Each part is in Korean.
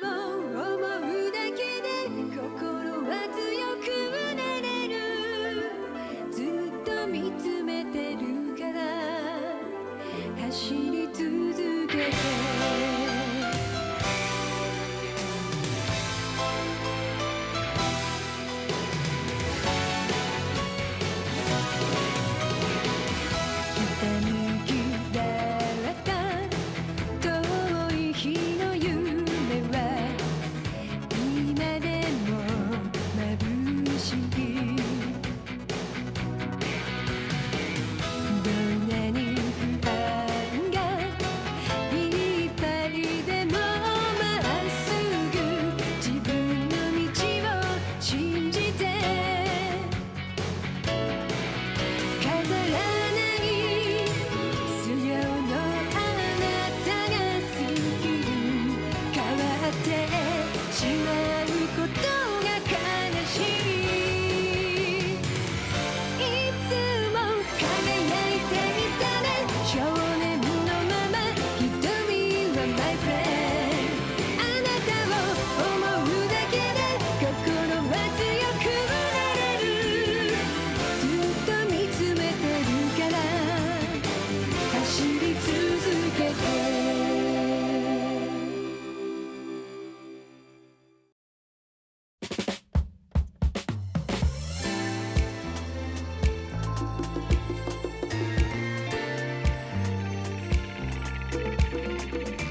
たを思うだけで心は強くなれるずっと見つめてるから走り続けてひたむきだった遠い日の夢は今でも眩しいどんなに不安がい Oh, Oh. Oh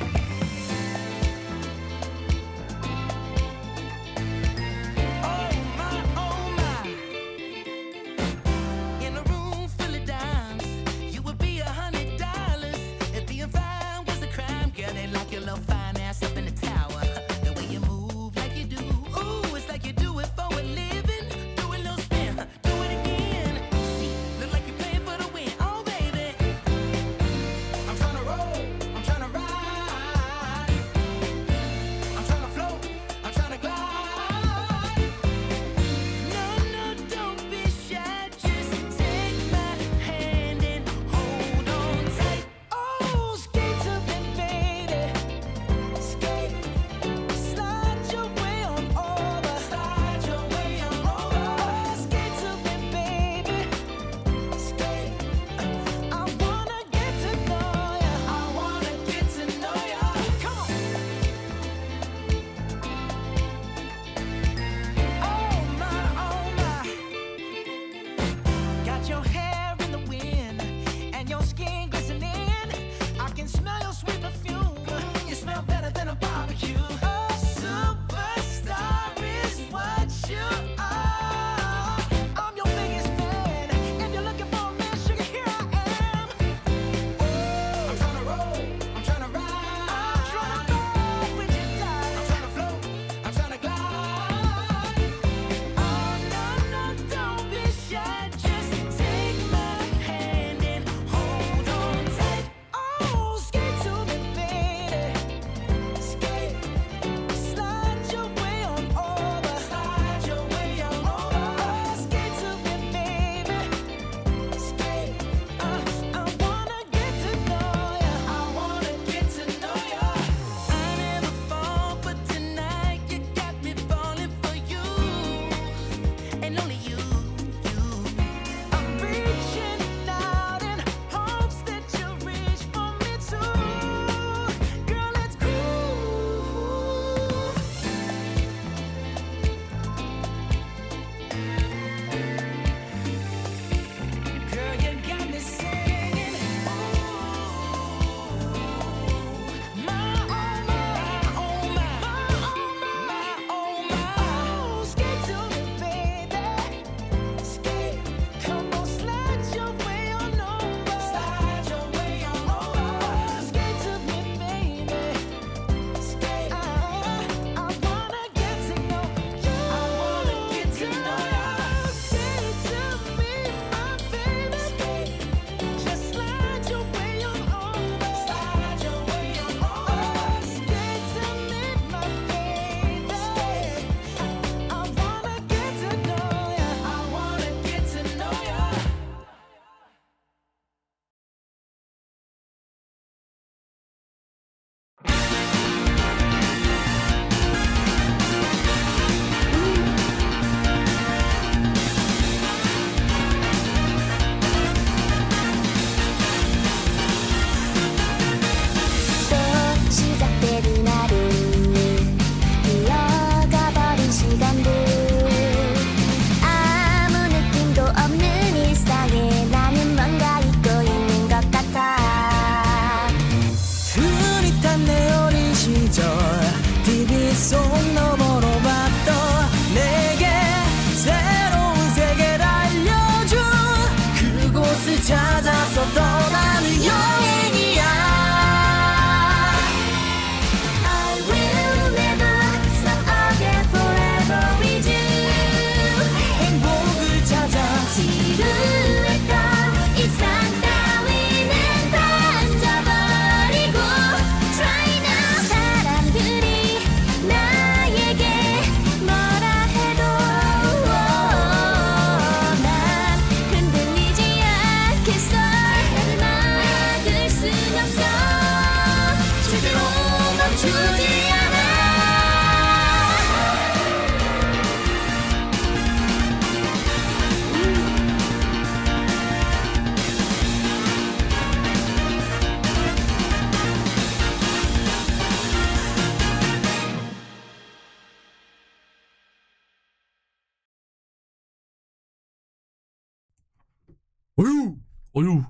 어휴, 어휴.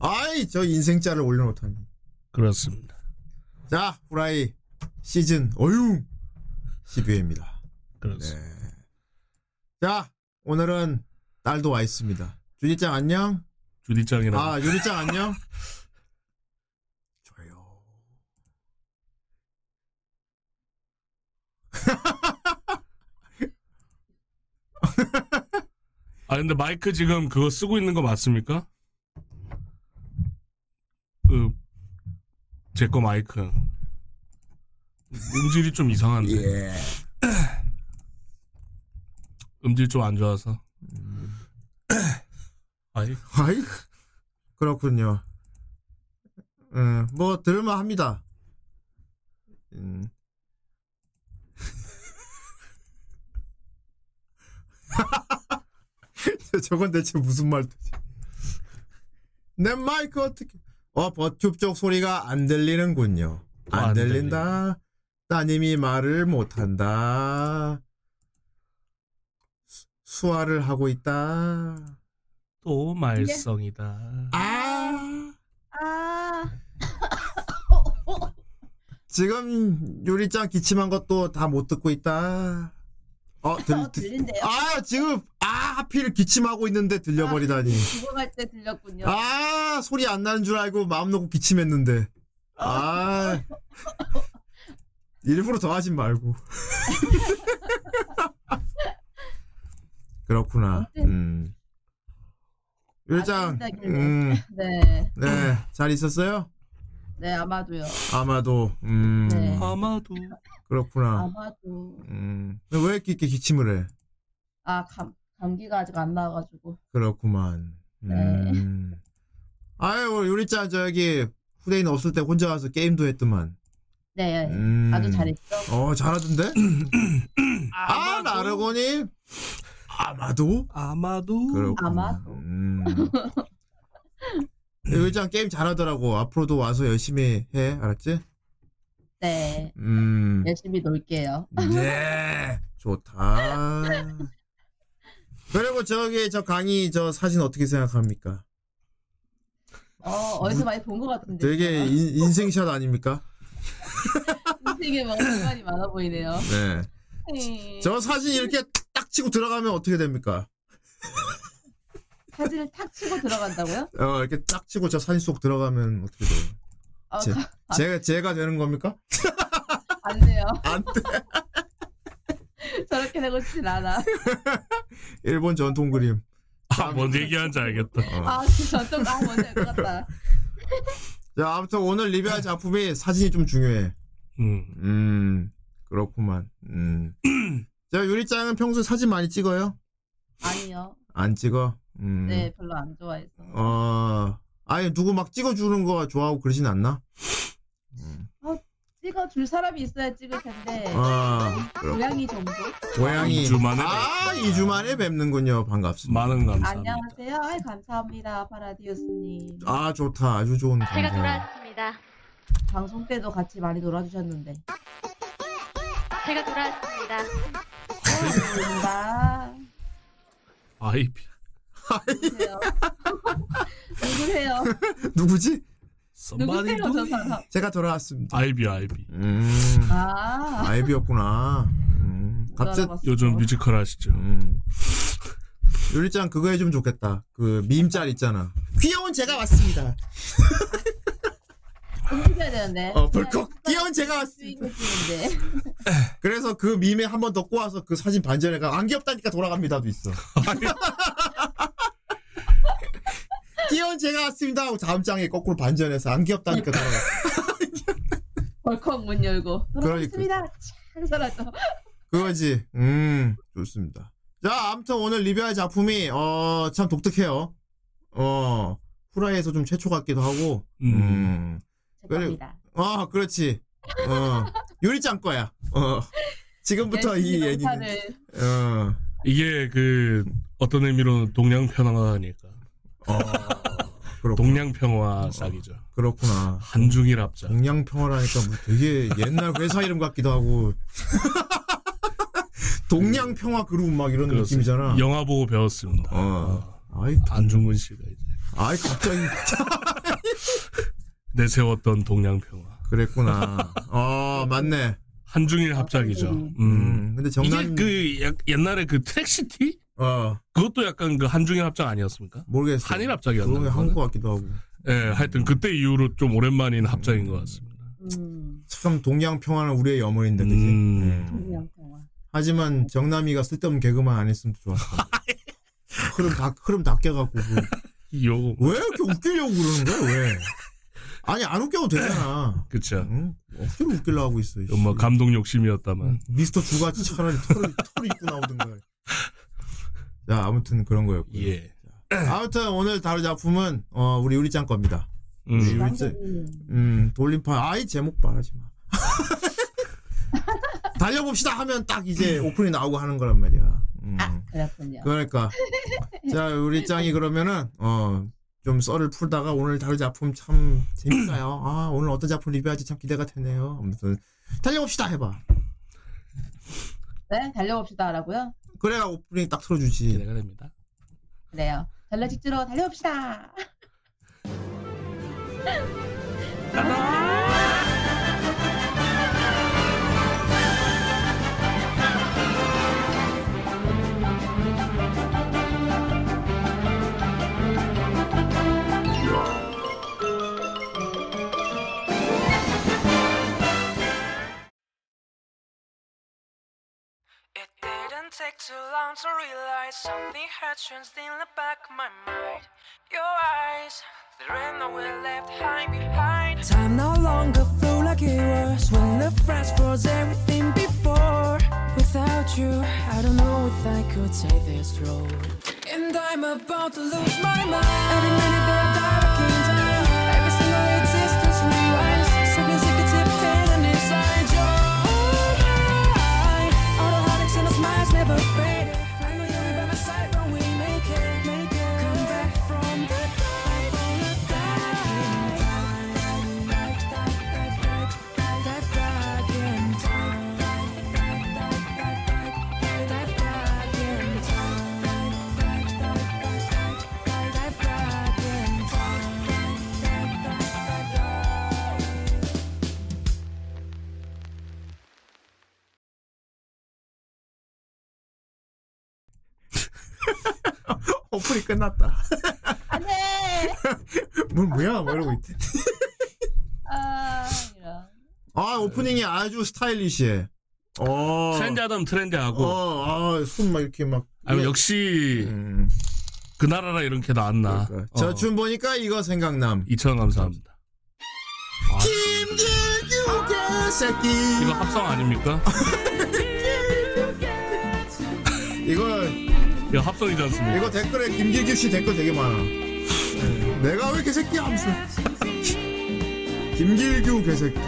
아이 저 인생자를 올려놓다니. 그렇습니다. 자 후라이 시즌 어휴 12회입니다. 네. 그렇습니다. 자 오늘은 딸도 와 있습니다. 주지짱 안녕. 주디짱이랑 아 유리짱 안녕. 저요. 아 근데 마이크 지금 그거 쓰고 있는 거 맞습니까? 그 제 거 마이크 음질이 좀 이상한데 예. 음질 좀 안 좋아서 음. 아이 아이 그렇군요. 음, 뭐 들을만 합니다. 음. 저건 대체 무슨 말투지? 내 마이크 어떻게? 어 버튜브 쪽 소리가 안 들리는군요. 안, 안 들린다. 따님이 말을 못한다. 수- 수화를 하고 있다. 또 말썽이다 아 아, 지금 요리짱 기침한 것도 다 못 듣고 있다. 어, 들, 어, 들, 들린대요. 아 지금 아 하필 기침하고 있는데 들려버리다니. 구경할 때 아, 들렸군요. 아 소리 안 나는 줄 알고 마음 놓고 기침했는데. 아 일부러 더 하진 말고. 그렇구나. 음. 요리짱, 음, 네, 네, 잘 있었어요? 네 아마도요. 아마도, 음, 네. 아마도 그렇구나. 아마도 음, 근데 왜 이렇게, 이렇게 기침을 해? 아 감, 감기가 아직 안 나와가지고 그렇구만. 음. 네. 아유, 우리 요리짱 저기 후대인 없을 때 혼자 와서 게임도 했더만. 네 음. 아주 잘했죠. 어, 잘하던데? 아, 나르고님? 아마도? 아마도 그렇구나. 아마도. 음. 요리짱 게임 잘하더라고. 앞으로도 와서 열심히 해. 알았지? 네 음. 열심히 놀게요. 네. 좋다. 그리고 저기 저 강의 저 사진 어떻게 생각합니까? 어 어디서 많이 본 것 같은데. 되게 인, 인생샷 아닙니까? 아, 되게 뭔가 시간이 많아 보이네요. 네. 네. 저 사진 이렇게 딱 치고 들어가면 어떻게 됩니까? 사진을 탁 치고 들어간다고요? 어, 이렇게 딱 치고 저 사진 속 들어가면 어떻게 돼요? 어, 제- 가- 제가, 제가 되는 겁니까? 안 돼요. 안 돼. 어. 저렇게 되고 싶진 않아. 일본 전통 그림. 아, 뭔 얘기하는지 알겠다 어. 아, 저쪽 아 뭔지 알 것 같다. 자, 아무튼 오늘 리뷰할 작품이 사진이 좀 중요해. 음 음, 그렇구만. 음. 제가 요리짱은 평소에 사진 많이 찍어요? 아니요. 안 찍어? 음. 네, 별로 안 좋아해서. 어, 아니, 누구 막 찍어주는 거 좋아하고 그러진 않나? 음. 찍어줄 사람이 있어야 찍을 텐데. 아, 그렇 고양이 정도? 고양이. 이주 만에 아, 뵙습니다. 2주 만에 뵙는군요. 반갑습니다. 많은 감사합니다 안녕하세요. 아이, 감사합니다. 파라디우스님. 아, 좋다. 아주 좋은 제가 감사. 돌아왔습니다. 방송 때도 같이 많이 놀아주셨는데. 제가 돌아왔습니다. 감사합니다. 아이비 누구세요? 누구세요? 누구지? somebody do 누구세요, 저 it. 사람? 제가 돌아왔습니다. 아이비 아이비 음, 아. 뭐 아이비였구나. 음, 못 갑자기, 알아봤어. 요즘 뮤지컬 하시죠 음. 요리짱 그거 해주면 좋겠다. 그, 밈짤 있잖아. 귀여운 제가 왔습니다. 움직여야 되는데. 네, 어, 벌컥. 귀여운 제가 왔습니다. 스윙인데. 그래서 그 밈에 한 번 더 꼬아서 그 사진 반전해가 안 귀엽다니까 돌아갑니다도 있어. 귀여운 제가 왔습니다 하고 다음 장에 거꾸로 반전해서 안 귀엽다니까 돌아가. 벌컥 문 열고. 그러니까. 돌아왔습니다. 착 사라져. 그거지. 음, 좋습니다. 자, 아무튼 오늘 리뷰할 작품이, 어, 참 독특해요. 어, 후라이에서 좀 최초 같기도 하고. 음. 음. 제 그래. 겁니다. 어, 그렇지. 어, 요리짱 거야. 어. 네, 지금부터 이 열심히 얘기는. 농사를- 어. 이게 그 어떤 의미로 동양 평화니까 어. 그렇구나. 어. 동양 평화 싹이죠. 그렇구나. 한중일 합작. 음, 동양평화라니까 뭐 되게 옛날 회사 이름 같기도 하고. 동양평화 그룹 막 이런 그렇습니다. 느낌이잖아. 영화 보고 배웠습니다. 어. 아이, 안중근 씨가 이제 아이 갑자기 내세웠던 동양평화. 그랬구나. 어 맞네. 한중일 합작이죠. 음. 음. 근데 이게 정남 그 약- 옛날에 그 트랙시티? 어 그것도 약간 그 한중일 합작 아니었습니까? 모르겠어. 그런 한일 게 합작이었나요? 한것 같기도 하고. 예, 음. 하여튼 그때 이후로 좀 오랜만인 합작인 것 같습니다. 음, 참 동양 평화는 우리의 염원인데 네, 그지. 음. 음. 그냥 평화. 하지만 정남이가 쓸데없는 개그만 안 했으면 좋았어. 흐름 다 흐름 다 깨갖고 그. 요, 왜 이렇게 웃기려고 그러는 거야 왜? 아니 안 웃겨도 되잖아. 그쵸. 응? 억지로 웃기려 고 하고 있어. 이 씨. 뭐 감동 욕심이었다만. 미스터 주같이 차라리 털을 털 입고 나오든가. 자 아무튼 그런 거였고요. 예. 아무튼 오늘 다룰 작품은 어, 우리 유리짱 겁니다. 음. 남자분. 음 돌림판 아이 제목 말하지 마. 달려봅시다 하면 딱 이제 오픈이 나오고 하는 거란 말이야. 음. 아, 그렇군요. 그러니까 자 우리 짱이 그러면은 어좀 썰을 풀다가 오늘 다룰 작품 참 재밌어요. 아 오늘 어떤 작품 리뷰할지 참 기대가 되네요. 아무튼 달려봅시다 해봐. 네, 달려봅시다라고요. 그래야 오프닝 딱 틀어주지. 기대가 됩니다. 그래요. 전라 직주로 달려봅시다. It didn't take too long to realize something had changed in the back of my mind. Your eyes, there ain't no way left hiding behind. Time no longer flew like it was when the friends froze everything before. Without you, I don't know if I could take this road. And I'm about to lose my mind. Every minute that I die, I can't die. Every single existence rewinds. Seconds you can tip and inside your eye. All the heartaches and the smiles never fade. I know you'll be by my side when we make it. Make it. Come back from the dive, from the dive. 오프닝 끝났다. 안 돼! 네. 뭐 뭐야 뭐 이러고 있대. 아, 이런. 아 오프닝이 아주 스타일리시해. 어. 트렌디하다면 트렌디하고. 어, 아, 손 막 이렇게 막. 아, 역시 음, 그 나라라 이런 게 나왔나. 그러니까. 어. 저춤 보니까 이거 생각남. 2,000원 감사합니다. 아, 김진규 개새끼. 이거 합성 아닙니까? 이거 이거 합성이지 않습니까? 이거 댓글에 김진규 씨 댓글 되게 많아. 네. 내가 왜 개새끼 하면서. 김길규 개새끼.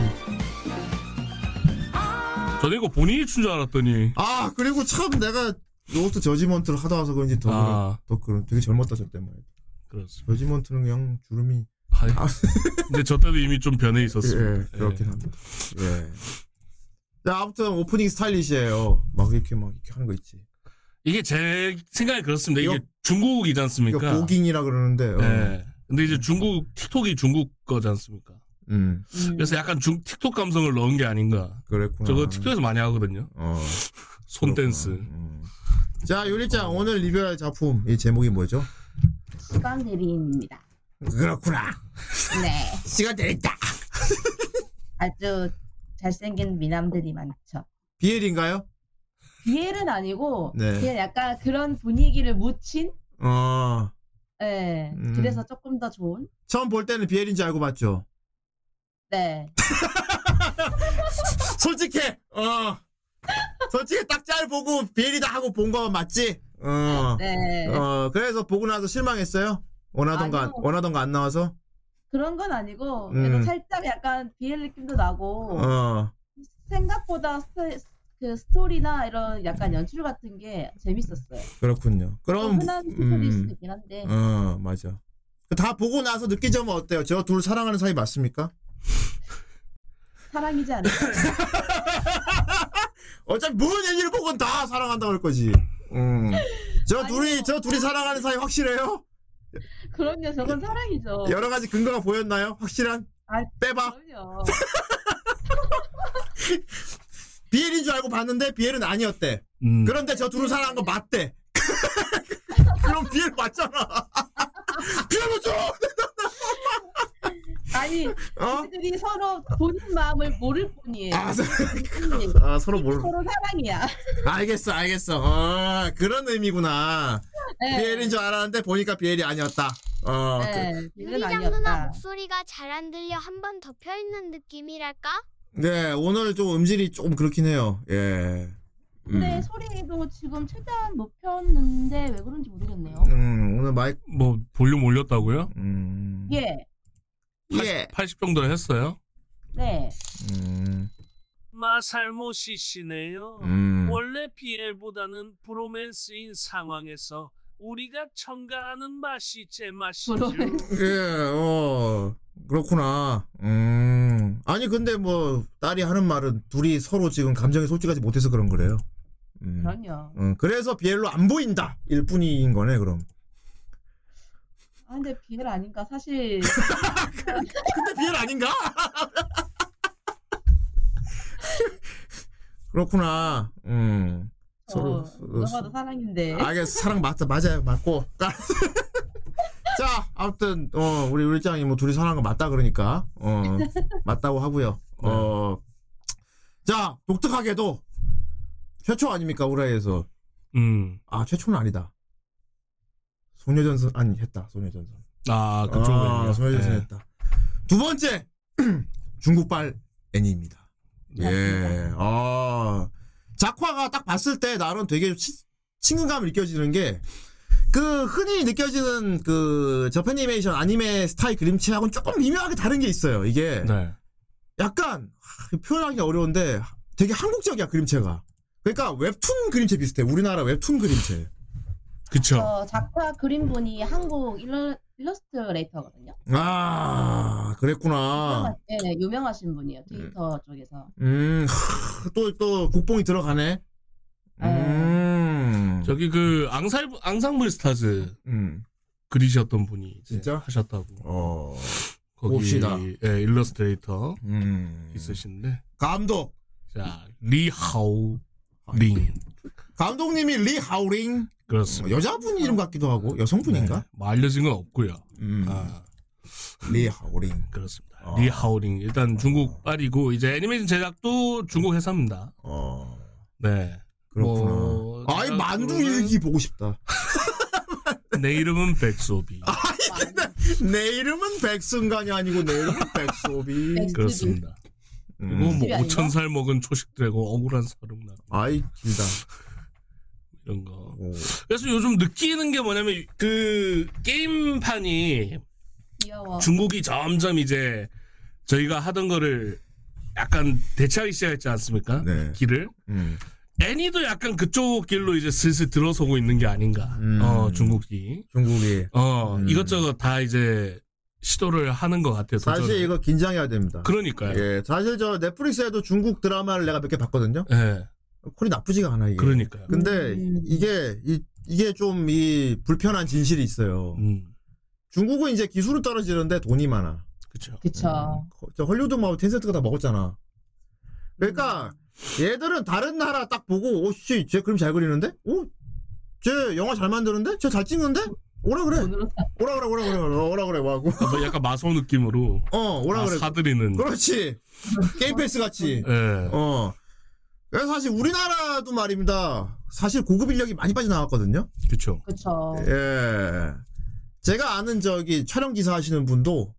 저는 이거 본인이 춘 줄 알았더니. 아 그리고 참 내가 로스트 저지먼트를 하다 와서 그런지 더, 아. 그런- 더 그런 되게 젊었다 저 때만. 그렇습니다. 저지먼트는 그냥 주름이 아니, 근데 저 때도 이미 좀 변해 예, 있었습니다. 그렇긴 합니다. 예. 자, 아무튼 오프닝 스타일리시에요. 막 이렇게 막 이렇게 하는 거 있지. 이게 제 생각이 그렇습니다. 이게 이거- 중국이지 않습니까? 이거 고깅이라 그러니까 그러는데. 어. 그러니까. 예. 근데 이제 중국 틱톡이 중국 거지 않습니까? 음, 음. 그래서 약간 중 틱톡 감성을 넣은 게 아닌가. 그랬구나. 저거 틱톡에서 많이 하거든요. 어, 손 그렇구나. 댄스. 어. 음. 자, 요리짱 오늘 리뷰할 작품 이 제목이 뭐죠? 시간 대리인입니다. 그렇구나. 네. 시간 되겠다. 아주 잘생긴 미남들이 많죠. 비엘인가요? 비엘은 아니고, 네. 그냥 약간 그런 분위기를 묻힌? 어, 네. 음. 그래서 조금 더 좋은? 처음 볼 때는 비엘인지 알고 봤죠. 네. 솔직해. 어, 솔직히 딱 잘 보고 비엘이다 하고 본 거 맞지? 어. 네. 어 그래서 보고 나서 실망했어요. 원하던가 아니요. 원하던가 안 나와서. 그런 건 아니고, 음. 그래도 살짝 약간 비엘 느낌도 나고, 어. 생각보다 스토, 그 스토리나 이런 약간 연출 같은 게 재밌었어요. 그렇군요. 그럼 어, 흔한 스토리일 수도 음. 있긴 한데 어 맞아. 다 보고 나서 느낀 점은 어때요? 저 둘 사랑하는 사이 맞습니까? 사랑이지 않을까? 어차피 뭔 얘기를 보건 다 사랑한다 그럴 거지. 음. 저 아니요. 둘이 저 둘이 사랑하는 사이 확실해요? 그럼요, 저건 사랑이죠. 여러 가지 근거가 보였나요? 확실한? 어. 아, 빼봐. 그럼요. 비엘인 줄 알고 봤는데 비엘은 아니었대. 음. 그런데 저 둘을 사랑한 거 맞대. 그럼 비엘 맞잖아. 비엘 맞죠? 아니, 어? 그들이 서로 본인 마음을 모를 뿐이에요. 아, 서, 본인. 아 서로 모르. 서로 사랑이야. 알겠어, 알겠어. 아, 그런 의미구나. 예. 비엘인 줄 알았는데 보니까 비엘이 아니었다. 어, 네, 그건 유리장 누나 아니었다. 목소리가 잘 안 들려 한 번 덮여 있는 느낌이랄까? 그, 네 오늘 좀 음질이 조금 그렇긴 해요. 예. 음. 근데 소리도 지금 최대한 높였는데 왜 그런지 모르겠네요. 음, 오늘 마이크. 뭐 볼륨 올렸다고요? 음. 예, 80, 예. 80 정도 했어요. 네. 음. 마살모시시네요. 음. 원래 비엘보다는 브로맨스인 상황에서 우리가 첨가하는 맛이 제맛이죠. 브로맨스. 예, 어, 그렇구나. 음. 아니, 근데 뭐, 딸이 하는 말은 둘이 서로 지금 감정이 솔직하지 못해서 그런 거래요. 음. 그럼요. 음, 그래서 비엘로 안 보인다! 일 뿐인 거네, 그럼. 아, 근데 비엘 아닌가 사실 근데 비엘 아닌가? 그렇구나. 음. 서로. 아, 어, 너가도 사랑인데. 알겠어. 사랑 맞다. 맞아요. 맞고. 자, 아무튼 어 우리 울장이 뭐 둘이 사랑한 거 맞다 그러니까 어 맞다고 하고요. 어. 자, 독특하게도 최초 아닙니까? 우라에서. 음. 아, 최초는 아니다. 소녀전선 아니 했다. 소녀전선. 아 그쪽으로. 아, 얘기해요. 소녀전선 예. 했다. 두 번째 중국발 애니입니다. 예. 네, 맞습니다. 아. 작화가 딱 봤을 때 나름 되게 치- 친근감이 느껴지는 게, 그, 흔히 느껴지는 그, 저패니메이션 아니메 스타일 그림체하고는 조금 미묘하게 다른 게 있어요, 이게. 네. 약간, 하, 표현하기 어려운데, 되게 한국적이야, 그림체가. 그러니까 웹툰 그림체 비슷해. 우리나라 웹툰 그림체. 그쵸. 어, 작가 그림분이 한국 일러, 일러스트레이터거든요. 아, 그랬구나. 유명하- 네, 유명하신 분이에요. 트위터 쪽에서. 음, 하, 또, 또, 국뽕이 들어가네. 음. 저기 그 앙살 앙상블 스타즈 음. 그리셨던 분이 이제 진짜? 하셨다고. 어. 거기 봅시다. 예, 일러스트레이터 음. 있으신데. 감독. 자 리하오 링 감독님이 리 하우링 뭐 그렇습니다. 여자분 이름 같기도 하고 여성분인가? 네, 뭐 알려진 건 없고요. 음. 아 리 하우링. 그렇습니다. 아. 리하오링 일단 중국 빨이고 이제 애니메이션 제작도 중국 회사입니다. 어 네. 그렇구나. 뭐, 아이 제가 만두 그거는- 일기 보고 싶다. 내 이름은 백소비. 아, 내 이름은 백승관이 아니고 내 이름은 백소비. 백승. 그렇습니다. 음. 그리고 뭐 아닌가? 5천 살 먹은 초식 드래곤 억울한 사rum나 아이 길다. 이런 거. 오. 그래서 요즘 느끼는 게 뭐냐면 그 게임판이 귀여워. 중국이 점점 이제 저희가 하던 거를 약간 대체하기 시작했지 않습니까? 네. 길을 음. 애니도 약간 그쪽 길로 이제 슬슬 들어서고 있는 게 아닌가. 음. 어 중국이 중국이 어 음. 이것저것 다 이제 시도를 하는 것 같아요. 도전을. 사실 이거 긴장해야 됩니다. 그러니까요. 예. 예, 사실 저 넷플릭스에도 중국 드라마를 내가 몇 개 봤거든요. 콜이 나쁘지가 않아 이게. 예, 그러니까요. 근데 음. 이게 이, 이게 좀 이 불편한 진실이 있어요. 음 중국은 이제 기술은 떨어지는데 돈이 많아. 그렇죠. 그쵸. 음, 저 헐리우드 마을 텐센트가 다 먹었잖아. 그러니까 얘들은 다른 나라 딱 보고 오씨 쟤 그림 잘 그리는데? 오? 쟤 영화 잘 만드는데? 쟤 잘 찍는데? 오라 그래. 오늘은 오라 그래. 오라 그래. 오라 그래. 와고. 뭐 약간 마소 느낌으로 어, 오라 다 그래. 아, 사들이는. 그렇지. 게임 패스 같이. 예. 어. 그래서 사실 우리나라도 말입니다. 사실 고급 인력이 많이 빠져나왔거든요. 그렇죠. 그쵸. 예. 제가 아는 저기 촬영 기사 하시는 분도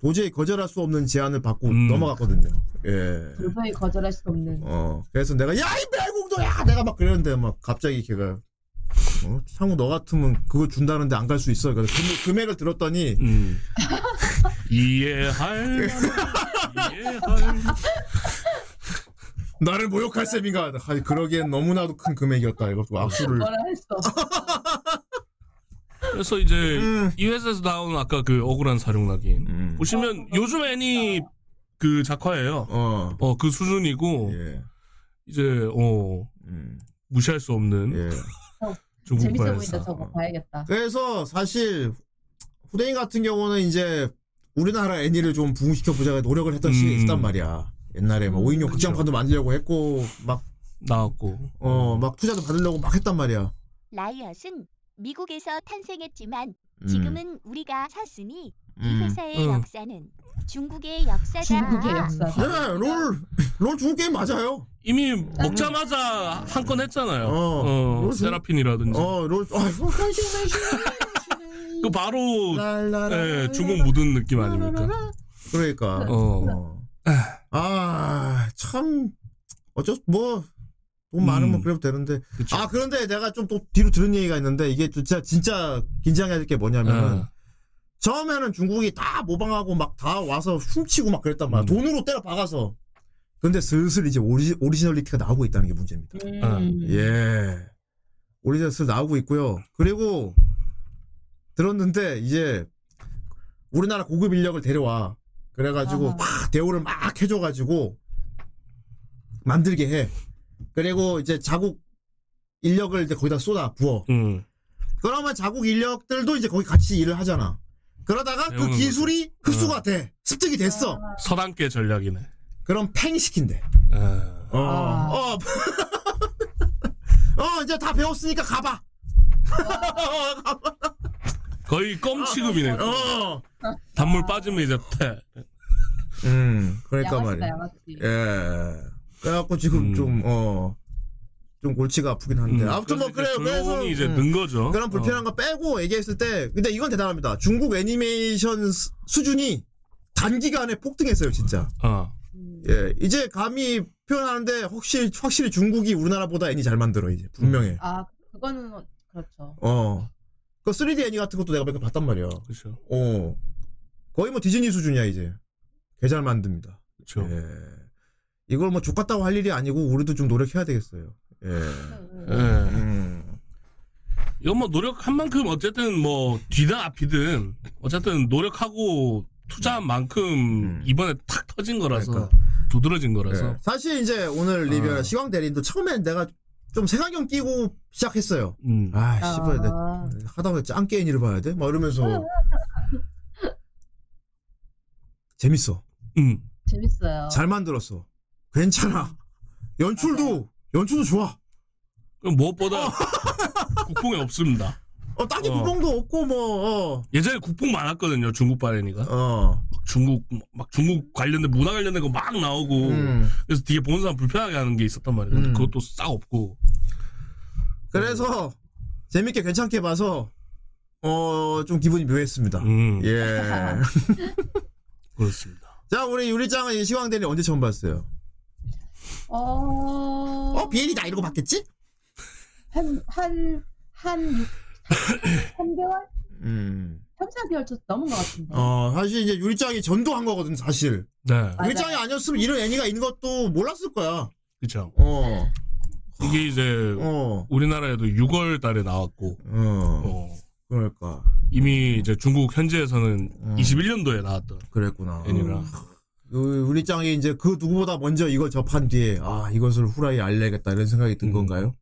도저히 거절할 수 없는 제안을 받고 음. 넘어갔거든요. 예. 도저히 거절할 수 없는. 어. 그래서 내가 야 이 멸공도야 내가 막 그랬는데 막 갑자기 걔가 어? 상우 너 같으면 그거 준다는데 안 갈 수 있어. 그래서 금, 금액을 들었더니 음. 이해할 만한, 이해할 나를 모욕할 셈인가. 아니, 그러기엔 너무나도 큰 금액이었다. 이거 악수를. 뭐라 할 수 없어. 그래서 이제 음. 이 회사에서 나온 아까 그 억울한 사령나긴 음. 보시면 요즘 애니 그 작화예요. 어. 어 그 수준이고 예. 이제 어 음. 무시할 수 없는 예. 중국 재밌어 보인다. 회사. 저거 봐야겠다. 그래서 사실 후대인 같은 경우는 이제 우리나라 애니를 좀 부흥시켜 보자고 노력을 했던 시기가 음. 그렇죠. 있었단 말이야. 옛날에 막 오인용 극장판도 만들려고 했고 나왔고 막 어 막 투자도 받으려고 막 했단 말이야. 라이엇은 미국에서 탄생했지만 음, 지금은 우리가 샀으니 이 음. 회사의 음. 역사는 중국의 역사다. 아. 중국의 역사. 예, 롤, 롤 중국 게임 맞아요. 이미 먹자마자 한 건 했잖아요. 어. 어, 무슨- 세라핀이라든지. 어, 롤, 아이고, 그 바로 랄라라. 예, 중국 묻은 느낌 아닙니까? 그러니까. 어. 어. 아, 참. 어쩔, 수- 뭐, 돈 많으면 음. 그래도 되는데. 그쵸. 아, 그런데 내가 좀 또 뒤로 들은 얘기가 있는데, 이게 진짜, 진짜 긴장해야 될 게 뭐냐면은, 아, 처음에는 중국이 다 모방하고 막 다 와서 훔치고 막 그랬단 말이야. 음. 돈으로 때려 박아서. 근데 슬슬 이제 오리, 오리지널리티가 나오고 있다는 게 문제입니다. 아, 음. 예. 오리지널스 나오고 있고요. 그리고 들었는데 이제 우리나라 고급 인력을 데려와. 그래가지고 아하. 막 대우를 막 해줘가지고 만들게 해. 그리고 이제 자국 인력을 이제 거기다 쏟아 부어. 음. 그러면 자국 인력들도 이제 거기 같이 일을 하잖아. 그러다가 그 배우는 어. 기술이 흡수가 돼. 습득이 됐어. 아. 서당계 전략이네. 그럼 팽 시킨대. 아. 어. 아. 어. 어, 이제 다 배웠으니까 가봐. 어, 가봐. 거의 껌 취급이네. 어. 단물 빠지면 이제 퇴. 음, 그러니까 양아치다 말이야. 양아치. 예. 그래갖고 지금 음. 좀, 어, 좀 골치가 아프긴 한데. 아무튼 뭐, 그래요. 그래서. 조용히 음. 이제 어. 음. 는 거죠. 그런 불편한 거 빼고 얘기했을 때, 근데 이건 대단합니다. 중국 애니메이션 수- 수준이 단기간에 폭등했어요, 진짜. 어. 어. 음. 예. 이제 감히 표현하는데, 확실히, 확실히 중국이 우리나라보다 애니 잘 만들어, 이제. 음. 분명해. 아 그거는 그렇죠. 어. 그 3D 애니 같은 것도 내가 몇개 봤단 말이야. 그렇죠. 어. 거의 뭐 디즈니 수준이야, 이제. 개 잘 만듭니다. 그렇죠. 예. 이걸 뭐 족같다고 할 일이 아니고 우리도 좀 노력해야 되겠어요. 예. 음, 예. 음. 이건 뭐 노력한 만큼 어쨌든 뭐 뒤든 앞이든 어쨌든 노력하고 투자한 만큼 음. 이번에 탁 터진 거라서 그러니까. 두드러진 거라서 예. 사실 이제 오늘 리뷰할 아. 시황 대리인도 처음엔 내가 좀 색안경 끼고 시작했어요. 음. 아, 아. 씨발, 내 하다 보니 짱 게임을 봐야 돼? 막 이러면서. 재밌어. 음. 재밌어요. 잘 만들었어. 괜찮아. 연출도, 연출도 좋아. 그럼 무엇보다 국뽕이 없습니다. 어, 딱히 어. 구멍도 없고, 뭐, 어. 예전에 국뽕 많았거든요. 중국 바레니가 어. 막 중국 막 중국 관련된 문화 관련된 거 막 나오고 음. 그래서 뒤에 보는 사람 불편하게 하는 게 있었단 말이에요. 음. 근데 그것도 싹 없고 그래서 재밌게 괜찮게 봐서 어, 좀 기분이 묘했습니다. 음. 예. 그렇습니다. 자, 우리 유리짱은 이 시황 대리 언제 처음 봤어요? 어. 어, 비엘이다 이러고 봤겠지? 한한한 3개월? 음. 3, 4개월 쳤 넘은 것 같은데. 어, 사실 이제 유리짱이 전도한 거거든, 사실. 네, 맞아요. 유리짱이 아니었으면 이런 애니가 있는 것도 몰랐을 거야. 그렇죠. 어. 이게 이제 어. 우리나라에도 6월 달에 나왔고 어. 어, 그럴까. 이미 이제 중국 현지에서는 음. 21년도에 나왔던 그랬구나. 애니라 그 유리짱이 이제 그 누구보다 먼저 이걸 접한 뒤에 아, 이것을 후라이 알려야겠다 이런 생각이 든 음. 건가요?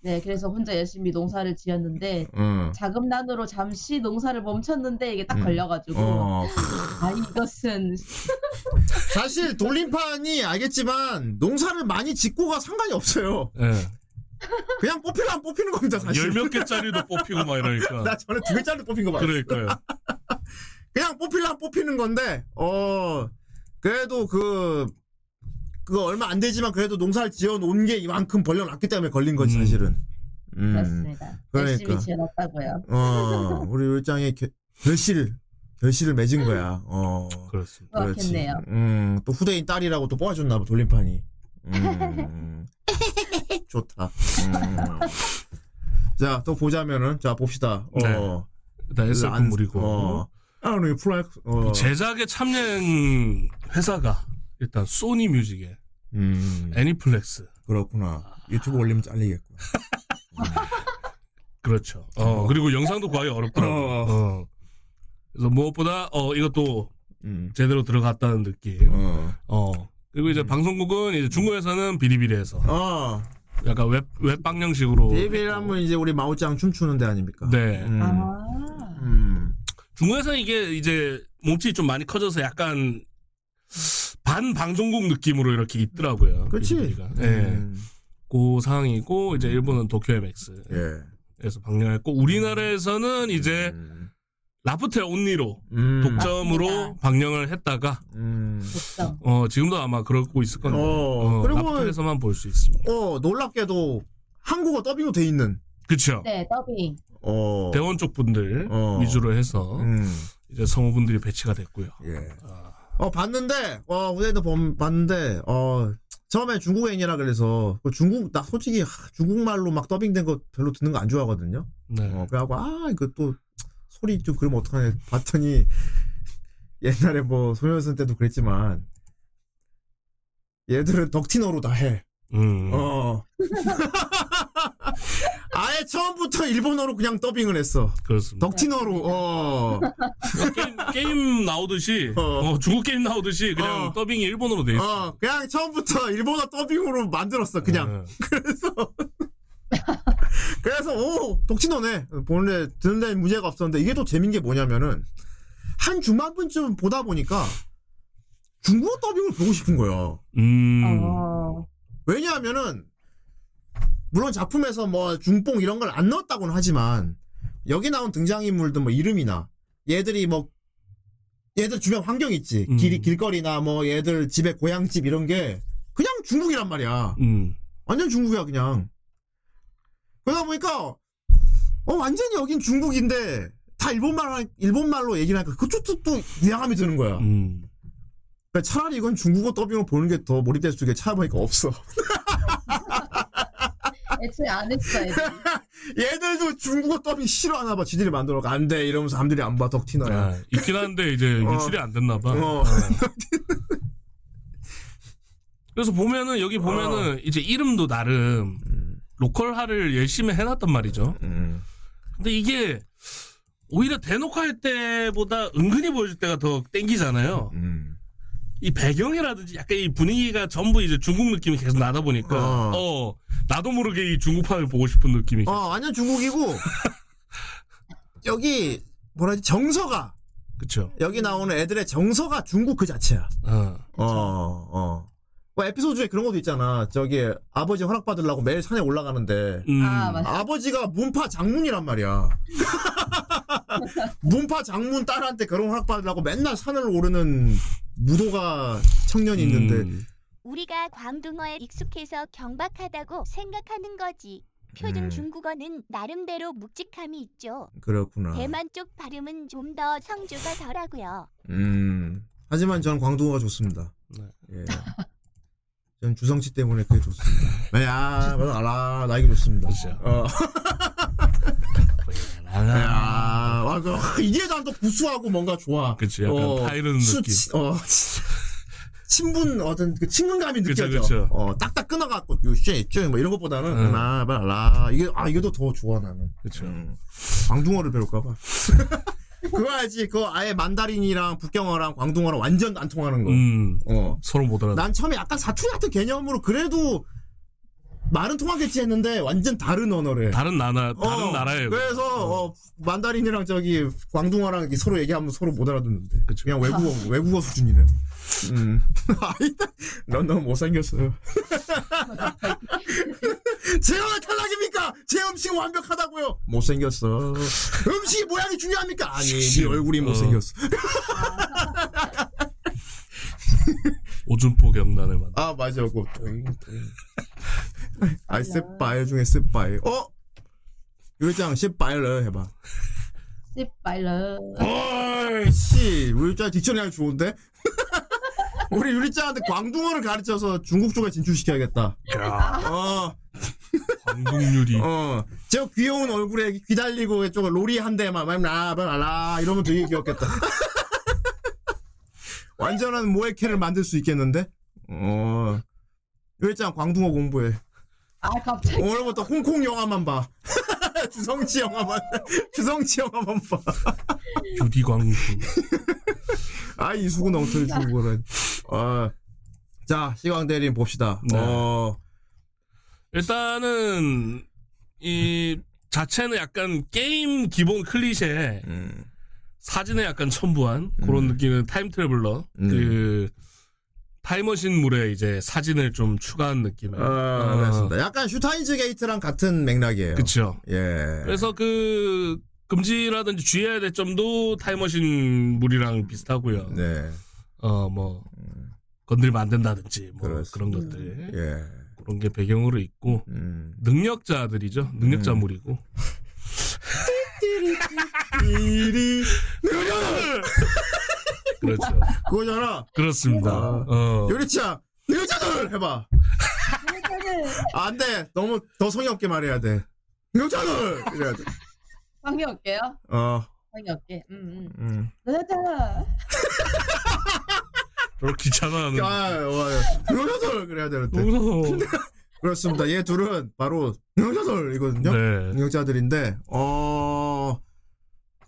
네, 그래서 혼자 열심히 농사를 지었는데 음. 자금난으로 잠시 농사를 멈췄는데 이게 딱 음. 걸려가지고 어. 아 이것은 사실 돌림판이 알겠지만 농사를 많이 짓고가 상관이 없어요. 예. 그냥 뽑히면 안 뽑히는 겁니다. 사실. 열몇 개짜리도 뽑히고 막 나 이러니까 전에 두 개짜리 뽑힌 거 봐. 요 그러니까요. 그냥 뽑히면 안 뽑히는 건데 어 그래도 그 그거 얼마 안 되지만 그래도 농사를 지어 놓은 게 이만큼 벌려놨기 때문에 걸린 거지 음. 사실은. 음. 그렇습니다. 그러니까. 열심히 지어놨다고요. 어 우리 율장의 겨- 결실 결실을 맺은 거야. 어. 그렇습니다. 그렇지. 그렇겠네요. 음, 또 후대인 딸이라고 또 뽑아줬나 봐, 돌림판이. 음, 좋다. 음. 자, 또 보자면은, 자, 봅시다. 어, 그 네. 일단 s f 물이고 그 어. 아, 우리 프라이, 어. 제작에 참여한 회사가 일단 소니 뮤직에 음, 애니플렉스 그렇구나. 유튜브 올리면 잘리겠고. 그렇죠. 어, 그리고 영상도 구하기 어렵더라고요. 어. 어. 그래서 무엇보다 어, 이것도 음. 제대로 들어갔다는 느낌. 어. 음. 어. 그리고 이제 방송국은 이제 중국에서는 비리비리해서 어. 약간 웹 웹방 형식으로 음. 데이비라면 이제 우리 마오짱 춤추는 데 아닙니까? 네. 음. 아 음. 중국에서 이게 이제 몸집이 좀 많이 커져서 약간 반방송국 느낌으로 이렇게 있더라고요. 그렇지. 뮤직비디오가. 예. 음. 그 상황이고 이제 일본은 도쿄 MX에서 예. 방영했고 우리나라에서는 이제 음. 라프텔 온니로 음. 독점으로 맞습니다. 방영을 했다가 음. 독점. 어 지금도 아마 그러고 있을 건데 어, 어, 그리고- 라프텔에서만 볼 수 있습니다. 어 놀랍게도 한국어 더빙으로 돼 있는. 그렇죠. 네, 더빙. 어. 대원 쪽 분들 어. 위주로 해서 음. 이제 성우분들이 배치가 됐고요. 예. 아, 어 봤는데 어 오늘도 범- 봤는데 어 처음에 중국인이라 그래서 그 중국 나 솔직히 하, 중국말로 막 더빙된 거 별로 듣는 거 안 좋아하거든요. 네. 어 그래갖고 아 이거 또 소리 좀 그러면 어떡하냐 봤더니 옛날에 뭐 소녀선 때도 그랬지만 얘들은 덕티너로 다 해. 음. 어. 아예 처음부터 일본어로 그냥 더빙을 했어. 그렇습니다. 덕티너로. 어. 게임, 게임 나오듯이 어. 어, 중국 게임 나오듯이 그냥 어. 더빙이 일본어로 돼 있어. 어. 그냥 처음부터 일본어 더빙으로 만들었어. 그냥. 네. 그래서 그래서 오 독신호네 본래 듣는 데는 문제가 없었는데 이게 또 재밌는 게 뭐냐면은 한 중반쯤 보다 보니까 중국어 더빙을 보고 싶은 거야 음. 어, 왜냐하면은 물론 작품에서 뭐 중뽕 이런 걸 안 넣었다고는 하지만 여기 나온 등장인물들 뭐 이름이나 얘들이 뭐 얘들 주변 환경 있지 음. 길 길거리나 뭐 얘들 집에 고향집 이런 게 그냥 중국이란 말이야 음. 완전 중국이야 그냥 그러다 보니까 어 완전히 여긴 중국인데 다 일본말 하- 일본말로 얘기를 하니까 그쪽도 또 이해감이 드는 거야 음. 그러니까 차라리 이건 중국어 더빙을 보는 게 더 몰입될 수 있게 찾아보니까 없어 애초에 안 했어, 애들. 얘들도 중국어 더빙 싫어하나 봐 지들이 만들어 안돼 이러면서 사람들이 안 봐 덕티나야 아, 있긴 한데 이제 어. 유출이 안 됐나 봐. 어. 어. 그래서 보면은 여기 보면은 어. 이제 이름도 나름 로컬화를 열심히 해놨단 말이죠. 음. 근데 이게 오히려 대놓고 할 때보다 은근히 보여줄 때가 더 땡기잖아요. 음. 이 배경이라든지 약간 이 분위기가 전부 이제 중국 느낌이 계속 나다 보니까 어, 나도 모르게 이 중국판을 보고 싶은 느낌이 어 완전 중국이고 여기 뭐라지 정서가 그렇죠. 여기 나오는 애들의 정서가 중국 그 자체야 어. 어, 어. 뭐 에피소드에 그런 것도 있잖아. 저기 아버지 허락 받으려고 매일 산에 올라가는데 음. 아, 맞아. 아버지가 문파 장문이란 말이야. 문파 장문 딸한테 결혼 허락 받으려고 맨날 산을 오르는 무도가 청년이 있는데 음. 우리가 광둥어에 익숙해서 경박하다고 생각하는 거지. 표준 음. 중국어는 나름대로 묵직함이 있죠. 그렇구나. 대만 쪽 발음은 좀 더 성조가 덜하고요. 음. 하지만 저는 광둥어가 좋습니다. 네. 예. 저는 주성치 때문에 그게 좋습니다. 야, 나도 알아. 나 이게 좋습니다. 그렇죠. 어. 아, 야, 맞아. 이해도 안또 구수하고 뭔가 좋아. 어, 그치, 약간 타이른 수- 느낌. 치- 어, 친분 어떤 그 친근감이 그쵸, 느껴져. 그쵸. 어, 딱딱 끊어갖고 쎄쎄뭐 이런 것보다는 응. 나, 라, 라 이게 아 이게 더 좋아 나는. 그렇죠. 음. 광둥어를 배울까봐. 그거 알지? 그거 아예 만다린이랑 북경어랑 광둥어랑 완전 안 통하는 거. 음. 어. 서로 못 알아. 난 처음에 약간 사투리 같은 개념으로 그래도 말은 통하겠지 했는데 완전 다른 언어를. 다른 나라 다른 어, 나라예요. 그래서 어, 만다린이랑 저기 광둥어랑 이렇게 서로 얘기하면 서로 못 알아듣는데. 그쵸. 그냥 외국어 외국어 수준이래. 음. 아니다. 넌 너무 못생겼어요. 제 오늘 탈락입니까? 제 음식 완벽하다고요. 못생겼어. 음식 모양이 중요합니까? 아니, 네 얼굴이 어. 못생겼어. 오준포 경단을 만. 아 맞아, 그거. 똥, 똥. 아이 스파이 중에 스파이. 어? 요리장 스파이를 해봐. 씹 말러. 어이, 씨. 우리 유리짱 딕션이 좋은데? 우리 유리짱한테 광둥어를 가르쳐서 중국 쪽에 진출시켜야겠다. 야, 어, 아, 광국유리. 어. 저 귀여운 얼굴에 귀 달리고 이쪽에 로리 한 대만, 막, 라, 라, 라, 이러면 되게 귀엽겠다. 완전한 모에케를 만들 수 있겠는데? 어. 유리짱 광둥어 공부해. 아, 갑자기. 오늘부터 홍콩 영화만 봐. 주성치 영화만, 주성치 영화만 봐. 유리 광국. 아 이수근 엉터리 중국어는 아, 어자 시광 대리님 봅시다 네. 어 일단은 음. 이 자체는 약간 게임 기본 클리셰 사진에 약간 첨부한 그런 음. 느낌의 타임 트래블러 음. 그 타임머신물에 이제 사진을 좀 추가한 느낌. 아, 그렇습니다. 약간 슈타인즈 게이트랑 같은 맥락이에요. 그렇죠. 예. 그래서 그 금지라든지 주의해야 될 점도 타임머신 물이랑 비슷하고요. 네. 음. 어 뭐 건들면 안 된다든지 뭐 그렇습니다. 그런 것들 예. 그런 게 배경으로 있고 음. 능력자들이죠. 능력자 음. 물이고. 이리 그렇죠. 그거잖아. 그렇습니다. 아. 어. 요리치야. 능력자들 해봐. 아, 안 돼. 너무 더 성의 없게 말해야 돼. 능력자들 이래야 돼. 상의 없게요? 어. 상의 없게. 음, 음. 음. 여자. 별로 귀찮아하는. 네. 아, 와. 능력자들 그래야 되는데. 무서워. 그렇습니다. 얘 둘은 바로 능력자들이거든요. 네. 능력자들인데 어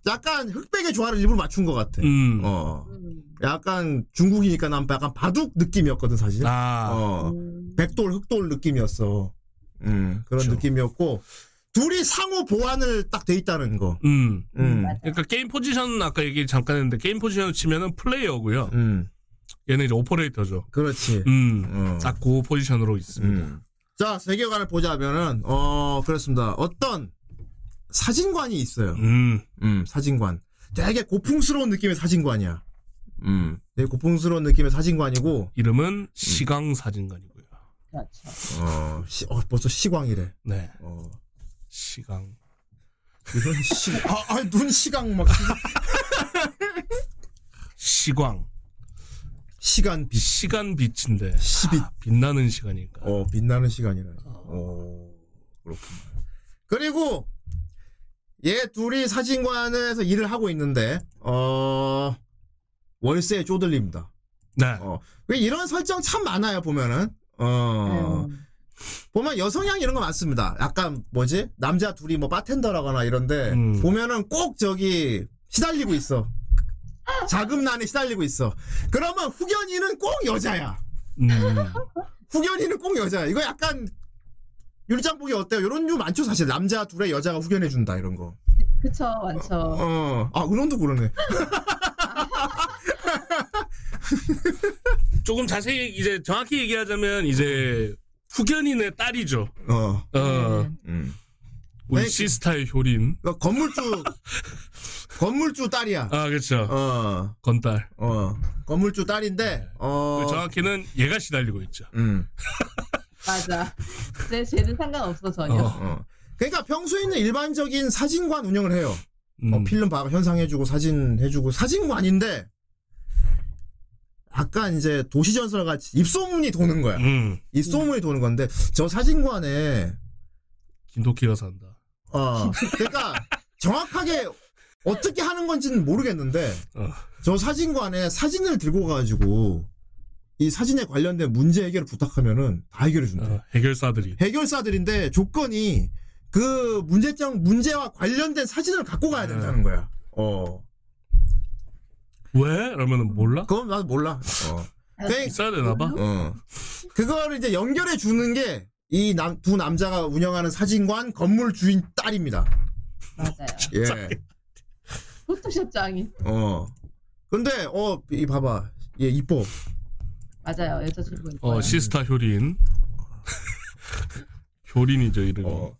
약간 흑백의 조화를 일부러 맞춘 것 같아. 음. 어 음. 약간 중국이니까 난 약간 바둑 느낌이었거든 사실. 아. 어 음. 백돌 흑돌 느낌이었어. 음 그런 그쵸. 느낌이었고 둘이 상호 보완을 딱 돼 있다는 거. 음. 음. 그러니까 게임 포지션은 아까 얘기 잠깐 했는데 게임 포지션을 치면은 플레이어고요. 음 얘는 이제 오퍼레이터죠. 그렇지. 음. 어. 딱 그 포지션으로 있습니다. 음. 자 세계관을 보자면은 어 그렇습니다. 어떤 사진관이 있어요. 음. 음, 사진관. 되게 고풍스러운 느낌의 사진관이야. 음. 되게 고풍스러운 느낌의 사진관이고, 이름은 시강 사진관이고요. 그렇죠. 어, 시, 어, 벌써 시광이래. 네. 어. 시강. 이런 시, 아, 아, 눈 시강 막, 시- 시광. 시간 빛. 시간 빛인데 시빛. 빛나는 시간이니까. 어, 빛나는 시간이네. 어, 그렇구만. 그리고, 얘 둘이 사진관에서 일을 하고 있는데, 어, 월세에 쪼들립니다. 네. 어. 왜 이런 설정 참 많아요, 보면은. 어. 음. 보면 여성향 이런 거 많습니다. 약간 뭐지? 남자 둘이 뭐 바텐더라거나 이런데 음. 보면은 꼭 저기 시달리고 있어. 자금난에 시달리고 있어. 그러면 후견이는 꼭 여자야. 음. 후견이는 꼭 여자야. 이거 약간 유리장 보기 어때요? 이런 류 많죠 사실. 남자 둘에 여자가 후견해 준다 이런 거. 그쵸, 많죠. 어. 아 은원도 그러네. 조금 자세히 이제 정확히 얘기하자면 이제 후견인의 딸이죠. 어. 어, 네. 음. 우리 네, 그- 시스타의 효린. 그러니까 건물주 건물주 딸이야. 아, 그렇죠. 어. 건딸. 어. 건물주 딸인데 어. 그 정확히는 얘가 시달리고 있죠. 음. 맞아. 내 죄는 상관없어, 전혀. 어. 어. 그러니까 평소에 있는 일반적인 사진관 운영을 해요. 음. 어, 필름 봐 현상해주고 사진 해주고 사진관인데 약간 이제 도시전설 같이 입소문이 도는 거야. 음. 입소문이 도는 건데 저 사진관에 김도키가 산다. 어, 그러니까 정확하게 어떻게 하는 건지는 모르겠는데 어. 저 사진관에 사진을 들고 가지고 이 사진에 관련된 문제 해결을 부탁하면은 다 해결해 준대. 어, 해결사들이. 해결사들인데 조건이 그 문제점 문제와 관련된 사진을 갖고 가야 된다는 거야. 어. 왜? 이러면 몰라? 그건 나도 몰라. 어. 그, 있어야 되나 봐. 어. 그거를 이제 연결해 주는 게 이 남 두 남자가 운영하는 사진관 건물 주인 딸입니다. 예. 맞아요. 포토샵 장인. 어. 근데 어 이 봐봐. 얘 이뻐. 맞아요, 여자친구. 어, 시스타 효린. 효린이죠, 이름이. 어.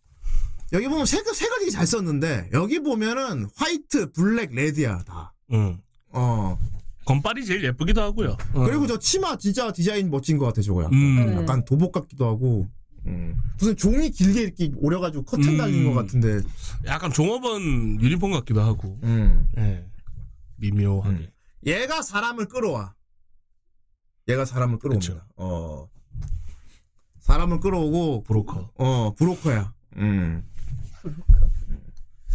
여기 보면 색을 색을 되게 잘 썼는데 여기 보면은 화이트, 블랙, 레드야 다. 음. 어. 건빨이 제일 예쁘기도 하고요. 어. 그리고 저 치마 진짜 디자인 멋진 것 같아 저거야. 음. 네. 약간 도복 같기도 하고 무슨 종이 길게 이렇게 오려가지고 커튼 음. 달린 것 같은데 약간 종업원 유니폼 같기도 하고. 예. 미묘하게. 음. 얘가 사람을 끌어와 얘가 사람을 끌어옵니다 그쵸. 어 사람을 끌어오고 브로커. 어 브로커야 음.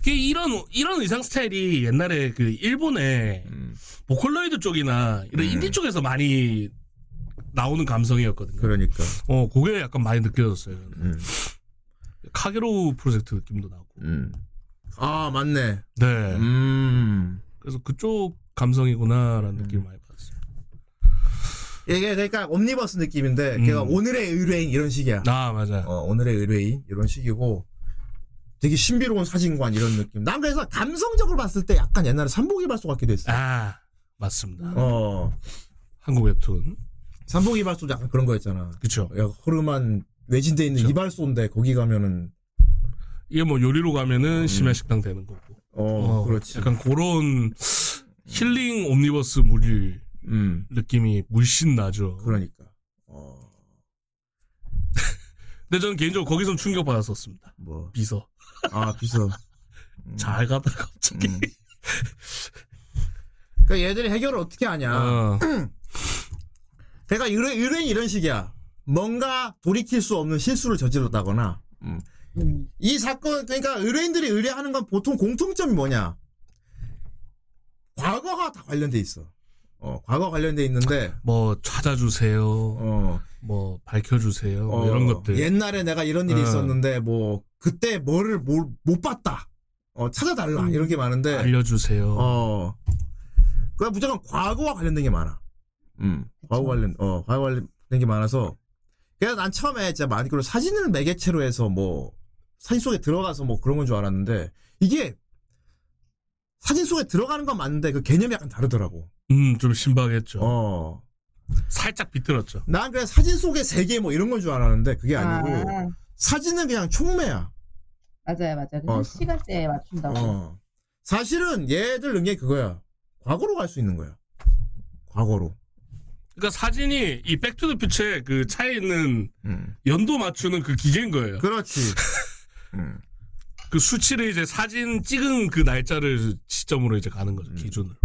그 이런 이런 의상 스타일이 옛날에 그 일본의 보컬로이드 쪽이나 이런 음. 인디 쪽에서 많이 나오는 감성이었거든요. 그러니까 어, 그게 약간 많이 느껴졌어요. 음. 카게로 프로젝트 느낌도 나고. 아 맞네 네. 음 그래서 그쪽 감성이구나라는 느낌을 많이 받았어요. 이게 그러니까 옴니버스 느낌인데 음. 걔가 어, 오늘의 의뢰인 이런 식이야 아, 맞아. 요 어, 오늘의 의뢰인 이런 식이고 되게 신비로운 사진관 이런 느낌. 난 그래서 감성적으로 봤을 때 약간 옛날에 삼복이 발소 같기도 했어. 아 맞습니다. 어, 한국 웹툰 삼복이 발소 약간 그런 거였잖아. 그쵸. 야, 허름한 외진데 있는 그쵸. 이발소인데 거기 가면은 이게 뭐 요리로 가면은 심야식당 되는 거고. 음. 어, 어, 그렇지. 약간 그런 힐링 옴니버스 물 음, 느낌이 물씬 나죠. 그러니까. 어, 근데 저는 개인적으로 거기서 충격 받았었습니다. 뭐, 비서 아 비서. 잘 가다가 갑자기. 음. 그러니까 얘들이 해결을 어떻게 하냐. 어, 그러니까 의뢰, 의뢰인 이런 식이야. 뭔가 돌이킬 수 없는 실수를 저질렀다거나. 음. 이 사건, 그러니까 의뢰인들이 의뢰하는 건 보통 공통점이 뭐냐. 과거가 다 관련돼 있어. 어, 과거 관련돼 있는데, 뭐 찾아주세요. 어, 뭐 밝혀주세요. 뭐 어, 이런 것들. 옛날에 내가 이런 일이 어. 있었는데, 뭐, 그때 뭐를 뭘, 못 봤다. 어, 찾아달라. 음. 이런 게 많은데, 알려주세요. 어. 그냥 무조건 과거와 관련된 게 많아. 음. 과거 관련, 어, 과거 관련된 게 많아서. 그래서 난 처음에 진짜 많이 그런 사진을 매개체로 해서 뭐, 사진 속에 들어가서 뭐 그런 건 줄 알았는데, 이게, 사진 속에 들어가는 건 맞는데, 그 개념이 약간 다르더라고. 음, 좀 신박했죠. 어. 살짝 비틀었죠. 난 그냥 사진 속의 세계 뭐 이런 건 줄 알았는데, 그게 아니고, 아, 사진은 그냥 촉매야. 맞아요, 맞아요. 그 어. 시간대에 맞춘다고. 어. 사실은 얘들 능력이 그거야. 과거로 갈 수 있는 거야. 과거로. 그러니까 사진이 이 백투더퓨처의 그 차에 있는 음. 연도 맞추는 그 기계인 거예요. 그, 그렇지. 음. 수치를 이제 사진 찍은 그 날짜를 시점으로 이제 가는 음. 거죠. 기준으로.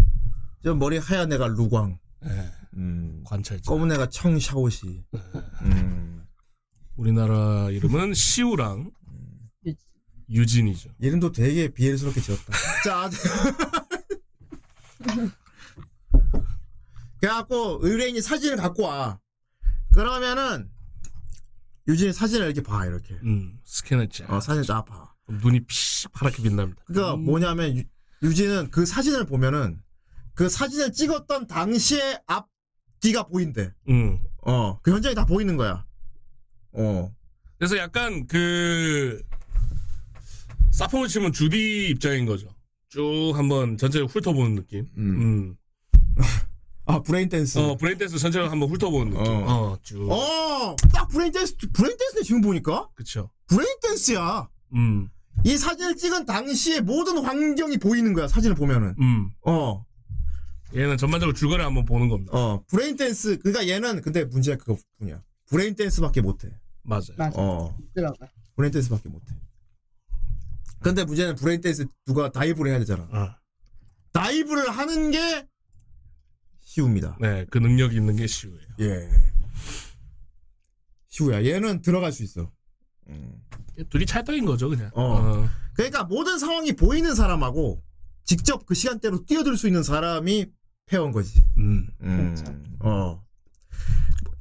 저 머리 하얀 애가 루광. 예, 음. 관찰자. 검은 애가 청샤오시. 음. 우리나라 이름은 시우랑 유지. 유진이죠. 이름도 되게 비엘스럽게 지었다. 자, 그래갖고 의뢰인이 사진을 갖고 와. 그러면은 유진이 사진을 이렇게 봐 이렇게. 음, 스캐너치. 어, 사진을 쫙 봐. 눈이 피 파랗게 빛납니다. 그러니까 음, 뭐냐면 유, 유진은 그 사진을 보면은 그 사진을 찍었던 당시의 앞뒤가 보인대. 음. 어, 그 현장이 다 보이는 거야. 어, 그래서 약간 그 사펑을 치면 주디 입장인 거죠. 쭉 한번 전체를 훑어보는 느낌. 음. 음. 아 브레인 댄스. 어, 브레인 댄스 전체를 한번 훑어보는 느낌. 어. 어, 쭉. 어, 딱 브레인 댄스, 브레인 댄스네, 지금 보니까. 그쵸. 브레인 댄스야. 음, 이 사진을 찍은 당시의 모든 환경이 보이는 거야, 사진을 보면은. 음. 어, 얘는 전반적으로 줄거리 한번 보는 겁니다. 어, 브레인 댄스. 그니까 얘는 근데 문제가 그거뿐이야. 브레인 댄스밖에 못해. 맞아요. 맞아. 어, 들어가. 브레인 댄스밖에 못해. 근데 문제는 브레인 댄스 누가 다이브를 해야 되잖아. 어. 다이브를 하는 게 쉬웁니다. 네, 그 능력이 있는 게 시우예요. 예. 쉬우야. 얘는 들어갈 수 있어. 둘이 찰떡인 거죠, 그냥. 어. 그러니까 모든 상황이 보이는 사람하고 직접 그 시간대로 뛰어들 수 있는 사람이 패온 거지. 음, 그렇죠. 어.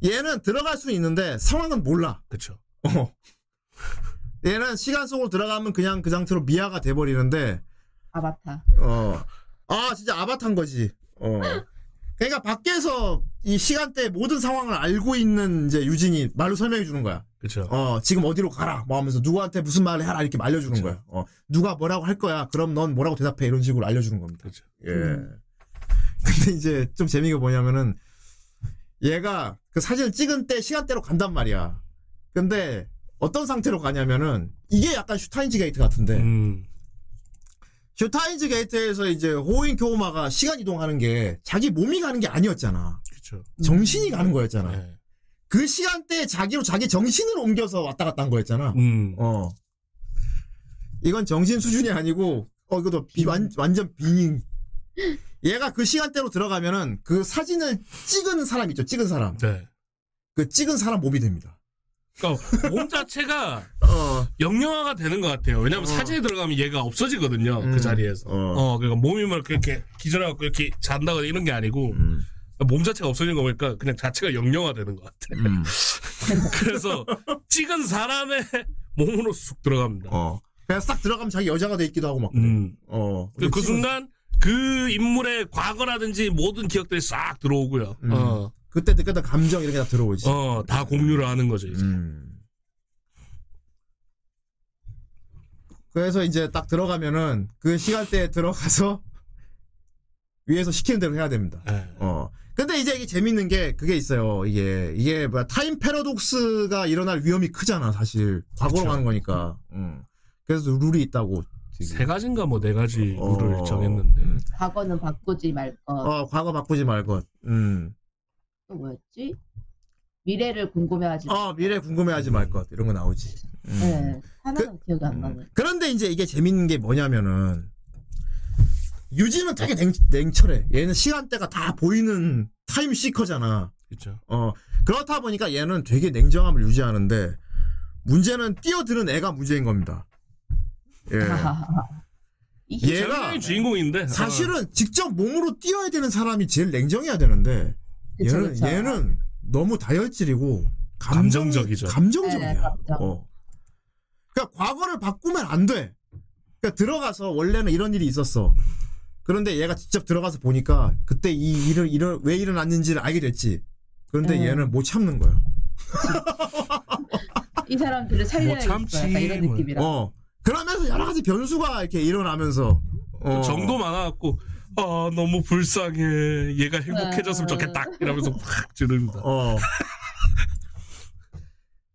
얘는 들어갈 수 있는데 상황은 몰라. 그쵸. 어. 얘는 시간 속으로 들어가면 그냥 그 상태로 미아가 돼버리는데, 아바타. 어. 아, 진짜 아바타인 거지. 어. 그러니까 밖에서 이 시간대 모든 상황을 알고 있는 이제 유진이 말로 설명해 주는 거야. 그쵸. 어, 지금 어디로 가라. 뭐 하면서 누구한테 무슨 말을 해라. 이렇게 그렇죠. 알려주는 거야. 어, 누가 뭐라고 할 거야. 그럼 넌 뭐라고 대답해. 이런 식으로 알려주는 겁니다. 그쵸. 예. 근데 이제 좀 재미가 뭐냐면은 얘가 그 사진을 찍은 때 시간대로 간단 말이야. 근데 어떤 상태로 가냐면은 이게 약간 슈타인즈 게이트 같은데 음, 슈타인즈 게이트에서 이제 호인 교우마가 시간 이동하는 게 자기 몸이 가는 게 아니었잖아. 그쵸. 정신이 가는 거였잖아. 네. 그 시간대에 자기로 자기 정신을 옮겨서 왔다 갔다 한 거였잖아. 음, 어. 이건 정신 수준이 아니고, 어, 이것도 비, 완, 완전 빙. 얘가 그 시간대로 들어가면은 그 사진을 찍은 사람 있죠, 찍은 사람. 네. 그 찍은 사람 몸이 됩니다. 그러니까 몸 자체가 어, 영영화가 되는 것 같아요. 왜냐면 사진에 들어가면 얘가 없어지거든요. 음. 그 자리에서. 어. 어. 그러니까 몸이 막 그렇게 기절하고 이렇게 잔다거나 이런 게 아니고 그러니까 음. 몸 자체가 없어진 거 보니까 그냥 자체가 영영화 되는 것 같아. 음. 그래서 찍은 사람의 몸으로 쑥 들어갑니다. 어. 그냥 싹 들어가면 자기 여자가 돼 있기도 하고 막. 그래. 음. 어. 그, 그 찍은- 순간 그 인물의 과거라든지 모든 기억들이 싹 들어오고요. 음. 어, 그때 느꼈던 감정 이렇게 다 들어오지. 어, 음. 다 공유를 하는 거죠. 이제. 음. 그래서 이제 딱 들어가면은 그 시간대에 들어가서 위에서 시키는 대로 해야 됩니다. 예. 어. 근데 이제 이게 재밌는 게 그게 있어요. 이게 이게 뭐야 타임 패러독스가 일어날 위험이 크잖아 사실 과거로 그쵸. 가는 거니까. 음. 그래서 룰이 있다고. 되게. 세 가지인가 뭐 네 가지 어, 룰을 정했는데 음. 과거는 바꾸지 말 것. 어 과거 바꾸지 말건. 음. 또 뭐였지? 미래를 궁금해하지. 마. 어 미래 궁금해하지 말 것. 이런 거 나오지. 음. 네. 하나는 기억이 안 나네. 그런데 이제 이게 재밌는 게 뭐냐면은 유진은 되게 냉, 냉철해. 얘는 시간대가 다 보이는 타임 시커잖아. 그렇죠. 어 그렇다 보니까 얘는 되게 냉정함을 유지하는데 문제는 뛰어드는 애가 문제인 겁니다. 예. 이게 얘가 제가 주인공인데 어. 사실은 직접 몸으로 뛰어야 되는 사람이 제일 냉정해야 되는데 그쵸, 예, 얘는 그쵸. 얘는 너무 다혈질이고 감정, 감정적이죠. 감정적이야. 네, 감정. 어. 그러니까 과거를 바꾸면 안 돼. 그러니까 들어가서 원래는 이런 일이 있었어. 그런데 얘가 직접 들어가서 보니까 그때 이 일을 이런 왜 일어났는지를 알게 됐지. 그런데 음. 얘는 못 참는 거야. 이 사람들을 살려야겠어. 참지, 약간 이런 뭐. 느낌이라. 뭐 어. 그러면서 여러 가지 변수가 이렇게 일어나면서 어. 어. 정도 많아갖고 아 너무 불쌍해. 얘가 행복해졌으면 아. 좋겠다 이러면서 확 지릅니다. 어.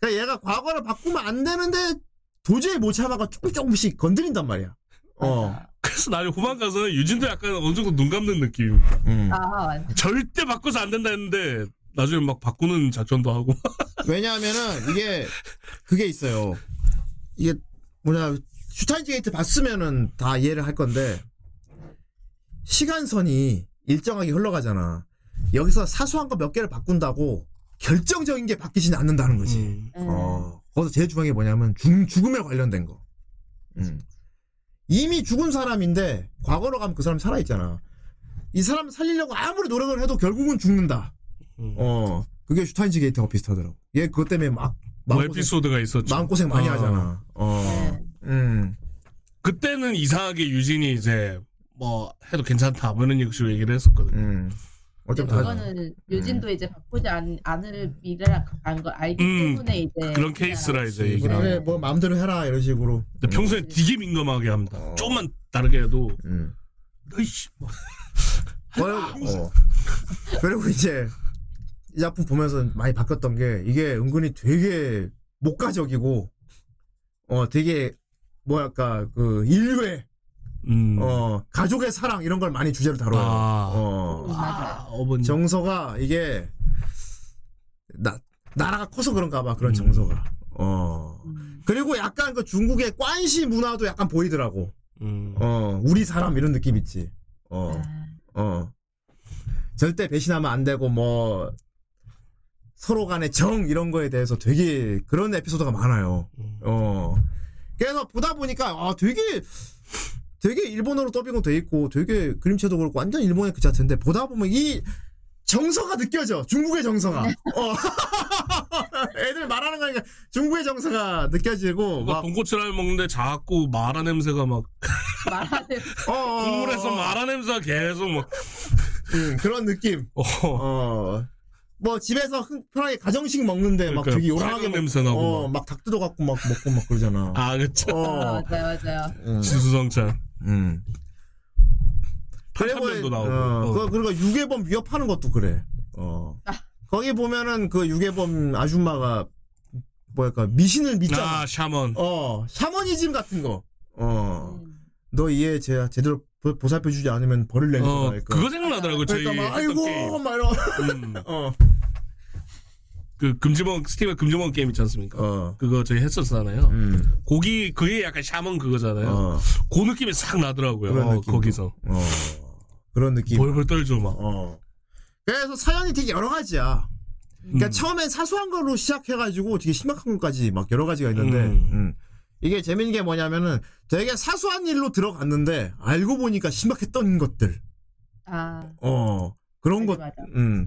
그러니까 얘가 과거를 바꾸면 안 되는데 도저히 못 참아가 조금 조금씩 건드린단 말이야. 어. 그래서 나중에 후반 가서는 유진도 약간 어느 정도 눈 감는 느낌입니다. 음. 아, 절대 바꿔서 안 된다 했는데 나중에 막 바꾸는 작전도 하고 왜냐하면은 이게 그게 있어요. 이게 뭐냐 슈타인즈 게이트 봤으면은 다 이해를 할 건데 시간선이 일정하게 흘러가잖아. 여기서 사소한 거 몇 개를 바꾼다고 결정적인 게 바뀌진 않는다는 거지. 음. 음. 어, 거기서 제일 중요한 게 뭐냐면 죽, 죽음에 관련된 거. 음. 이미 죽은 사람인데 과거로 가면 그 사람 이 살아있잖아. 이 사람 살리려고 아무리 노력을 해도 결국은 죽는다. 음. 어, 그게 슈타인즈 게이트하고 비슷하더라고. 얘 그것 때문에 막 뭐 마음고생, 에피소드가 있었죠. 마음고생 많이 아. 하잖아. 어, 네. 음, 그때는 이상하게 유진이 이제 뭐 해도 괜찮다 뭐 이런 식으로 얘기를 했었거든요. 음. 근데 어차피 다 그거는 유진도 이제 바꾸지 않, 않을 미래라 안걸 알기 음, 때문에 이제 그런 케이스라 이제 얘기를 하고 그래 뭐 마음대로 해라 이런 식으로. 근데 평소에 되게 민감하게 합니다. 음. 어. 조금만 다르게 해도 음. 으이씨 뭐 어. 그리고 이제 이 작품 보면서 많이 바뀌었던 게 이게 은근히 되게 목가적이고 어 되게 뭐랄까 그 인류의 음. 어 가족의 사랑 이런 걸 많이 주제로 다뤄요. 아. 음, 어 아, 어머니. 정서가 이게 나 나라가 커서 그런가 봐 음. 그런 정서가. 어 음, 그리고 약간 그 중국의 꽌시 문화도 약간 보이더라고. 음. 어 우리 사람 이런 느낌 있지. 어. 아, 어. 절대 배신하면 안 되고 뭐 서로 간의 정 이런 거에 대해서 되게 그런 에피소드가 많아요. 음. 어. 그래서 보다 보니까 아 되게 되게 일본어로 더빙도 돼 있고 되게 그림체도 그렇고 완전 일본의 그 자체인데 보다 보면 이 정서가 느껴져. 중국의 정서가. 어. 애들 말하는 거니까 중국의 정서가 느껴지고 막 막 동고추를 먹는데 자꾸 마라 냄새가 막 말하는 어, 어, 어. 국물에서 마라 냄새가 계속 막 음, 그런 느낌. 어. 어. 뭐 집에서 흔- 편하게 가정식 먹는데 네, 막 그러니까요. 되게 요란하게 빨간 먹- 냄새 나고 어, 막. 막 닭도도 갖고 막 먹고 막 그러잖아. 아, 그쵸. 어. 맞아요 맞아요 음. 진수성찬. 음. 탄산면도 나오고. 어, 어. 그거- 그리고 유괴범 위협하는 것도 그래. 어. 거기 보면은 그 유괴범 아줌마가 뭐랄까 미신을 믿잖아. 아, 샤먼. 어. 샤머니즘 같은 거. 어. 음. 너 얘 제가 제대로 보- 보살펴주지 않으면 벌을 내는 어, 거랄까. 그거 생각나더라고, 저희. 그러니까 막 했던 아이고 막 이런. 게임. 음. 어. 그 금지먹, 스팀의 금지먹 게임 있지 않습니까? 어. 그거 저희 했었잖아요. 음. 고기, 그게 약간 샤먼 그거잖아요. 어. 그 느낌이 싹 나더라고요. 그런 어, 느낌도. 거기서. 어. 그런 느낌. 벌벌 떨죠, 막. 어. 그래서 사연이 되게 여러 가지야. 그러니까 음. 처음엔 사소한 걸로 시작해가지고 되게 심각한 것까지 막 여러 가지가 있는데 음. 음. 이게 재밌는 게 뭐냐면은 되게 사소한 일로 들어갔는데 알고 보니까 심각했던 것들. 아 어. 그런 것. 맞아 음.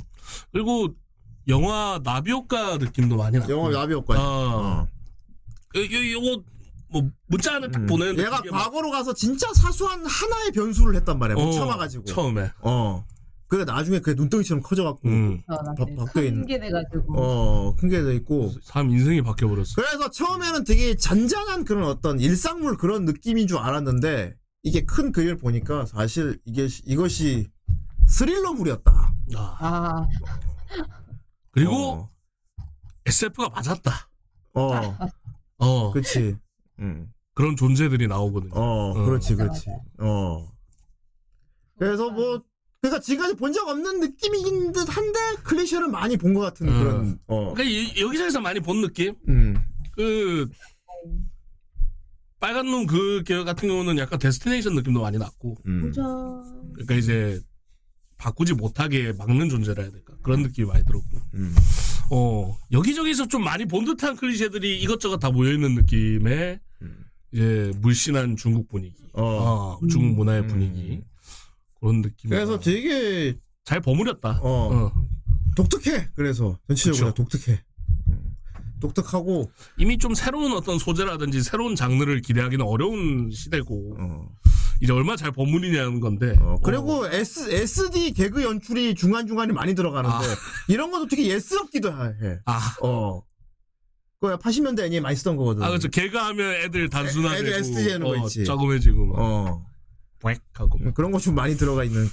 그리고 영화 나비효과 느낌도 많이 나고. 영화 어. 나비 효과. 아, 요, 요, 요거, 뭐, 문자 하나 딱 보내는데. 음. 얘가 그게 막- 과거로 가서 진짜 사소한 하나의 변수를 했단 말이야. 못 어, 참아가지고. 처음에. 어. 그래 나중에 그 눈덩이처럼 커져갖고 음. 네, 바- 바뀌어 있는. 돼가지고 어큰 게 돼 있고 사람 인생이 바뀌어버렸어. 그래서 처음에는 되게 잔잔한 그런 어떤 일상물 그런 느낌인 줄 알았는데 이게 큰 그림을 보니까 사실 이게 시- 이것이 스릴러물이었다. 아. 아 그리고 SF가 맞았다. 어, 어 어. 그, 그렇지. 음. 런 존재들이 나오거든요. 어, 어. 그렇지, 맞아, 그렇지. 어. 그래서 뭐, 그러니까 지금까지 본 적 없는 느낌인 듯 한데, 클리셰를 많이 본 것 같은 음. 그런, 어. 그러니까 이- 여기저기서 많이 본 느낌? 음. 그 빨간 눈그 같은 경우는 약간 데스티네이션 느낌도 많이 났고 음. 보자 그러니까 이제 바꾸지 못하게 막는 존재라 해야 될까 그런 느낌이 많이 들었고 음. 어 여기저기서 좀 많이 본 듯한 클리셰들이 이것저것 다 모여있는 느낌의 음. 이제 물씬한 중국 분위기 어. 어, 중국 문화의 음. 분위기 그런 느낌 그래서 되게, 잘 버무렸다 어, 어. 독특해. 그래서, 전체적으로 그쵸. 독특해. 음. 독특하고, 이미 좀 새로운 어떤 소재라든지 새로운 장르를 기대하기는 어려운 시대고 어. 이제 얼마 잘 버무리냐는 건데 어, 그리고 S, SD 개그 연출이 중간중간에 많이 들어가는데, 아. 이런 것도 되게 예스럽기도 해. 아 어. 그거 80년대 애니에 많이 쓰던 거거든. 아, 그렇죠. 개그하면 애들 단순하게. 애들 SG 하는 거 있지. 조금해지고. 막 어. 음. 빽 하고. 막. 그런 거 좀 많이 들어가 있는.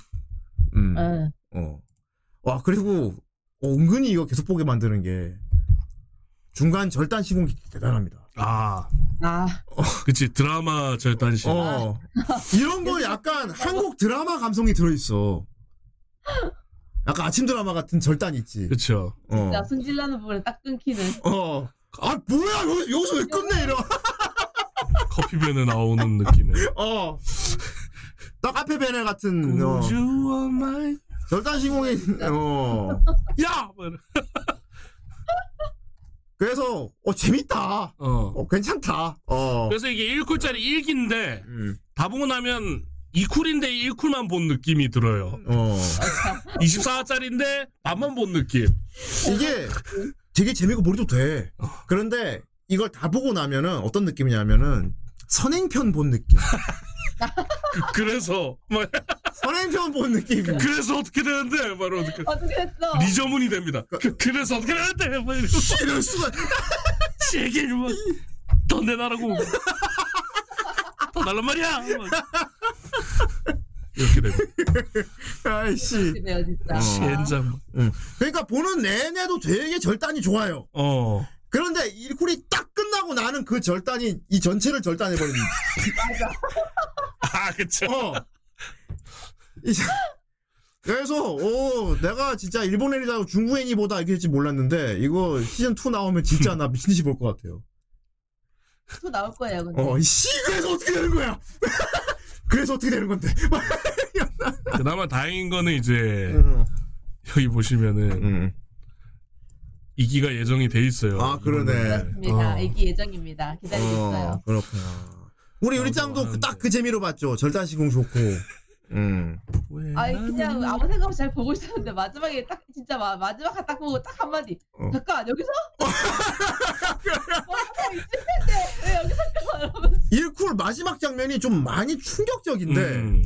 음. 예. 어. 와, 그리고, 어, 은근히 이거 계속 보게 만드는 게, 중간 절단 시공기 대단합니다. 아, 아 그치. 드라마 절단신. 어. 이런 거 약간 한국 드라마 감성이 들어있어. 약간 아침 드라마 같은 절단 있지. 그쵸. 어. 진짜 승질나는 부분에 딱 끊기는 어. 아, 뭐야, 여기, 여기서 왜 끝내, 이러. 커피벤에 나오는 느낌의. 어. 딱 카페 베네 같은, 어. Would you are my- 절단 시공이, 어. 야! 막 이러- 그래서, 어, 재밌다. 어. 어, 괜찮다. 어. 그래서 이게 1쿨짜리 1기인데, 음. 다 보고 나면 2쿨인데 1쿨만 본 느낌이 들어요. 어. 24화짜리인데, 반만 본 느낌. 이게 되게 재미있고 몰입도 돼. 그런데 이걸 다 보고 나면은 어떤 느낌이냐면은 선행편 본 느낌. 그, 래서 막, 선행편 본 느낌. 그래서 어떻게 되는데? 막 이러고. 어떻게 했어 리저문이 됩니다. 그, 그래서 어떻게 되는데? 막 이러고. 이럴 수가. 제길 막 던내놔라고 떠날란 말이야 막. 이렇게 되고 아이씨. 그래요 어. 진짜 시엔장 그러니까 보는 내내도 되게 절단이 좋아요. 어 그런데 일쿨이 딱 끝나고 나는 그 절단이 이 전체를 절단해버리는. 아, 그쵸. 어. 이제 그래서 오 내가 진짜 일본 애니라고 중국 애니보다 이렇게 될지 몰랐는데 이거 시즌 2 나오면 진짜 나 미친 듯이 볼 것 같아요. 또 나올 거예요 근데 어, 씨, 그래서 어떻게 되는 거야? 그래서 어떻게 되는 건데? 그나마 다행인 거는 이제 음, 여기 보시면은 이기가 예정이 돼 있어요. 아, 그러네. 맞습니다 어. 애기 예정입니다 기다리고 있어요 그렇구나. 우리 유리짱도 하는데. 딱 그 재미로 봤죠. 절단시공 좋고. 음. 아 그냥 아무 생각 없이 잘 보고 있었는데 마지막에 딱 진짜 마, 마지막 딱 보고 딱 한마디 어. 잠깐 여기서 뭐 항상 있을 텐데 왜 여기서 잠깐 이러면서 일쿨 마지막 장면이 좀 많이 충격적인데, 음.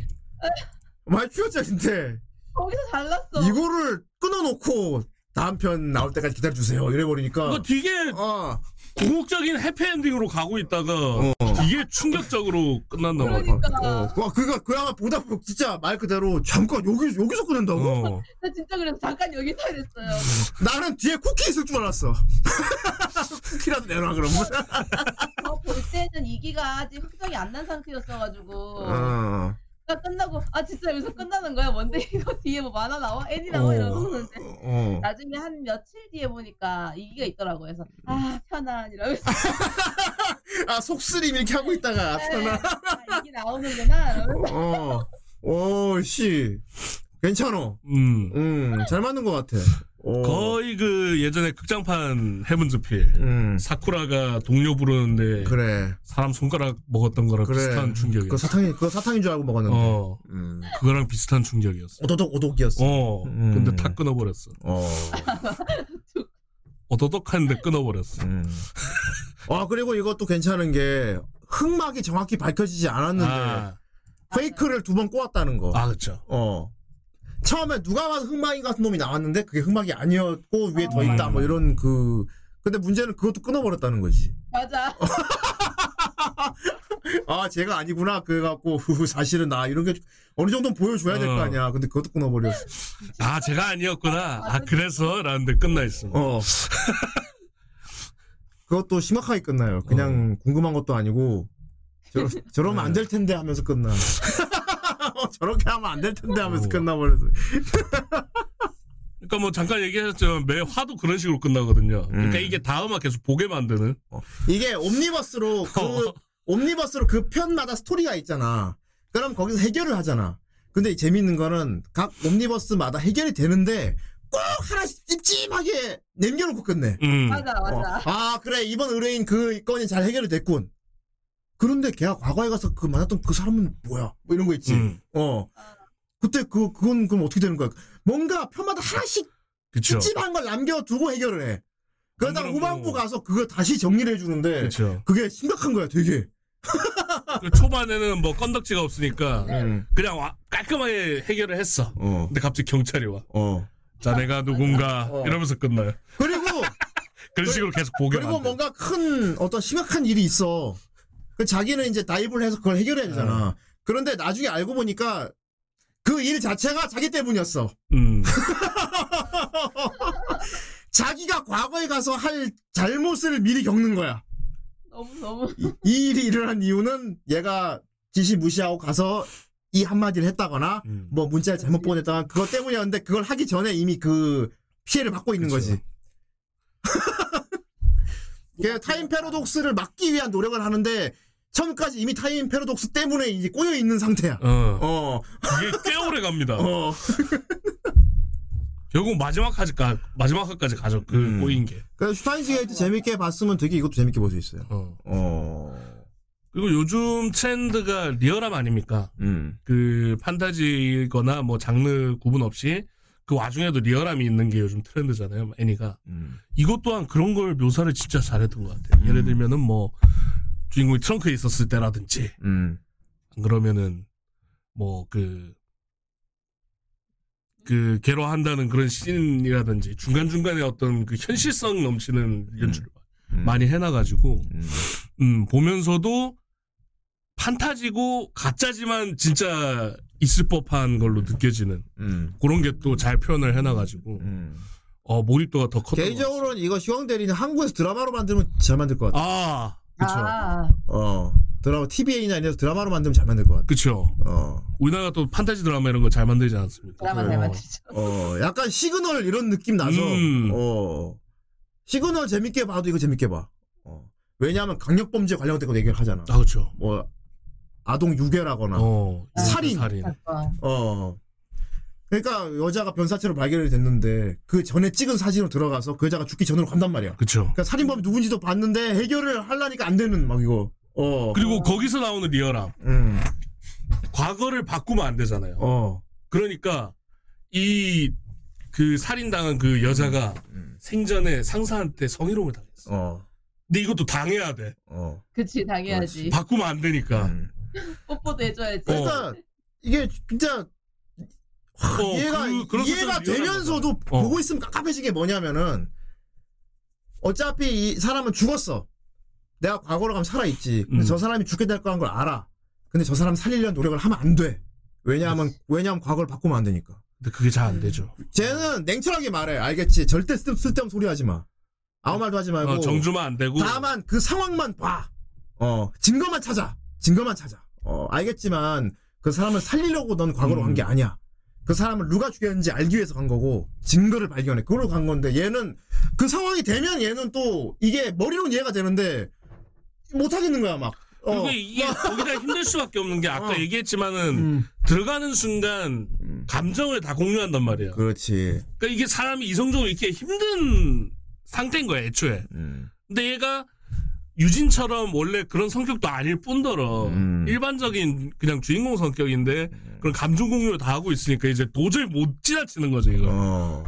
많이 충격적인데, 거기서 잘났어 이거를 끊어놓고 다음 편 나올 때까지 기다려주세요. 이거 이래버리니까. 되게 아, 궁극적인 해피엔딩으로 가고 있다가 어. 되게 충격적으로 끝났나 봐. 그러니까 어, 와, 그니까, 그야말로 보다 보면 진짜 말 그대로 잠깐 여기, 여기서 끊는다고? 어. 나 진짜 그래서 잠깐 여기 서 이랬어요 나는 뒤에 쿠키 있을 줄 알았어. 쿠키라도 내놔, 그러면. 저 볼 때는 이기가 아직 확정이 안 난 상태였어가지고 어. 딱 끝나고 아 진짜 여기서 끝나는 거야 뭔데 이거 뒤에 뭐 만화 나와 애니 나와 어. 이러는데 어. 나중에 한 며칠 뒤에 보니까 이기가 있더라고 그래서 아 편안 이러면서 아 속쓰림 이렇게 하고 있다가 아프나. 아, 이기 나오는구나 이러면서 어. 오, 씨. 괜찮어. 음. 음, 잘 맞는 것 같아. 어. 거의 그 예전에 극장판 헤븐즈필 음. 사쿠라가 동료 부르는데 그래. 사람 손가락 먹었던 거랑 그래. 비슷한 충격이었어. 그거 사탕이 그거 사탕인 줄 알고 먹었는데. 어, 음. 그거랑 비슷한 충격이었어. 오도독 오독이었어. 어, 음. 근데 탁 끊어버렸어. 어. 어더덕한데 끊어버렸어. 음. 아 그리고 이것도 괜찮은 게 흑막이 정확히 밝혀지지 않았는데 아, 페이크를 두 번 꼬았다는 거. 아, 그쵸. 어. 처음에 누가 봐도 흑막인 같은 놈이 나왔는데 그게 흑막이 아니었고 위에 더 어. 있다 뭐 이런 그 근데 문제는 그것도 끊어버렸다는 거지. 맞아. 아 제가 아니구나 그래갖고 후후, 사실은 나 이런 게 어느 정도는 보여줘야 될 거 어. 아니야. 근데 그것도 끊어버렸어. 아 제가 아니었구나. 아 그래서 라는데 끝나 있습니다. 어. 그것도 심각하게 끝나요. 그냥 궁금한 것도 아니고 저러, 저러면 안 될 텐데 하면서 끝나. 어, 저렇게 하면 안 될 텐데 하면서 오. 끝나버려서. 그러니까 뭐 잠깐 얘기하셨지만 매 화도 그런 식으로 끝나거든요. 그러니까 음. 이게 다음화 계속 보게 만드는. 이게 옴니버스로 그 어. 옴니버스로 그 편마다 스토리가 있잖아. 그럼 거기서 해결을 하잖아. 근데 재밌는 거는 각 옴니버스마다 해결이 되는데 꼭 하나씩 찜찜하게 남겨놓고 끝내. 음. 맞아, 어. 맞아. 아 그래 이번 의뢰인 그 건이 잘 해결이 됐군. 그런데 걔가 과거에 가서 그 만났던 그 사람은 뭐야? 뭐 이런 거 있지. 음. 어. 아. 그때 그 그건 그럼 어떻게 되는 거야? 뭔가 편마다 하나씩 그쵸. 찜찜한 걸 남겨두고 해결을 해. 그러다가 안 그러고. 후반부 가서 그거 다시 정리를 해주는데 그쵸. 그게 심각한 거야, 되게. 그 초반에는 뭐 건덕지가 없으니까 그냥 와- 깔끔하게 해결을 했어. 어, 근데 갑자기 경찰이 와. 어. 자 내가 누군가 어. 이러면서 끝나요. 그리고, 그런 식으로 계속 보게 그리고 만드는. 뭔가 큰 어떤 심각한 일이 있어. 그 자기는 이제 다이브를 해서 그걸 해결해야 되잖아. 그런데 나중에 알고 보니까 그 일 자체가 자기 때문이었어. 음. 자기가 과거에 가서 할 잘못을 미리 겪는 거야. 너무 너무 이, 이 일이 일어난 이유는 얘가 지시 무시하고 가서 이 한마디를 했다거나 음. 뭐 문자를 잘못 보냈다가 그것 때문이었는데 그걸 하기 전에 이미 그 피해를 받고 있는 그쵸. 거지. 그러니까 타임 패러독스를 막기 위한 노력을 하는데 처음까지 이미 타임 패러독스 때문에 이제 꼬여 있는 상태야. 어. 어, 이게 꽤 오래 갑니다. 어. 결국 마지막까지 가 마지막까지 가죠. 그 음. 꼬인 게. 그러니까 슈타인즈 게이트 재밌게 봤으면 되게 이것도 재밌게 볼 수 있어요. 어. 어, 그리고 요즘 트렌드가 리얼함 아닙니까? 음, 그 판타지거나 뭐 장르 구분 없이 그 와중에도 리얼함이 있는 게 요즘 트렌드잖아요. 애니가. 음, 이것 또한 그런 걸 묘사를 진짜 잘했던 것 같아요. 예를 들면은 뭐 주인공이 트렁크에 있었을 때라든지 음, 안 그러면은 뭐 그 그 괴로워한다는 그런 씬이라든지 중간 중간에 어떤 그 현실성 넘치는 연출을 음. 많이 해놔가지고 음. 음 보면서도 판타지고 가짜지만 진짜 있을 법한 걸로 느껴지는 음. 그런 게 또 잘 표현을 해놔가지고 음. 어 몰입도가 더 컸던 것 개인적으로는 이거 시황 대리는 한국에서 드라마로 만들면 잘 만들 것 같아. 같아요. 아 그쵸. 아, 어. 드라마 TVN이나 이런 데서 드라마로 만들면 잘 만들 것 같아. 그쵸 어. 우리나라 또 판타지 드라마 이런 거 잘 만들지 않습니까? 드라마 잘 어. 만들죠. 어. 약간 시그널 이런 느낌 나서 음. 어. 시그널 재밌게 봐도 이거 재밌게 봐. 어. 왜냐하면 강력 범죄 관련된 거 얘기를 하잖아. 아 그렇죠. 뭐 아동 유괴라거나 어. 어 살인. 살인. 어. 약간. 그러니까 여자가 변사체로 발견이 됐는데 그 전에 찍은 사진으로 들어가서 그 여자가 죽기 전으로 간단 말이야. 그렇죠. 그러니까 살인범이 누군지도 봤는데 해결을 하려니까 안 되는 막 이거. 어. 그리고 거기서 나오는 리얼함. 음. 과거를 바꾸면 안 되잖아요. 어. 그러니까 이 그 살인당한 그 여자가 음. 생전에 상사한테 성희롱을 당했어. 어. 근데 이것도 당해야 돼. 어. 그치 당해야지. 바꾸면 안 되니까. 음. 뽀뽀도 해줘야지. 아. 어. 그러니까 이게 진짜 어, 이해가 그- 그런 이해가 설정이 되면서도 리얼한 거잖아. 보고 있으면 깝깝해진 게 뭐냐면은 어차피 이 사람은 죽었어. 내가 과거로 가면 살아 있지. 근데 음. 저 사람이 죽게 될 거란 걸 알아. 근데 저 사람 살리려는 노력을 하면 안 돼. 음. 왜냐하면 왜냐하면 과거를 바꾸면 안 되니까. 근데 그게 잘 안 되죠. 음. 쟤는 냉철하게 말해. 알겠지. 절대 쓸- 쓸데없는 소리 하지 마. 아무 말도 하지 말고 어, 정주만 안 되고. 다만 그 상황만 봐. 어, 증거만 찾아. 증거만 찾아. 어, 알겠지만 그 사람을 살리려고 넌 과거로 음. 간 게 아니야. 그 사람을 누가 죽였는지 알기 위해서 간 거고 증거를 발견해 그걸로 간 건데 얘는 그 상황이 되면 얘는 또 이게 머리로는 이해가 되는데 못 하겠는 거야 막. 어. 그리고 이게 거기다 힘들 수밖에 없는 게 아까 어. 얘기했지만은 음. 들어가는 순간 음. 감정을 다 공유한단 말이야. 그렇지. 그러니까 이게 사람이 이성적으로 이렇게 힘든 상태인 거야 애초에. 음. 근데 얘가 유진처럼 원래 그런 성격도 아닐 뿐더러 음. 일반적인 그냥 주인공 성격인데 그런 감정 공유를 다 하고 있으니까 이제 도저히 못 지나치는 거죠 이거. 어.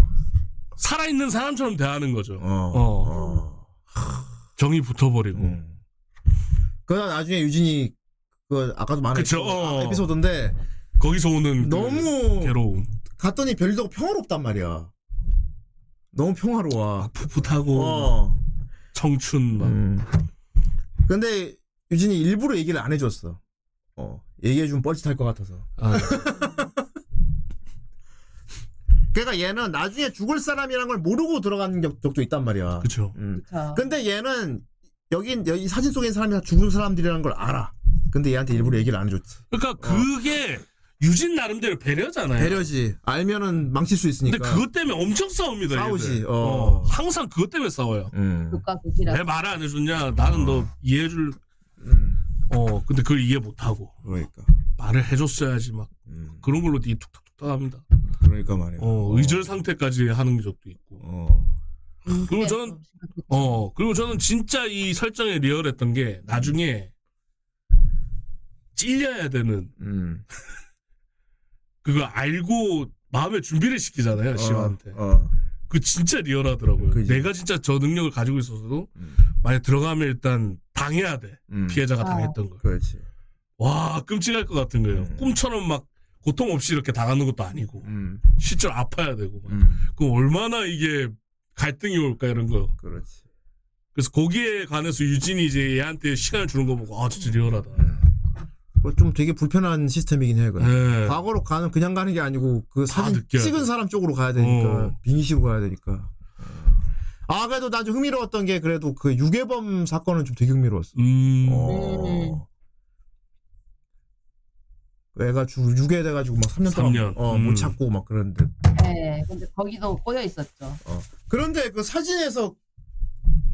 살아있는 사람처럼 대하는 거죠. 어. 어. 정이 붙어버리고. 음. 그러다 나중에 유진이 그 아까도 말한 그쵸, 에피소드- 어. 에피소드인데 거기서 오는 그 너무 괴로움. 갔더니 별도가 평화롭단 말이야. 너무 평화로워. 풋풋하고 어. 청춘 막 음. 근데 유진이 일부러 얘기를 안 해줬어. 어. 얘기해주면 뻘짓할 것 같아서. 아, 그러니까 얘는 나중에 죽을 사람이라는 걸 모르고 들어간 적- 적도 있단 말이야. 그쵸 음. 그쵸. 근데 얘는 여기 여기 사진 속에 있는 사람이 다 죽은 사람들이라는 걸 알아. 근데 얘한테 일부러 얘기를 안 해줬지. 그러니까 그게 유진 나름대로 네. 배려잖아요 배려지. 알면은 망칠 수 근데 있으니까. 그것 때문에 엄청 싸웁니다 얘들. 싸우지, 어. 항상 그것 때문에 싸워요 음. 국가 국이라 왜 말 안 해줬냐 나는 너 이해해줄 음. 어 근데 그걸 이해 못하고 그러니까. 말을 해줬어야지 막 음. 그런 걸로 되게 툭탁툭탁 합니다 그러니까 말이야. 어 의절 상태까지 하는 적도 있고 어. 네, 음, 네. 그리고 저는 어, 그리고 저는 진짜 이 설정이 리얼했던 게 나중에 찔려야 되는 음. 그거 알고 마음의 준비를 시키잖아요, 시와한테. 어. 어. 그 진짜 리얼하더라고요. 그지. 내가 진짜 저 능력을 가지고 있어서도 음. 만약 들어가면 일단 당해야 돼. 음. 피해자가 아. 당했던 거. 그렇지. 와, 끔찍할 것 같은 거예요. 음. 꿈처럼 막 고통 없이 이렇게 당하는 것도 아니고 음. 실제로 아파야 되고 막. 음. 그럼 얼마나 이게 갈등이 올까 이런 거. 그렇지. 그래서 거기에 관해서 유진이 이제 얘한테 시간을 주는 거 보고 아 진짜 리얼하다. 음. 그거 뭐 좀 되게 불편한 시스템이긴 해요. 그거. 예. 과거로 가는 그냥 가는 게 아니고 그 다 사진 느껴야 찍은 돼. 사람 쪽으로 가야 되니까 어. 빙의시로 가야 되니까. 아 그래도 나 좀 흥미로웠던 게 그래도 그 유괴범 사건은 좀 되게 흥미로웠어. 음. 어. 음. 애가 주 유괴돼가지고 막 3년 동안 삼 년. 어, 음. 못 찾고 막 그런데 네, 근데 거기도 꼬여 있었죠. 그런데 그 사진에서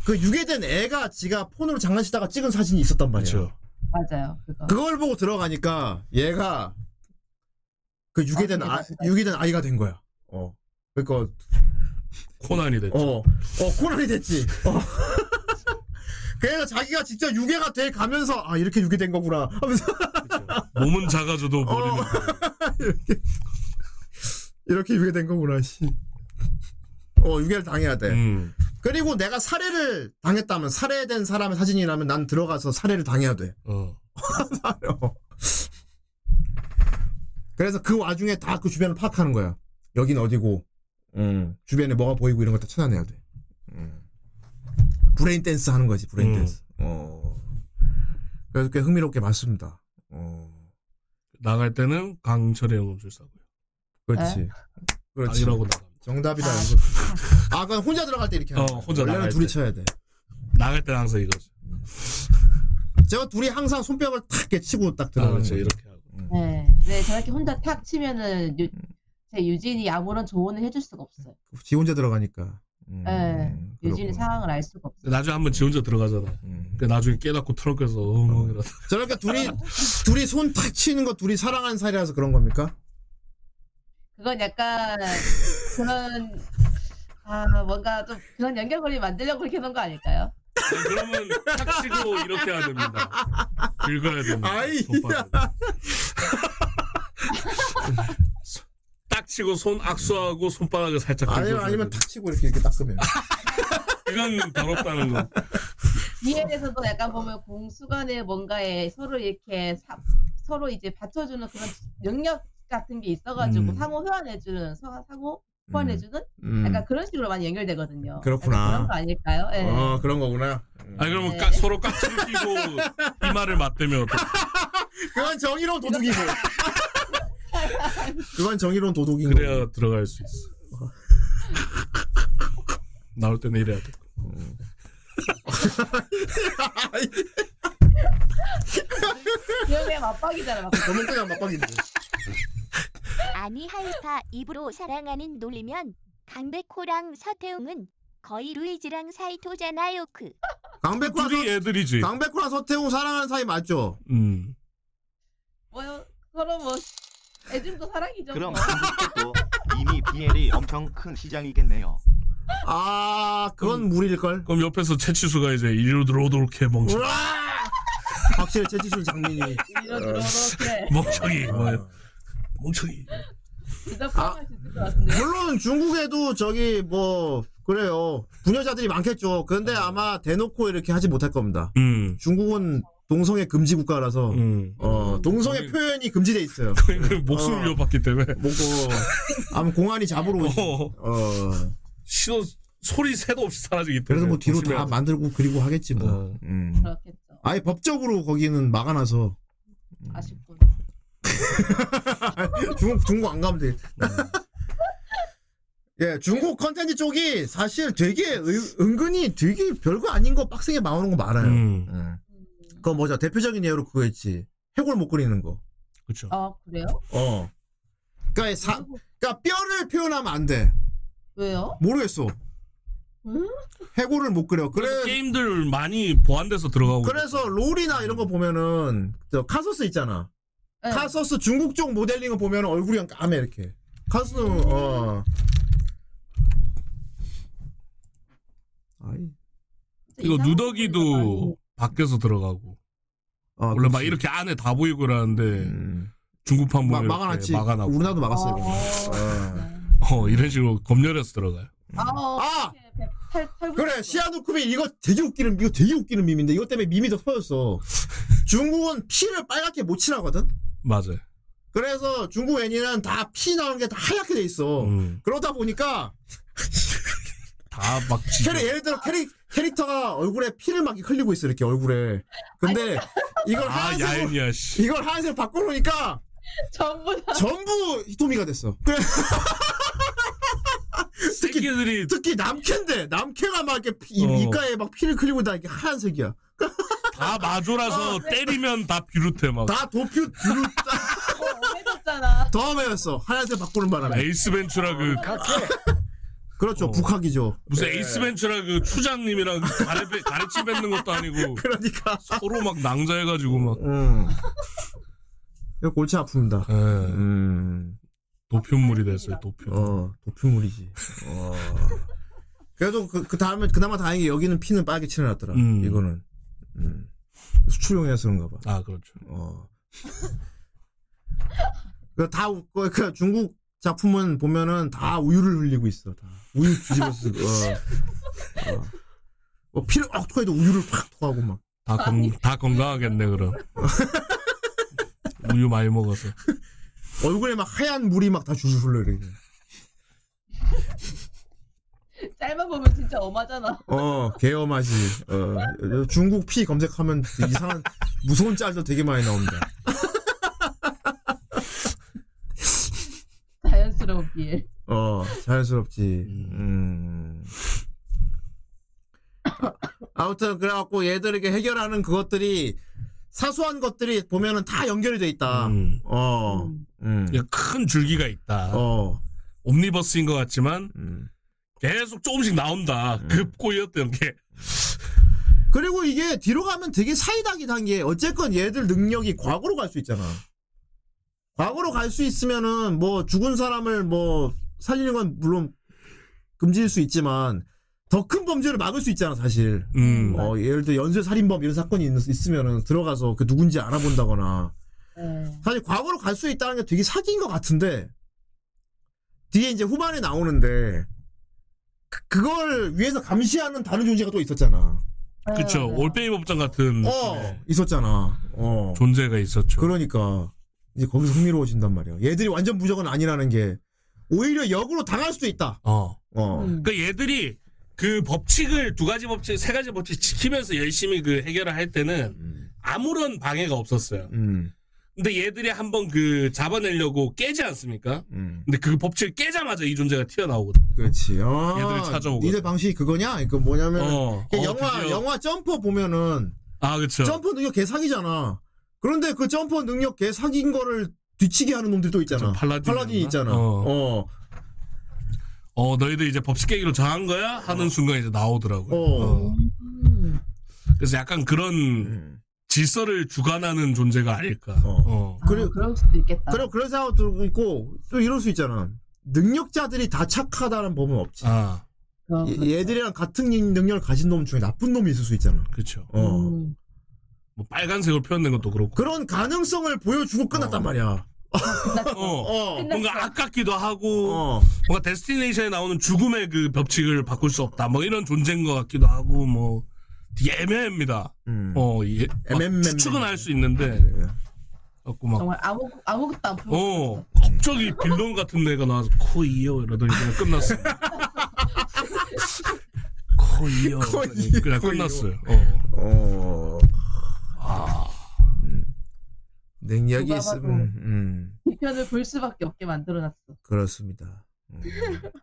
그 유괴된 애가 지가 폰으로 장난치다가 찍은 사진이 있었단 말이야. 그렇죠. 맞아요. 그거. 그걸 보고 들어가니까 얘가 그 유괴된 아, 유괴된 아이가 된 거야. 어. 그러니까 코난이 됐죠. 어, 어 코난이 됐지. 어. 그래서 자기가 직접 유괴가 돼 가면서 아 이렇게 유괴된 거구나 하면서 몸은 어. 작아져도 머리는 커요. 이렇게 유괴된 거구나 씨. 어 유괴를 당해야 돼. 음. 그리고 내가 살해를 당했다면 살해된 사람의 사진이라면 난 들어가서 살해를 당해야 돼. 어. 어. 그래서 그 와중에 다 그 주변을 파악하는 거야. 여긴 어디고, 음, 주변에 뭐가 보이고 이런 걸 다 찾아내야 돼. 음. 브레인 댄스 하는 거지, 브레인 음. 댄스. 어. 그래서 꽤 흥미롭게 봤습니다. 어. 나갈 때는 강철의 영웅줄 싸고요. 그렇지. 그렇지. 아니라고 나가. 정답이다. 네. 아. 이거. 아, 그건 혼자 들어갈 때 이렇게 하는 어, 거야. 혼자 원래는 나갈 둘이 때. 쳐야 돼. 나갈 때는 항상 이거죠. 제가 둘이 항상 손뼉을 탁 이렇게 치고 딱 아, 들어가는 그렇죠. 거야. 이렇게 하고. 네, 네, 저렇게 혼자 탁 치면은 유, 제 유진이 아무런 조언을 해줄 수가 없어요. 지 혼자 들어가니까. 음, 네, 그렇구나. 유진이 상황을 알 수가 없어요. 나중에 한번 지 혼자 들어가잖아. 음. 그 나중에 깨닫고 트렁크에서 엉엉이라. 저렇게 둘이 둘이 손 탁 치는 거 둘이 사랑하는 사이라서 그런 겁니까? 그건 약간 그런 아 뭔가 좀 그런 연결고리 만들려고 그렇게 놓은 거 아닐까요? 그러면 탁 치고 이렇게 해야 됩니다. 긁어야 됩니다. 아이, 손바닥을. 딱 치고 손 악수하고 손바닥을 살짝 아니면 긁어줘야 아니면 됩니다. 탁 치고 이렇게 이렇게 닦으면 이건 더럽다는 거. 미엘에서도 약간 보면 공수간에 뭔가에 서로 이렇게 사- 서로 이제 받쳐주는 그런 능력 같은 게 있어가지고 음. 상호 회원해주는 서- 상호 후원해주는 약간 그런 식으로 많이 연결되거든요. 음. 그렇구나. 약간 그런 거 아닐까요? 예. 어 그런 거구나. 음. 아니 그러면 네. 까- 서로 깍지를 끼고 이마를 맞대면 어떡해? 그건 정의로운 도둑이고. 그건 정의로운 도둑이고. 그래야 들어갈 수 있어. 나올 때는 이래야 돼. 그러면 맞박이잖아. 막. 그러면 그냥 막박인데. 아니 하이파 입으로 사랑하는 놀리면 강백호랑 서태웅은 거의 루이즈랑 사이토잖아요. 그. 크. 강백호랑 둘이 서, 애들이지. 강백호랑 서태웅 사랑하는 사이 맞죠? 음. 뭐 서로 뭐 애들도 사랑이죠. 그럼 뭐. 한국도 이미 BL이 엄청 큰 시장이겠네요. 아 그건 무리일 걸. 그럼 옆에서 채치수가 이제 이리로 들어오도록 해 멍청. 우와. 확실히 최지순 장민이. 이런 어. 이런 아. 이렇게 멍청이. 뭐, 멍청이. 진짜 포함할 수 있을 것 같은데. 물론 중국에도 저기 뭐 그래요. 부녀자들이 많겠죠. 근데 아마 대놓고 이렇게 하지 못할 겁니다. 음. 중국은 동성애 금지 국가라서 어 동성애 동의- 표현이 금지돼 있어요. 목숨을 위협받기 때문에. 뭐고 아무 공안이 잡으러 오지. 어. 어. 신호 소리 새도 없이 사라지기 때문에. 그래서 뭐 뒤로 다 조심해야 돼. 만들고 그리고 하겠지 뭐. 어. 음. 그렇겠죠. 아예 법적으로 거기는 막아놔서 음. 아쉽군. 중국 중국 안 가면 돼. 예, 중국 컨텐츠 쪽이 사실 되게 의- 은근히 되게 별거 아닌 거 빡세게 나오는 거 많아요. 음. 음. 그거 뭐죠? 대표적인 예로 그거 있지. 해골 못 그리는 거. 그렇죠. 아 그래요? 어. 그러니까 이 사, 그러니까 뼈를 표현하면 안 돼. 왜요? 모르겠어. 음? 해골을 못 그려. 그래서 그래 게임들 많이 보완돼서 들어가고. 그래서 롤이나 이런 거 보면은 저 카소스 있잖아. 네. 카소스 중국 쪽 모델링을 보면 얼굴이 그냥 까매 이렇게. 카소스 어. 아이. 이거 이상한 누더기도 밖에서 들어가고. 아, 원래 막 그치. 이렇게 안에 다 보이고 그러는데 음. 중국판 막 보면 막아놨지. 막아놨고. 우리나라도 막았어요. 어, 그거. 어. 어, 이런 식으로 검열해서 들어가요. 아, 아! 아! 탈, 탈, 그래 시아누쿠비 이거 되게 웃기는 이거 되게 웃기는 밈인데 이것 때문에 밈이 더 퍼졌어. 중국은 피를 빨갛게 못 칠하거든. 맞아요. 그래서 중국 애니는 다 피 나오는 게 다 하얗게 돼 있어. 음. 그러다 보니까 다막 캐릭 예를 들어 캐릭 캐릭터가 얼굴에 피를 막 흘리고 있어 이렇게 얼굴에. 근데 이걸 아, 하얀색으로 야인이야, 씨. 이걸 하얀색 바꿔놓으니까 전부 다 전부 히토미가 됐어. 그래 특히- 새끼들이 특히 남캐인데 남캐가 막 이렇게 피, 어. 입가에 막 피를 흘리고 다 이렇게 하얀색이야. 다 마조라서 때리면 다 비루태 막. 어, 그러니까. 다 도표 뒤로 어, 해줬잖아. 더 매였어. 하얀색 바꾸는 바람에. 에이스 벤츄라 어, 그 그렇죠. 어. 북학이죠. 무슨 에이스 벤츄라 그 추장님이랑 가래 빼- 가래치 뱉는 것도 아니고 그러니까. 서로 막 낭자해가지고 막 음. 이거 골치 아픕니다. 예, 음. 도표물이 됐어요 도표. 어, 도피물이지. 어. 그래도 그, 그 다음에, 그나마 다행히 여기는 피는 빨개 칠해놨더라. 음. 이거는. 음. 수출용이라서 그런가 봐. 아 그렇죠. 어. 그 다, 웃- 그, 그 중국 작품은 보면은 다 우유를 흘리고 있어. 다. 우유 뒤집어 쓰고. 어. 어. 뭐 피를 억 토해도 우유를 팍 토하고 막. 다, 건, 다 건강하겠네 그럼. 우유 많이 먹어서. 얼굴에 막 하얀 물이 막 다 줄줄 흘러 이렇게. 짧아 보면 진짜 엄하잖아. 어, 개엄하지. 어, 중국 피 검색하면 이상한 무서운 짤도 되게 많이 나옵니다. 자연스러운 비엘. 어, 자연스럽지. 음. 아, 아무튼 그래갖고 얘들에게 해결하는 그것들이 사소한 것들이 보면은 다 연결이 돼 있다. 음. 예. 어, 음. 그냥 큰 줄기가 있다. 어, 옴니버스인 것 같지만 음. 계속 조금씩 나온다. 급고 이었던 게. 그리고 이게 뒤로 가면 되게 사이다긴 한 게 어쨌건 얘들 능력이 과거로 갈 수 있잖아. 과거로 갈 수 있으면은 뭐 죽은 사람을 뭐 살리는 건 물론 금지일 수 있지만 더 큰 범죄를 막을 수 있잖아 사실. 음. 어, 예를 들어 연쇄 살인범 이런 사건이 있, 있으면은 들어가서 그 누군지 알아본다거나 네. 사실 과거로 갈 수 있다는 게 되게 사기인 것 같은데 뒤에 이제 후반에 나오는데 그, 그걸 위해서 감시하는 다른 존재가 또 있었잖아. 그쵸. 네. 올빼미 법장 같은 어 있었잖아. 어 존재가 있었죠. 그러니까 이제 거기서 흥미로워진단 말이야. 얘들이 완전 무적은 아니라는 게 오히려 역으로 당할 수도 있다. 어. 어 음. 그러니까 얘들이 그 법칙을 두 가지 법칙, 세 가지 법칙 지키면서 열심히 그 해결을 할 때는 음. 아무런 방해가 없었어요. 음. 근데 얘들이 한번 그 잡아내려고 깨지 않습니까? 음. 근데 그 법칙을 깨자마자 이 존재가 튀어나오거든. 그렇지. 아, 얘들이 찾아오고. 니들 방식이 그거냐? 그 뭐냐면 어. 그 어, 영화 드디어. 영화 점퍼 보면은 아, 그쵸. 점퍼 능력 개사기잖아. 그런데 그 점퍼 능력 개사기인 거를 뒤치게 하는 놈들 또 있잖아. 그쵸, 팔라딘이었나? 팔라딘이 있잖아. 어. 어. 어, 너희들 이제 법칙 깨기로 정한 거야? 하는 순간 이제 나오더라고요. 어. 음. 그래서 약간 그런 음. 질서를 주관하는 존재가 아닐까. 어. 어. 아, 그래- 그럴 수도 있겠다. 그래 그런 생각도 들고 있고 또 이럴 수 있잖아. 능력자들이 다 착하다는 법은 없지. 아, 어, 예, 얘- 그렇죠. 얘들이랑 같은 능력을 가진 놈 중에 나쁜 놈이 있을 수 있잖아. 그쵸. 어. 음. 뭐 빨간색으로 표현된 것도 그렇고. 그런 가능성을 보여주고 끝났단 말이야. 어. 어. 뭔가 아깝기도 하고 어. 뭔가 데스티네이션에 나오는 죽음의 그 법칙을 바꿀 수 없다 뭐 이런 존재인 것 같기도 하고 뭐 되게 애매합니다. 음. 아, 어, 예, 막 MMM. 추측은 할 수 있는데 네. 자꾸 막 정말 아무 아무것도 안 보여. 어, 갑자기 빌런 같은 애가 나와서 코 이어 이러더니 그냥 끝났어요. 코 이어 이러더니 그냥 코 이어. 끝났어요. 어. 어. 아. 능력이 누가 있으면 봐도. 음, 뒤편을 볼 수밖에 없게 만들어놨어. 그렇습니다. 음.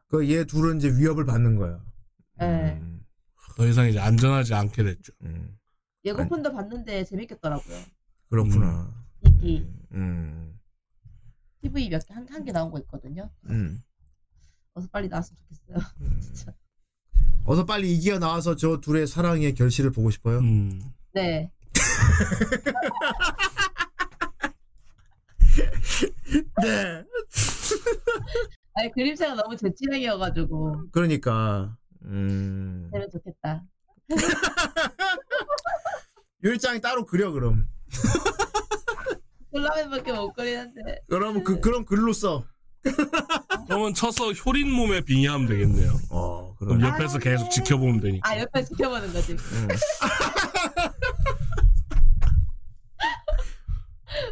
그얘 둘은 이제 위협을 받는 거야. 예. 음, 더 이상 이제 안전하지 않게 됐죠. 음. 예고편도 봤는데 재밌겠더라고요. 그렇구나. 이기 음. TV 몇 개 한 한 개 나온 거 있거든요. 음. 어서 빨리 나왔으면 좋겠어요. 진짜. 어서 빨리 이기가 나와서 저 둘의 사랑의 결실을 보고 싶어요. 음. 네. 네. 아니 그림체가 너무 제 취향이어가지고 그러니까 음. 되면 좋겠다. 요일장이 따로 그려 그럼. 콜라맨밖에 못 그리는데 그럼 그 그럼 글로 써. 그러면 쳐서 효린 몸에 빙의하면 되겠네요. 어, 그럼. 그럼 옆에서 계속 지켜보면 되니까. 아 옆에 지켜보는 거지. 음.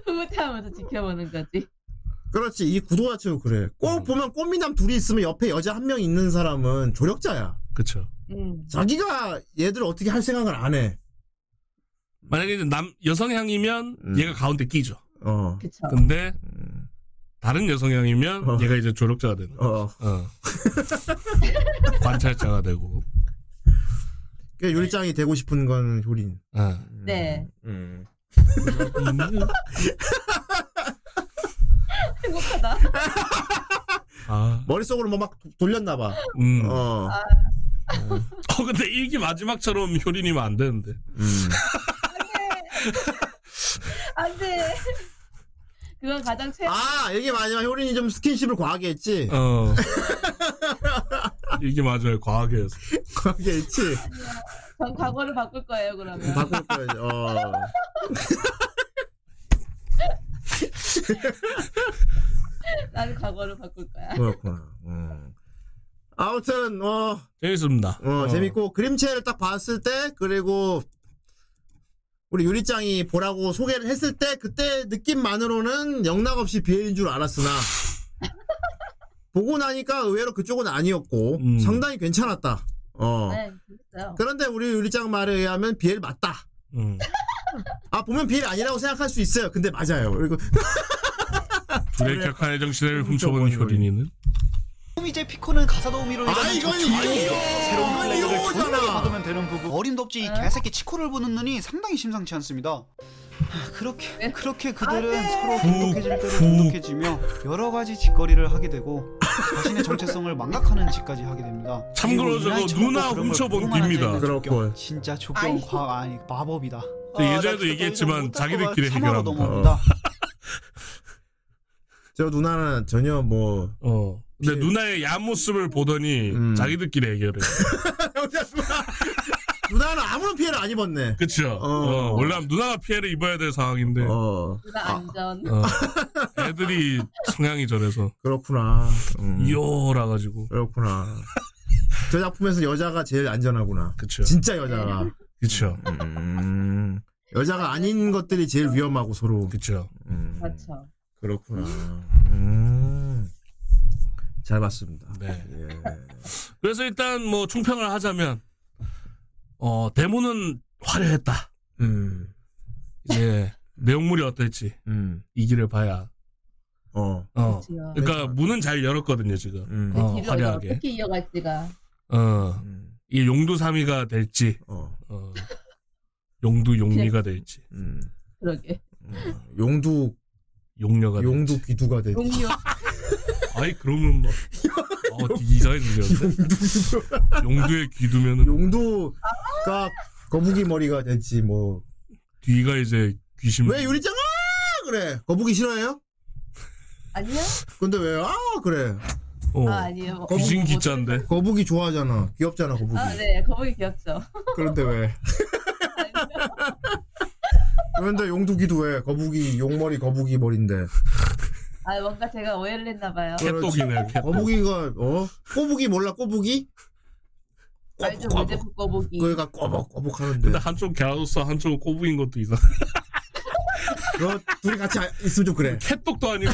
흐뭇해하면서 지켜보는 거지. 그렇지. 이 구도 자체도 그래. 꼭 보면 꽃미남 둘이 있으면 옆에 여자 한 명 있는 사람은 조력자야. 그렇죠. 음. 자기가 얘들 을 어떻게 할 생각을 안 해. 만약에 이제 남 여성향이면 음. 얘가 가운데 끼죠. 어. 그쵸. 근데 음. 다른 여성향이면 어. 얘가 이제 조력자가 되는. 거 어. 어. 관찰자가 되고. 그 요일장이 되고 싶은 건 효린. 어. 네. 음. 행복하다. 아, 머릿속으로 뭐 막 돌렸나 봐. 음. 어. 어. 근데 일기 마지막처럼 효린이면 안 되는데. 음. 안돼. 그건 가장 최. 아, 얘기 마지막 효린이 좀 스킨십을 과하게 했지. 어. 일기 마지막에 과하게 해서. 과하게 했지. 전 과거를 바꿀 거예요 그러면. 바꿀 거야지. 어. 나는 과거를 바꿀 거야. 그렇구나. 음. 아무튼 어, 재밌습니다. 어, 재밌고 그림체를 딱 봤을 때 그리고 우리 유리짱이 보라고 소개를 했을 때 그때 느낌만으로는 영락 없이 비엘인 줄 알았으나 보고 나니까 의외로 그쪽은 아니었고 음. 상당히 괜찮았다. 어. 네, 재밌어요. 그런데 우리 유리짱 말에 의하면 비엘 맞다. 음. 아 보면 비엘 아니라고 생각할 수 있어요. 근데 맞아요. 그리고 둘의 격한 애정시대를 훔쳐본 훔쳐본 효린이는 이제 피코는 가사도 우미로 아 이건 이거 새로운 플레이어를 조용히 이거잖아. 받으면 되는 부분 어림덥지 이 개새끼 치코를 보는 눈이 상당히 심상치 않습니다 하, 그렇게 그렇게 그들은 서로 돈독해질 대로 돈독해지며 여러 가지 짓거리를 하게 되고 자신의 정체성을 망각하는 짓까지 하게 됩니다 참고로 그리고 저거 유나의 처먹고 그런 누나 걸 훔쳐본 보고만 앉아있는 깁니다. 조경. 그렇군. 진짜 조경 아이. 과 아니 마법이다 아, 저 네, 예전에도 얘기했지만 자기들끼리 해결합니다. 넘어옵니다. 저 누나는 전혀 뭐 어 근데 비엘. 누나의 야모습을 보더니 음. 자기들끼리 해결해 누나는 아무런 피해를 안 입었네. 그쵸 어. 어. 원래 하면 누나가 피해를 입어야 될 상황인데 어, 누나 안전. 어. 애들이 성향이 저래서 그렇구나. 음, 요라 가지고 그렇구나. 저 작품에서 여자가 제일 안전하구나. 그쵸 진짜 여자가. 그쵸 음, 여자가 아닌 것들이 제일 위험하고 서로. 그쵸 음, 그렇죠. 그렇구나. 음, 잘 봤습니다. 네 예. 그래서 일단 뭐 총평을 하자면 어 데모는 화려했다 음, 이제 내용물이 어떨지 음, 이기를 봐야 어, 어 그렇죠. 그러니까 문은 잘 열었거든요 지금 음, 어, 뒤로 화려하게. 어떻게 이어갈지가 어 음, 이 용두 삼이가 될지 어, 어, 용두 용리가 될지 음, 그러게. 음. 용두, 용녀가 용두 귀두가 돼. 용이요. 될지 아니 그러면 막 어, 이상해지는데 용두의 귀두면은 용두가 거북이 머리가 될지 뭐. 뒤가 이제 귀신 왜 유리짱아 그래 거북이 싫어해요? 아니요? 근데 왜 아 그래 어, 아 아니요. 뭐, 귀신 뭐, 뭐. 귀자인데 거북이 좋아하잖아 귀엽잖아 거북이 아 네, 거북이 귀엽죠. 그런데 왜 그런데 용두기도 왜 거북이 용머리 거북이 머리인데 아 뭔가 제가 오해를 했나 봐요. 그렇죠. 캣독이네 캣독 거북이가 어 꼬북이 몰라 꼬북이 말좀 문제 바꿔보기. 그러니까 꼬박꼬박 하는데. 근데 한쪽 갸우스 한쪽 꼬부인 것도 이상. 너 둘이 같이 아- 있으면 좀 그래. 캣똑도 아니고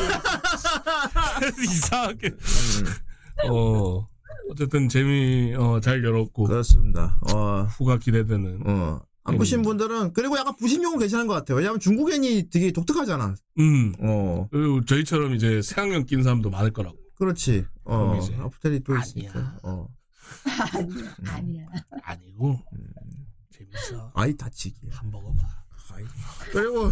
이상하게. 음. 어 어쨌든 재미 어잘 열었고 그렇습니다. 어, 후가 기대되는. 어. 안 보신 분들은 그리고 약간 부심용은 괜찮은 것 같아요. 왜냐하면 중국인이 되게 독특하잖아. 음. 어. 그리고 저희처럼 이제 색안경 낀 사람도 많을 거라고. 그렇지. 어. 그럼 이제 아프텔이 또 있으니까. 어. 아니야. 아니고 재밌어. 아이 다치기. 한 먹어봐. 그리고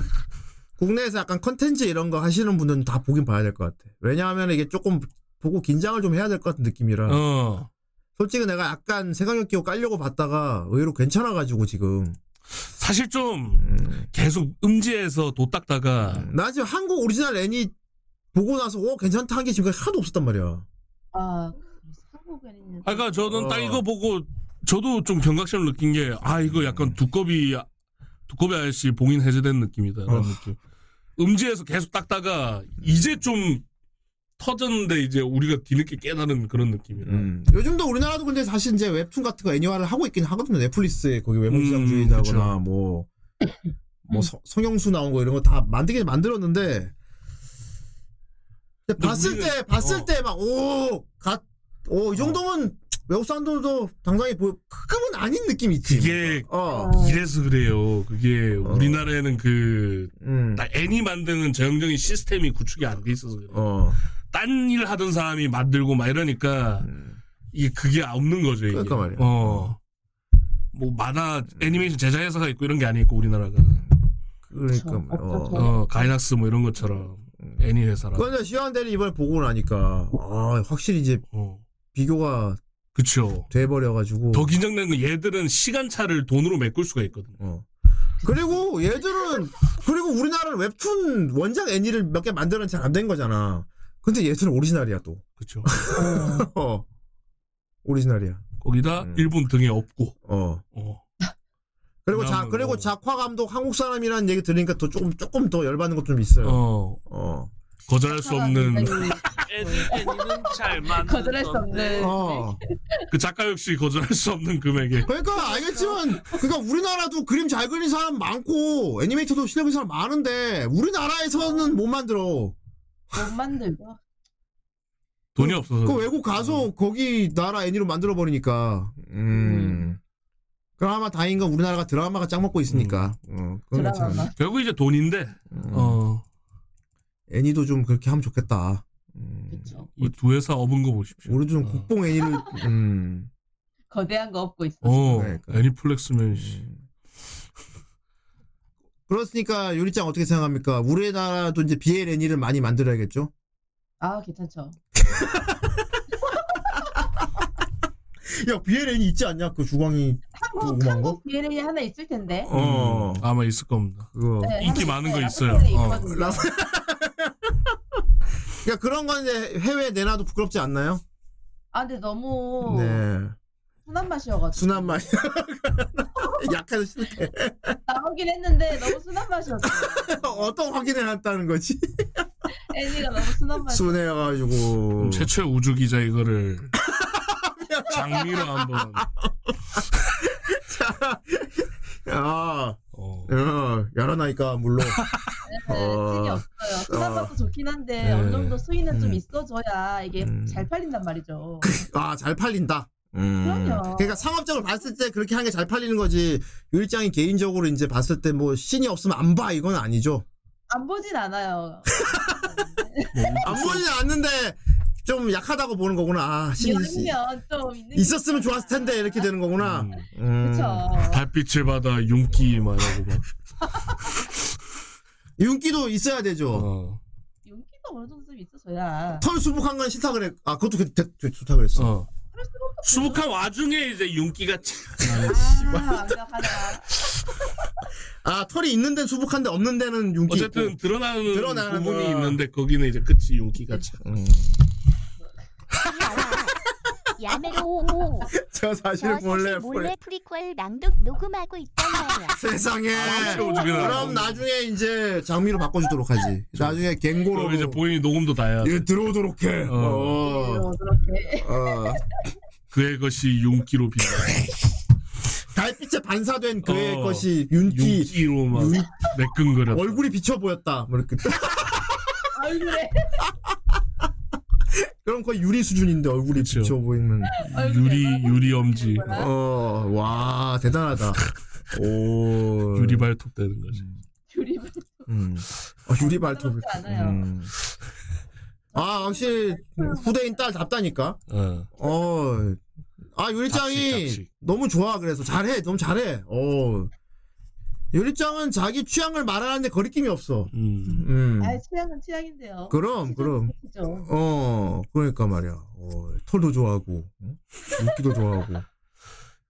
국내에서 약간 컨텐츠 이런 거 하시는 분들은 다 보긴 봐야 될 것 같아. 왜냐하면 이게 조금 보고 긴장을 좀 해야 될 것 같은 느낌이라. 어. 솔직히 내가 약간 생각력 끼고 깔려고 봤다가 의외로 괜찮아가지고 지금. 사실 좀 계속 음지에서 도닦다가 나 지금 한국 오리지널 애니 보고 나서 오 괜찮다 한 게 지금 하나도 없었단 말이야. 아, 한국에는 있는. 아, 그러니까 저는 딱 어. 이거 보고 저도 좀 경각심을 느낀 게 아 이거 약간 두꺼비 두꺼비 아저씨 봉인 해제된 느낌이다 어. 그런 느낌. 음지에서 계속 닦다가 이제 좀 터졌는데 이제 우리가 뒤늦게 깨달은 그런 느낌이라. 음. 요즘도 우리나라도 근데 사실 이제 웹툰 같은 거 애니화를 하고 있긴 하거든요. 넷플릭스에 거기 음, 외모시장주의자거나 그쵸. 음. 뭐, 뭐 서- 성형수 나온 거 이런 거 다 만들긴 만들었는데 근데 봤을 우리는- 때 봤을 어. 때막오갓오이 정도면 외국 사람들도 당당히 보여 그건 아닌 느낌이 있지. 이게 어, 이래서 그래요. 그게 우리나라에는 그 음, 나- 어. 애니 만드는 전형적인 시스템이 구축이 안 돼 있어서 그래요. 어. 딴 일 하던 사람이 만들고 막 이러니까 음. 이게 그게 없는 거죠. 이게. 그러니까 음. 말이야. 어. 뭐 만화 애니메이션 제작 회사가 있고 이런 게 아니고 우리나라가 그러니까 그쵸. 어. 없어서. 어 가이낙스 뭐 이런 것처럼 애니 회사라. 그런데 시한대를 이번에 보고 나니까 아 확실히 이제 어. 비교가 그쵸. 돼버려가지고 더 긴장되는 건 얘들은 시간차를 돈으로 메꿀 수가 있거든. 어. 그리고 얘들은 그리고 우리나라는 웹툰 원작 애니를 몇 개 만들었는데 잘 안 된 거잖아. 근데 얘들은 오리지널이야 또. 그쵸. 어. 오리지널이야. 거기다 음. 일본 등에 없고. 어. 어. 그리고 자 그나마 그리고 뭐. 작화 감독 한국 사람이라는 얘기 들으니까 더 조금 조금 더 열받는 것 좀 있어요. 어. 어. 거절할 아, 수 네. 없는 애니- 애니는 잘 만든 거절할 수 건데. 없는. 어. 그 작가 역시 거절할 수 없는 금액에. 그러니까 알겠지만 그러니까 우리나라도 그림 잘 그리는 사람 많고 애니메이터도 실력 있는 사람 많은데 우리나라에서는 못 만들어. 못 만들고. 돈이 없어서. 그 외국 가서 거기 나라 애니로 만들어 버리니까. 음. 그럼 아마 다행인 건 우리나라가 드라마가 짱 먹고 있으니까. 어, 그건 드라마가. 괜찮아. 결국 이제 돈인데. 음. 어. 애니도 좀 그렇게 하면 좋겠다. 음. 그쵸. 이 두 회사 업은 거 보십시오. 우리도 좀 어. 국뽕 애니를. 음. 거대한 거 없고 있어. 어, 그러니까. 음. 애니플렉스면 씨. 그렇으니까 요리짱 어떻게 생각합니까? 우리나라도 이제 BL 애니를 많이 만들어야겠죠? 아, 괜찮죠. 야 BL 애니 있지 않냐? 그 주광이 한국 궁금한 거? 한국 BLA 하나 있을 텐데. 어. 음, 아마 있을 겁니다. 그거. 네, 인기 한국에 많은 거 라파 있어요. BLA 어. 있거든요. 그러니까 그런 건 이제 해외에 내놔도 부끄럽지 않나요? 아, 근데 너무 네. 순한 맛이어가지고. 순한 맛. 약간 순- 나오긴 했는데 너무 순한 맛이었어. 어떤 확인을 했다는 거지? 애니가 너무 순한 맛. 순해가지고. 음. 최초의 우주 기자 이거를 장미로 한번. 아, 어. 어, 열어나니까 물론. 이 어. 없어요. 순한 어. 맛도 좋긴 한데 네. 어느 정도 수위는 음. 좀 있어줘야 이게 음. 잘 팔린단 말이죠. 아, 잘 팔린다. 음. 그럼요. 그러니까 상업적으로 봤을 때 그렇게 한 게 잘 팔리는 거지. 유일장이 개인적으로 이제 봤을 때 뭐 신이 없으면 안 봐 이건 아니죠. 안 보진 않아요. 음. 안 보지는 않는데 아, 좀 약하다고 보는 거구나. 아, 신이 있- 열면 좀 있는 게 있었으면 좋았을 텐데 이렇게 되는 거구나. 음. 음. 그쵸. 달빛을 받아 윤기 말하고 막. 윤기도 있어야 되죠. 어. 음. 용기가 어느 정도 좀 있어줘야. 털 수북한 건 싫다 그래. 아 그것도 그- 그- 그- 좋다 그랬어. 어. 그럴 수가 없죠. 수북한 와중에 이제 윤기가 착. 아, 완벽하다. 아 털이 있는 데는 수북한데 없는 데는 윤기. 어쨌든 드러나는, 드러나는 부분이 거야. 있는데 거기는 이제 끝이 윤기가 착. 있고. 음. 그러니까 야메로. 저 저 사실 사실 몰래 몰래 프리퀄 낭독 녹음하고 있단 말이야. 아, 세상에. 아, 어떻게 나와. 그럼 나중에 이제 장미로 바꿔주도록 하지. 나중에 갱고로 그럼 이제 본인이 녹음도 다야. 예, 들어오도록 해. 어. 어. 그렇게. 어. 그의 것이 윤기로 빛나. 달빛에 반사된 그의 어, 것이 윤기 윤기로만 윤- 매끈거렸다. 얼굴이 비쳐 보였다. 뭐 이렇게 얼굴에 그럼 거의 유리 수준인데 얼굴이 그쵸. 비쳐 보이는. 어, 유리 뭐 유리 엄지 어와 대단하다. 오 유리 발톱 되는 거지. 둘이 음. 아, 유리 발톱. 부끄럽지 않아요. 음. 아 확실히 후대인 딸 답다니까. 어. 어. 아 요리짱이 잡식, 잡식. 너무 좋아 그래서 잘해 너무 잘해. 어. 요리짱은 자기 취향을 말하는데 거리낌이 없어. 음. 음. 아 취향은 취향인데요. 그럼 그럼. 그죠. 어 그러니까 말이야. 어, 털도 좋아하고 응? 눈기도 좋아하고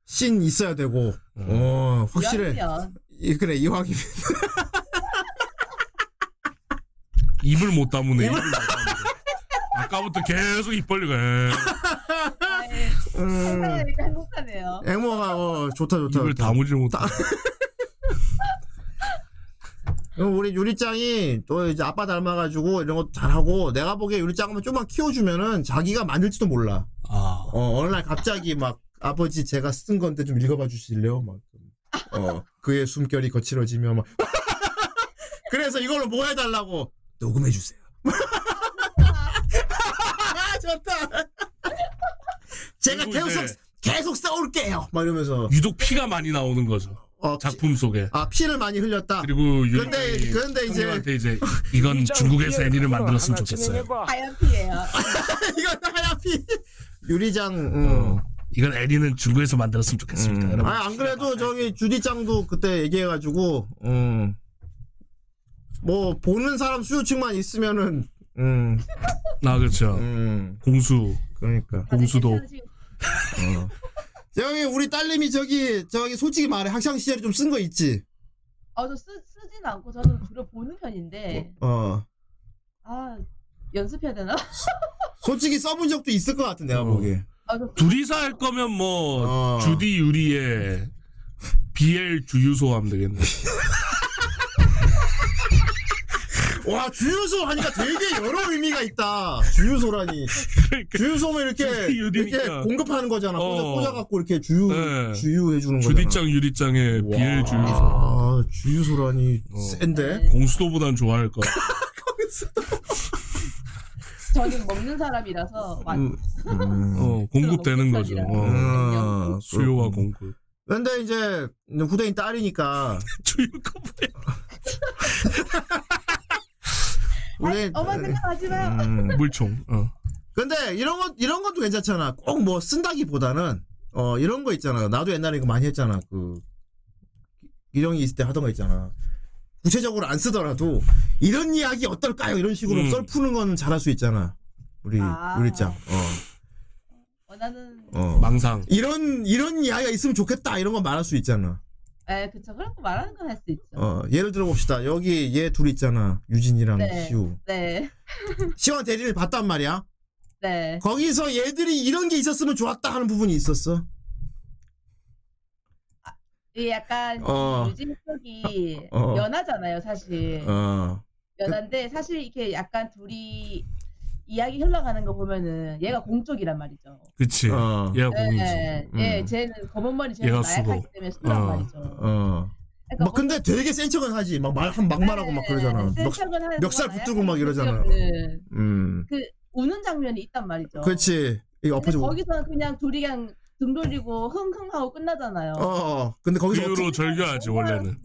씬 있어야 되고. 음. 어 확실해. 유학이면 이, 그래 이왕이면 입을 못 다무네. 입을 못 다무네. 아까부터 계속 입 벌리고. 에, 아예 음, 한국사니까 한국사네요. 앵무가 어 좋다 좋다. 아. 입을 좋다. 다무질 못. 그럼 우리 요리짱이 또 이제 아빠 닮아가지고 이런 것도 잘하고 내가 보기에 요리짱만 좀만 키워주면은 자기가 만들지도 몰라. 아. 어, 어느 날 갑자기 막 아버지 제가 쓴 건데 좀 읽어봐 주실래요? 막. 어, 그의 숨결이 거칠어지며 막. 그래서 이걸로 뭐 해달라고 녹음해 주세요. 좋다. 제가 아, 그리고 계속 이제 계속 싸울게요. 막 이러면서 유독 피가 많이 나오는 거죠. 어, 피- 작품 속에. 아 피를 많이 흘렸다. 그리고 근데- 유리 근데 이제- 형님한테 이제 이건 중국에서 애니를 만들었으면 좋겠어요. 하얀피예요. 아, 이건 하얀 피. 유리장. 음. 어, 이건 애니는 중국에서 만들었으면 좋겠습니다. 음. 여러분. 아, 안 그래도 저기 주디짱도 그때 얘기해가지고, 음. 뭐, 보는 사람 수요층만 있으면은, 음, 아 그렇죠. 음, 공수 그러니까. 공수도 어. 여기 우리 딸님이 저기, 저기 솔직히 말해. 학창시절에 좀 쓴 거 있지? 어저 쓰진 않고 저는 주로 보는 편인데 어. 아 연습해야 되나? 솔직히 써본 적도 있을 것 같은 내가 어. 보기에. 아저 둘이서 할 거면 뭐 어. 주디 유리의 BL 주유소 하면 되겠네. 와, 주유소 하니까 되게 여러 의미가 있다. 주유소라니. 주유소면 이렇게, 그러니까 주디 유리니까. 이렇게 공급하는 거잖아. 꽂아, 어. 꽂아갖고 이렇게 주유, 네. 주유해주는 거잖아. 주디짱 유리짱의 와. BL 주유소. 아, 주유소라니 어. 센데. 공수도보단 좋아할 거야. 저는 먹는 사람이라서 완 음, 음. 어, 공급되는 거죠. 어. 아, 수요와 그렇군. 공급. 근데 이제 후대인 딸이니까 주유가 뭐야? 후대인 엄마 생각하지 마요. 음. 물총. 어. 근데 이런 것 이런 것도 괜찮잖아. 꼭 뭐 쓴다기보다는 어 이런 거 있잖아. 나도 옛날에 이거 많이 했잖아. 그 이령이 있을 때 하던 거 있잖아. 구체적으로 안 쓰더라도 이런 이야기 어떨까요? 이런 식으로 음. 썰 푸는 건 잘할 수 있잖아. 우리 아. 우리짱. 어. 원하는 어. 망상. 이런 이런 이야기가 있으면 좋겠다. 이런 건 말할 수 있잖아. 에 예, 그쵸 그런 거 말하는 건 할 수 있죠. 어, 예를 들어 봅시다. 여기 얘 둘 있잖아. 유진이랑 네. 시우. 네 시원 대리를 봤단 말이야. 네. 거기서 얘들이 이런 게 있었으면 좋았다 하는 부분이 있었어. 이 약간 어. 유진 쪽이 어, 어. 연하잖아요 사실. 어. 연한데 사실 이렇게 약간 둘이 이야기 흘러가는 거 보면은 얘가 공 쪽이란 말이죠. 그치. 어. 얘가 공이지. 예, 음. 예, 쟤는 검은 머리 쟤는 얘가 나약하기 수고. 때문에 쓰란 어. 말이죠. 어. 그러니까 막 근데 되게 센 척은 하지. 막 말 한 막말하고 막 그러잖아. 네, 막, 센척은 하는 멱살 동안 붙들고 막 이러잖아요. 없는 음. 우는 장면이 있단 말이죠. 그렇지. 이거 근데 엎어져. 고 거기서는 그냥 둘이 그냥 등 돌리고 흥흥하고 끝나잖아요. 어, 어. 근데 그 거기서 이후로 절교하지 원래는.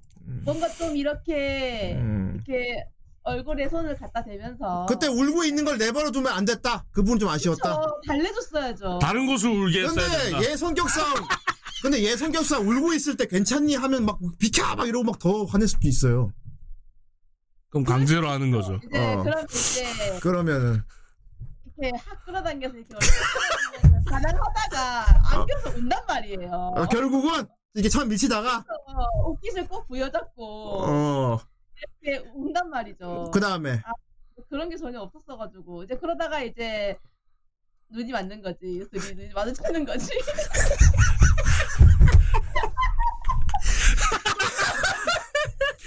뭔가 좀 이렇게 음. 이렇게 얼굴에 손을 갖다 대면서 그때 울고 있는 걸 내버려 두면 안 됐다. 그 부분 좀 아쉬웠다. 저 달래줬어야죠. 다른 곳을 울게 했어야 된다. 근데 얘 성격상 근데 얘 성격상 울고 있을 때 괜찮니 하면 막 비켜 막 이러고 막 더 화낼 수도 있어요. 그럼 강제로 하는 거죠. 이제 어. 그럼 이제 그러면은 이렇게 확 끌어당겨서 이렇게 얼굴을 가난하다가 안겨서 운단 말이에요. 어, 결국은 이게 처음 밀치다가 어, 옷깃을 꼭 부여잡고 어. 이렇게 운단 말이죠. 그 다음에 그런 게 전혀 없었어가지고 이제 그러다가 이제 눈이 맞는 거지. 둘이 눈이 마주치는 거지.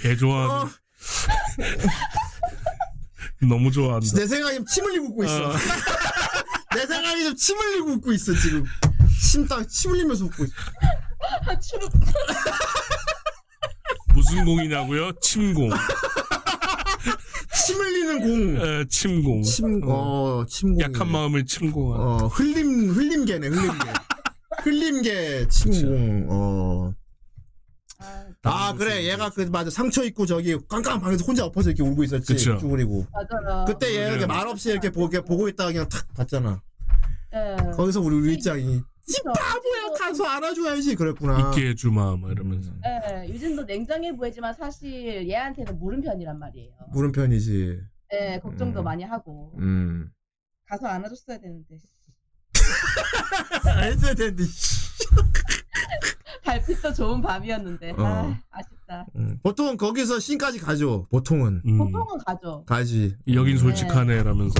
개 어, 좋아하는. 너무 좋아한다. 내 생각에 지금 침 흘리고 웃고 있어. 어. 내 생각에 지금 침 흘리고 웃고 있어 지금. 침딱 침 흘리면서 웃고 있어. 아, 무슨 공이냐고요? 침공. 침 흘리는 공. 에, 침공. 침, 어, 침공. 약한 마음을 침공한. 어, 흘림, 흘림개네, 흘림개. 흘림개, 침공, 어. 아, 그렇죠. 그래. 얘가 그, 맞아. 상처 입고 저기 깜깜한 방에서 혼자 엎어져 이렇게 울고 있었지. 그쵸. 쭈그리고. 맞아요. 그때 얘 이렇게 음. 말없이 이렇게 보, 이렇게 보고 있다가 그냥 탁 봤잖아. 예. 거기서 우리 윌장이. 그쵸? 바보야, 가서 안아줘야지. 그랬구나. 있게 해주마, 막 이러면서. 예, 유진도 냉정해 보이지만 사실 얘한테는 모른 편이란 말이에요. 물음편이지. 예, 걱정도 음. 많이 하고 음. 가서 안아줬어야 되는데 아, 했어야 되는데, 씨. 달빛도 좋은 밤이었는데 어. 아, 아쉽다. 음. 보통 거기서 씬까지 가죠. 보통은. 음. 보통은 가죠. 가지. 여긴 솔직하네, 라면서.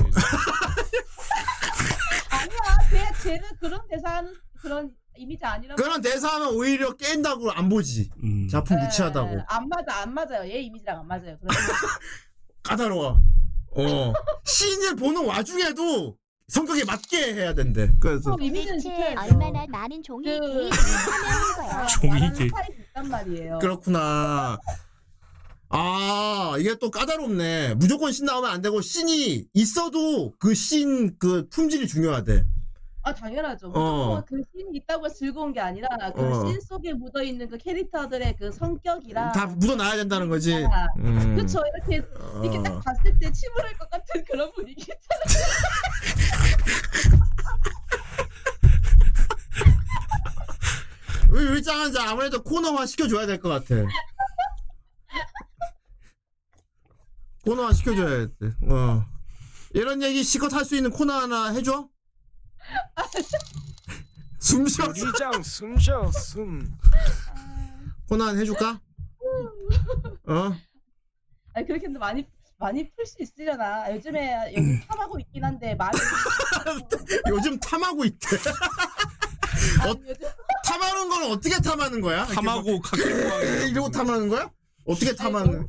걔 쟤는 그런 대사는 그런 이미지 아니라고. 그런 대사하면 오히려 깬다고 안 보지. 음. 작품 예, 유치하다고. 안 맞아 안 맞아요. 얘 이미지랑 안 맞아요. 그래서 까다로워. 어. 시인을 보는 와중에도 성격에 맞게 해야 된대. 그래서 어, 이미지는 대체 지켜야죠. 얼마나 많은 종이 그- 개입을 하는 거야? 종이게. 나라는 스타일이 있단 말이에요. 그렇구나. 아 이게 또 까다롭네. 무조건 씬 나오면 안 되고 씬이 있어도 그 씬 그 품질이 중요하대. 아 당연하죠. 어. 그 씬이 있다고 해서 즐거운 게 아니라 그 어. 씬 속에 묻어 있는 그 캐릭터들의 그 성격이랑 다 묻어놔야 된다는 거지. 아, 음. 그쵸 이렇게 이렇게 딱 어. 봤을 때 침울할 것 같은 그런 분위기 왜 일장한지 아무래도 코너화 시켜줘야 될 것 같아. 코너화 시켜줘야 돼. 어. 이런 얘기 시컷 할 수 있는 코너 하나 해줘? 숨쉬어. 리장 숨쉬어 숨. 코너 하나 해줄까? 어? 아 그렇게 해도 많이 많이 풀 수 있으려나 요즘에 요즘 탐하고 있긴 한데 많이 요즘 탐하고 있대. 어? 아니, 요즘 탐하는 건 어떻게 탐하는 거야? 탐하고 각 이렇게 이러고 탐하는 거야? 어떻게 탐하는?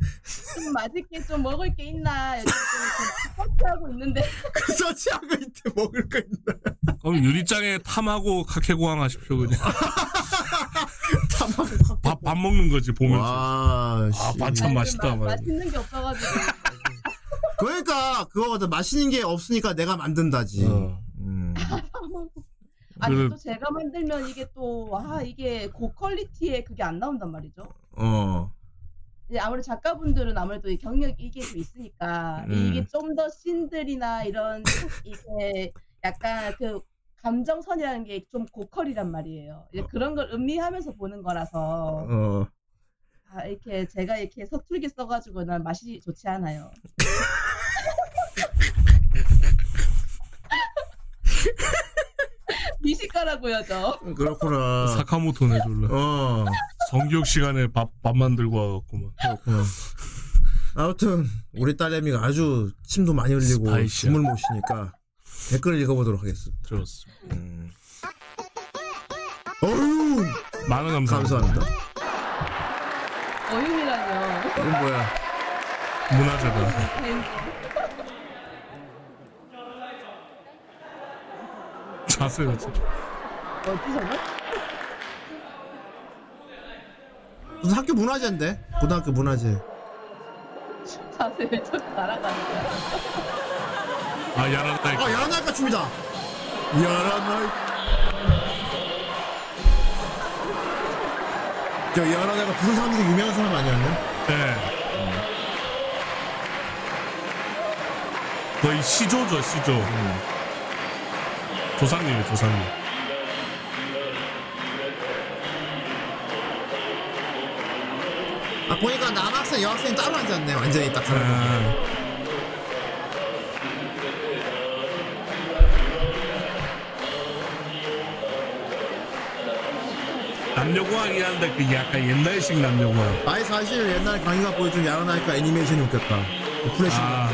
좀 맛있게 좀 먹을 게 있나 요즘 좀 이렇게 하고 있는데 아, 그 서치하고 있대. 먹을 거 있나? 그럼 유리장에 탐하고 카케고항 하십시오, 그냥. 탐하고. 밥, 밥 먹는 거지, 보면서. 와, 아, 씨. 반찬 맛있다. 마- 막 이러면서. 맛있는 게 없어가지고 그러니까 그거거든. 맛있는 게 없으니까 내가 만든다지. 어. 음. 아니 그래. 또 제가 만들면 이게 또 와 이게 고퀄리티의 그게 안 나온단 말이죠. 어. 이제 아무래도 작가분들은 아무래도 이 경력 이게 좀 있으니까 음. 이게 좀 더 씬들이나 이런 이게 약간 그 감정선이라는 게 좀 고퀄이란 말이에요. 이제 그런 걸 음미하면서 보는 거라서 어. 아, 이렇게 제가 이렇게 서툴게 써가지고 난 맛이 좋지 않아요. 미식가라고요, 저. 그렇구나. 사카모토네, 졸라. 어. 성교육 시간에 밥, 밥 만들고 와갖고 막. 그렇구나. 아무튼 우리 딸내미가 아주 침도 많이 흘리고 스파이시야. 숨을 못 쉬니까 댓글을 읽어보도록 하겠습니다. 들었습니다. 음. 어휴 많은 감사합니다. 감사합니다. 어윤이라뇨. 이건 뭐야? 문화재다. 자세가 진짜. 어디서나? 무슨 학교 문화재인데? 고등학교 문화재. 자세를 좀 날아가니까. 아, 야라다. 아 야라나이카 춤이다. 야라나이. 저 야라나이카 부른 사람 중에 유명한 사람 아니었나? 네. 거의 시조죠, 시조. 조상님이에요, 조상님. 아 보니까 남학생 여학생 따로 앉았네. 완전히 딱 하나. 네. 남녀공학이 한데 그 약간 옛날식 남녀공학. 아니 사실 옛날에 강희가 보여준 야라나이카 애니메이션이 웃겼다. 그 플래시. 아,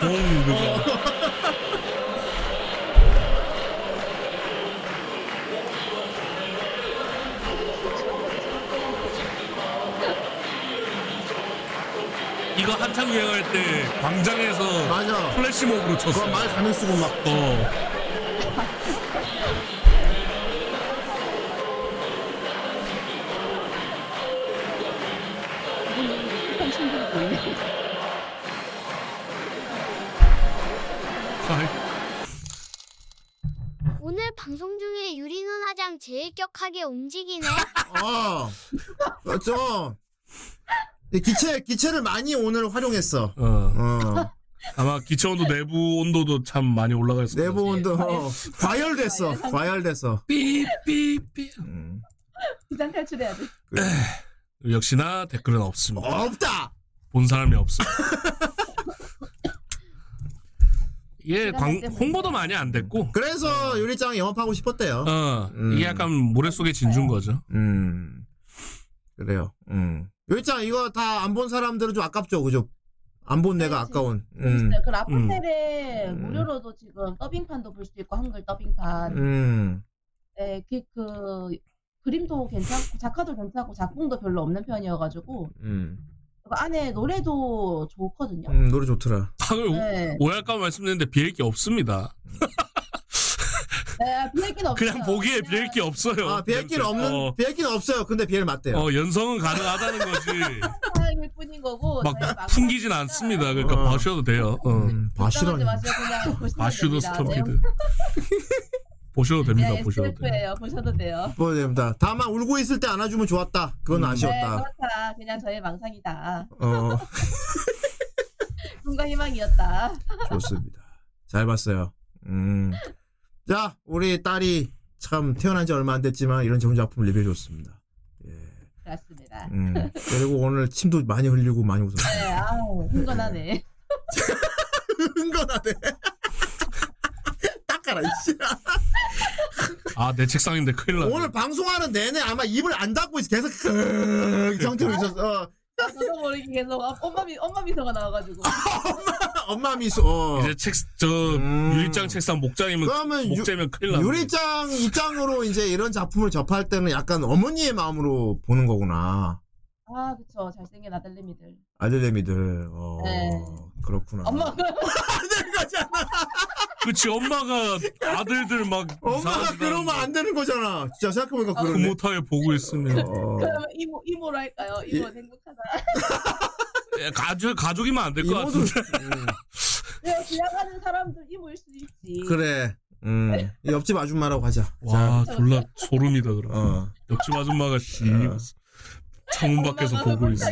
공 그거. 이거 한창 유행할 때 광장에서 맞아. 플래시몹으로 쳤어. 그거 말 가면 쓰고 막 어. 오늘 방송 중에 유리는 화장 제일 격하게 움직이네. 어, 맞죠. 기체 기체를 많이 오늘 활용했어. 어. 어, 아마 기체 온도 내부 온도도 참 많이 올라가 있을 내부 거예요. 온도 아, 어, 과열됐어. 과열됐어. 삐삐삐. 음. 비상 탈출해야 돼. 역시나 댓글은 없습니다. 없다. 본 사람이 없어. 이게 예, 광, 홍보도 많이 안 됐고, 그래서 요리장 영업하고 싶었대요. 어, 음. 이게 약간 모래 속의 진주인 거죠. 음. 그래요. 음. 요리장 이거 다 안 본 사람들은 좀 아깝죠, 그죠? 안 본 내가 그렇지. 아까운. 음. 있어요. 그 라포텔에 음. 무료로도 지금 더빙판도 볼 수 있고 한글 더빙판. 음. 네, 그, 그 그림도 괜찮고 작화도 괜찮고 작품도 별로 없는 편이어가지고 음. 그 안에 노래도 좋거든요. 음, 노래 좋더라. 방을 네, 오해할까 말씀드렸는데 비일 게 없습니다. 네 비할 게 없어요. 그냥 보기에 그냥 비일 게 없어요. 아, 비엘길 냄새. 없는 어, 비엘길 없어요. 근데 비엘 맞대요. 어, 연성은 가능하다는 거지. 사랑일 뿐인 거고 막 저희 막상 풍기진 않습니다. 그러니까 어. 봐주셔도 돼요. 어. 음, 걱정하지 바시라니. 마세요. 그냥 보시면 마슈도 됩니다. 스톱피드. 보셔도 됩니다. 네, 보셔도 돼요. SF예요. 보셔도 돼요. 뭐 됩니다. 다만 울고 있을 때 안아주면 좋았다. 그건 음. 네, 아쉬웠다. 그렇다. 그냥 저의 망상이다. 어, 꿈과 희망이었다. 좋습니다. 잘 봤어요. 음. 자, 우리 딸이 참 태어난 지 얼마 안 됐지만 이런 전작품 리뷰해 줬습니다. 그렇습니다. 음. 그리고 오늘 침도 많이 흘리고 많이 웃었어요. 네, 아우, 흥건하네. 흥건하네. 닦아라, 이씨. 아, 내 책상인데 큰일 났네. 오늘 방송하는 내내 아마 입을 안 닫고 있어. 계속 그 상태로 있었어. 어. 저도 모르게 계속 아, 엄마, 미, 엄마 미소가 나와가지고. 엄마 미소. 어. 이제 책, 저, 음. 유리장 책상 목장이면, 그러면 유- 목재면 큰일 났네. 요리장 입장으로 이제 이런 작품을 접할 때는 약간 어머니의 마음으로 보는 거구나. 아, 그쵸. 잘생긴 아들님이들. 아들내미들. 어, 네. 그렇구나. 엄마, 음. 되는 거잖아. 그치, 엄마가 아들들 막. 엄마가 그러면 안 되는 거잖아. 진짜 생각해보니까 그 그러네. 못하게 보고 있으면. 어, 그러면 이모, 이모로 할까요? 예. 이모 행복하다. 가족, 가족이면 안 될 이 것 모습. 같은데. 음, 내가 지나가는 사람들 이모일 수도 있지. 그래. 음. 네. 이 옆집 아줌마라고 하자. 와, 졸라 소름이다, 그럼. 어. 옆집 아줌마가 씨. 어. 창문 밖에서 보고 있어.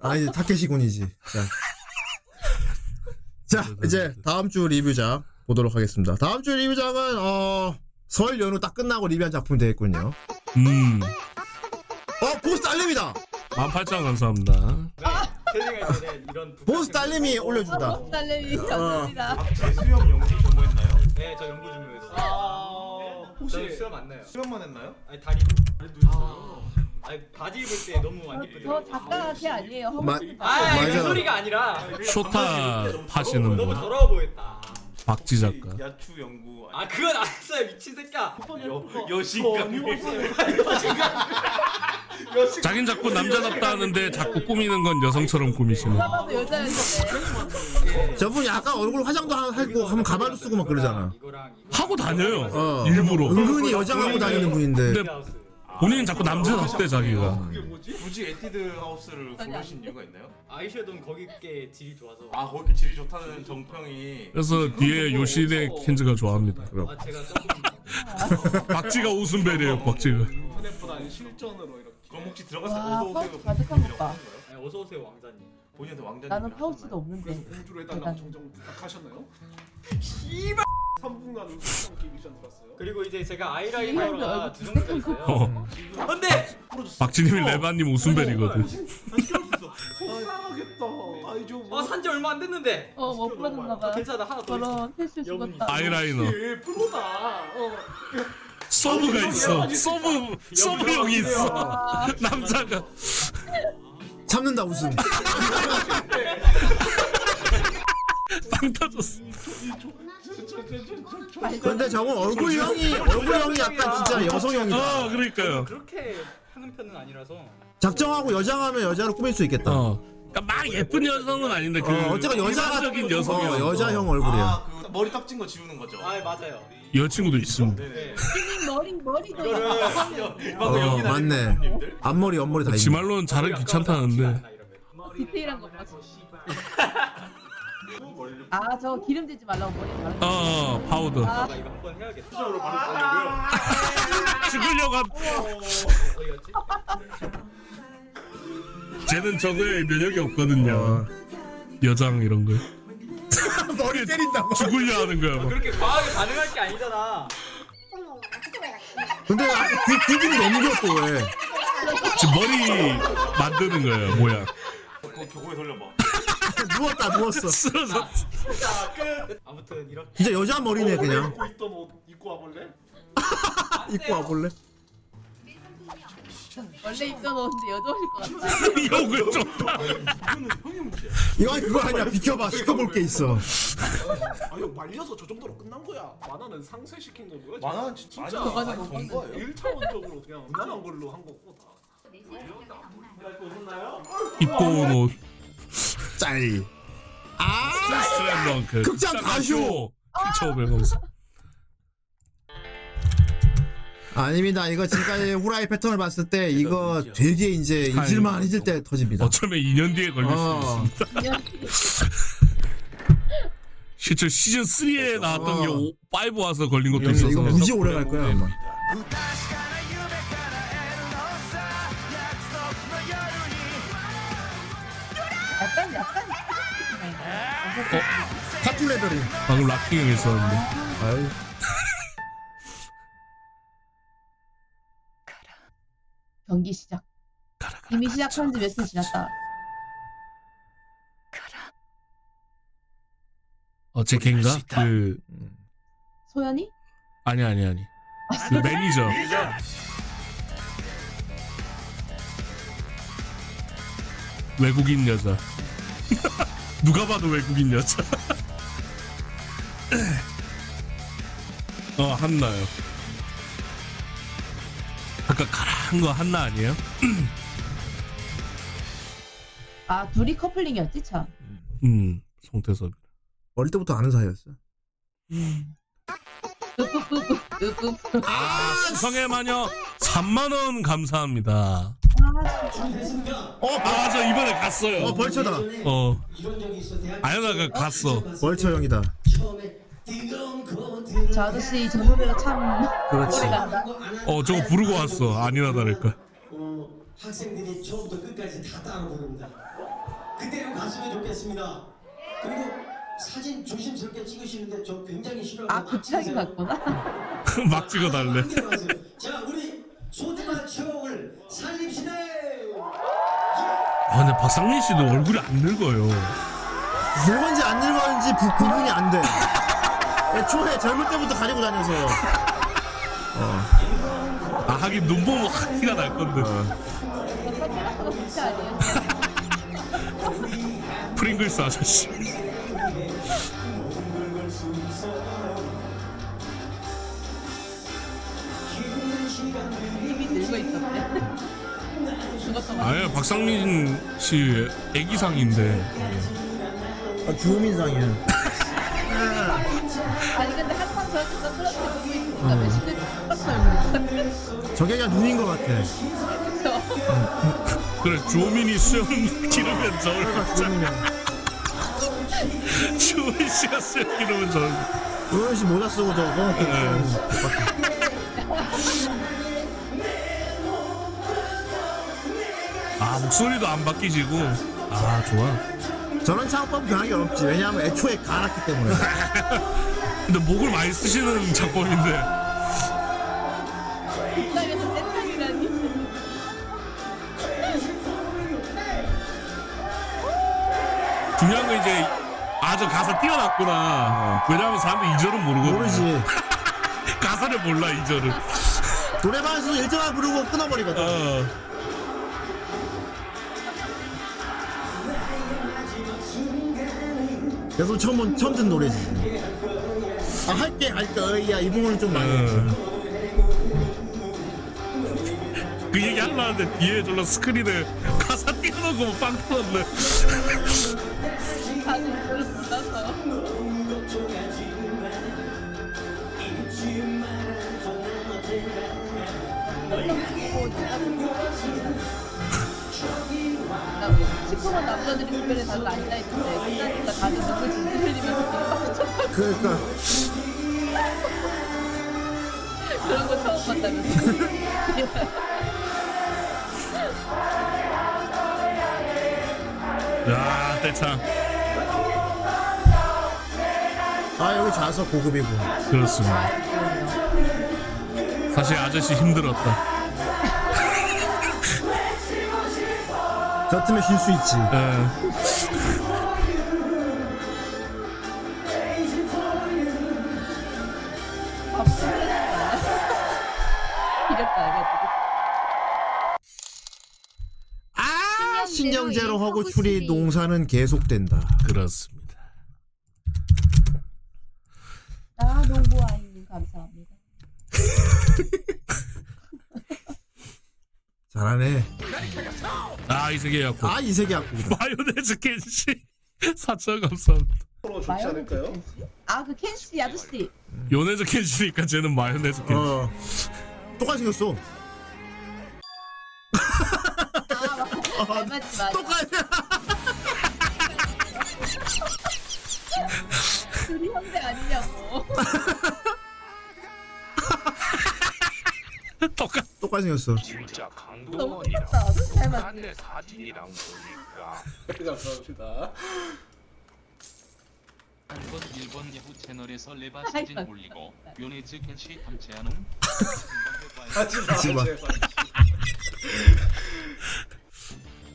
아, 이제 타케시 군이지. 자. 자, 이제 다음 주 리뷰작 보도록 하겠습니다. 다음 주 리뷰작은, 어, 설 연휴 딱 끝나고 리뷰한 작품이 되겠군요. 음. 어, 보스 딸님이다! 18,000원 감사합니다. 보스 딸님이 올려준다. 아, 딸내미 어. 감사합니다. 수염 연구 전공했나요? 네, 저 연구 전공했어요. 아. 혹시 수염 안 나요? 수염만 했나요? 아니 다리도. 다리도 있어요. 아니 바지 입을 때 너무 안 예쁘더라고요. 저 작가 걔 아니에요. 마- 허벅지 봐. 아, 맞아. 그 소리가 아니라 쇼타 파시는 너무 분, 더러워 보였다. 박지 작가. 야추 연구. 아, 그건 알았어요, 미친 새끼야. 여 어, 여신감. 자긴 자꾸 남자답다 하는데 자꾸 꾸미는 건 여성처럼 꾸미시는. 누가 봐도 여자였는데. 저분 약간 얼굴 화장도 하- 하고 하면 가발도 쓰고 막 그러잖아. 이거랑 이거. 하고 다녀요. 어. 일부러. 은근히 여장하고 다니는 분인데. 근데 본인은 자꾸 남자답대 자기가. 그게 뭐지? 굳이 에뛰드 하우스를 아니, 고르신 아니. 이유가 있나요? 아이섀도우는 거기 게 질이 좋아서. 아, 거기 게 질이 좋다는 정평이. 그래서 뒤에 요시네 켄즈가 좋아합니다. 아, 제가 조금 박지가 웃음벨이에요, 박지가. 인터넷보다는 실전으로 이렇게. 그럼 혹시 들어가서 와, 어서 오세요. 아, 파우치 가득한 것 봐. 아니, 어서 오세요 왕자님. 본인한테 왕자님. 나는 파우치도 없는데. 공주로 대단해. 정정 부탁하셨나요? 씨발. 3분간 우승 미션 들었어요. 그리고 이제 제가 이형도 아이라이너가 얼굴 두 종류가 있어요. 어. 근데 박지님이 레바님 웃음벨이거든. 속상하겠다. 아이 좀. 어 산지 얼마 안 됐는데. 어, 못 받았나 봐. 괜찮아 하나 더 있어. 저런 패스 죽었다. 아이라이너. 프로다. 어. 서브가 있어. 서브, 서브형이 있어. 아, 남자가. 참는다 웃음. 빵 터졌어. 근데 저건 얼굴형이 얼굴형이 약간 진짜 아, 여성형이다. 그러니까요. 그렇게 하는 편은 아니라서. 작정하고 여장하면 여자로 꾸밀 수 있겠다. 어, 어. 그러니까 막 예쁜 여성은 아닌데 그 어쨌건 여자가 일반적인 여성이 어, 여자형 얼굴이야. 아그 머리 떡진 거 지우는 거죠. 아 맞아요. 여자친구도 있습니다. 네네. 피님 머리 머리도 어, 방금 연기 나. 맞네. 앞머리 옆머리 다 지 있네. 말로는 자르기 귀찮다는데. 디테일한 거 봐. 아, 저 기름지지 말라고 머리 바르는 어, 어, 파우더. 아, 이거 한번 해야겠다. 투자로 바로 가려고요. 죽으려고 함. 쟤는 저거에 면역이 없거든요. 여장 이런 거. 머리 때린다고. 죽으려 하는 거야. 뭐. 그렇게 과하게 반응할 게 아니잖아. 근데 아, 귀, 귀기는 넘겨 또 왜. 지금 머리 만드는 거예요. 뭐야? 그거 교고에 돌려봐. 누웠다 누웠어. 쓰러져. 자, 끝. 아무튼 이렇게 진짜 여자 머리네 그냥. 어, 입고 있던 옷 입고 와볼래? 입고 와볼래? 원래 입던 옷인데 여자옷일 것 같아. 욕을 좀. 이거는 형이 문제야. 이거 아니, 그거 아니야. 비켜봐. 시켜볼 게 있어. 아 이거 말려서 저 정도로 끝난 거야. 만화는 상쇄시킨 건 거야. 만화는 진- 진짜 만화는 많이 못 본 거예요. 1차원적으로 그냥 무난한 걸로 한 거고 다. 입고 온 옷. 짤. 스트랩 크 아! 극장 가쇼. 극장 가쇼. 아닙니다. 이거 지금까지 후라이 패턴을 봤을 때 이거 되게 이제 잊을만 잊을 때 터집니다. 어쩌면 2년 뒤에 걸릴 어. 수도 있습니다. 실제 시즌 3에 나왔던 어. 게5 와서 걸린 것도 이거 이거 있어서. 무지 오래 갈 거야 아마. 약간, 약간. 타투 레벨이. 방금 락킹 형 있었는데. 아유. 경기 시작. 이미 시작한 지 며칠 지났다. 어제 걔인가? 그 소연이? 아니 아니 아니. 그 매니저. 외국인 여자. 누가 봐도 외국인 여자. 어 한나요. 아까 가라한 거 한나 아니에요? 아, 둘이 커플링이었지, 참. 음 송태섭. 어릴 때부터 아는 사이였어. 으뿌뿌뿌, 으뿌뿌. 아 수성의 마녀 3만 원 감사합니다. 어, 아 맞아 이번에 갔어요. 어 벌처다. 어. 아연아가 갔어. 벌처 형이다. 저 아저씨 저 노래가 참 그렇지. 오래간다. 어 저거 부르고 왔어. 아니나 다를까. 학생들이 처음부터 끝까지 다 따라 부릅니다. 그대로 갔으면 좋겠습니다. 그리고 사진 조심스럽게 찍으시는데 저 굉장히 싫어요. 아, 구치하게 갔구나. 막 찍어달래. 자 우리 소중한 추억을 살립시다. 아 근데 박상민 씨도 얼굴이 안 늙어요. 늙은지 안 늙은지 부- 구분이 안 돼. 애초에 젊을 때부터 가리고 다녀서. 아 하긴 눈 보면 확 티가 날 건데. 사태가 구치 아니에요? 프링글스 아저씨. 이미 들고 있었대. 죽었던 거. 아예 박상민 씨 애기상인데. 아, 주민상이야. 아니, 근데 항상 저한테 또 그렇게 보고 있으니까 몇십 년 똑같아요. 저게 그냥 눈인 것 같아. 그렇죠. 그래 조민이 수염 기르면 저 얼굴. 주민이야. 조민 씨가 수염 기르면 저 얼굴. 우현 씨 모자 쓰고 저거. 아 목소리도 안 바뀌지고. 아 좋아. 저런 창법 변하기 어렵지. 왜냐하면 애초에 갈았기 때문에. 근데 목을 많이 쓰시는 작법인데. 국장에서 센터이라니. 중요한 건 이제 아 저 가사 띄어놨구나. 왜냐하면 사람들이 이 절은 모르거든. 모르지. 가사를 몰라 이 절은. 노래방에서도 일정만 부르고 끊어버리거든. 어. 그래서 처음, 본- 처음 듣는 노래지. 아, 할게, 할게, 어이야. 이 부분은 좀 많이 했지. 그 얘기 하려고 하는데 뒤에 졸라 스크린에 가사 띄워놓고 빵 터졌네 다들 그걸 몰라서. 그러니까 뭐 시커먼 남자들이 주변에 다들 앉아있는데 그자리가 다들 눈물 진을 흘리면서 뒷박수 쳐 그러니까 그런 거 처음 봤다면서 야, 떼창. 아 여기 좌석 고급이고 그렇습니다. 사실 아저씨 힘들었다. 저 틈에 쉴 수 있지 네. 이랬다 이랬다 아 신경제로 하고 추리 농사는 계속된다 그렇습니다 아 농부 아이님 감사합니다 잘하네 아, 이세계 약국. 아 이세계 약국이다 마요네즈 캔시. 4천 감사합니다. 마요네즈 캔시? 아그 캔시 아저씨 요네즈 캔시니까 쟤는 마요네즈 캔시. 어. 똑같이 생겼어. 아, 닮았지 마 둘이 형제 아니냐고 똑같 똑같이 생겼어 진짜 너무 귀엽다 아저씨 닮았지 강한의 사진이랑 보니까 네, 감사합니다. 한번 일본 야후 채널에서 레바 아이고. 사진 올리고 요네즈 켄시 탐채하는 하지마.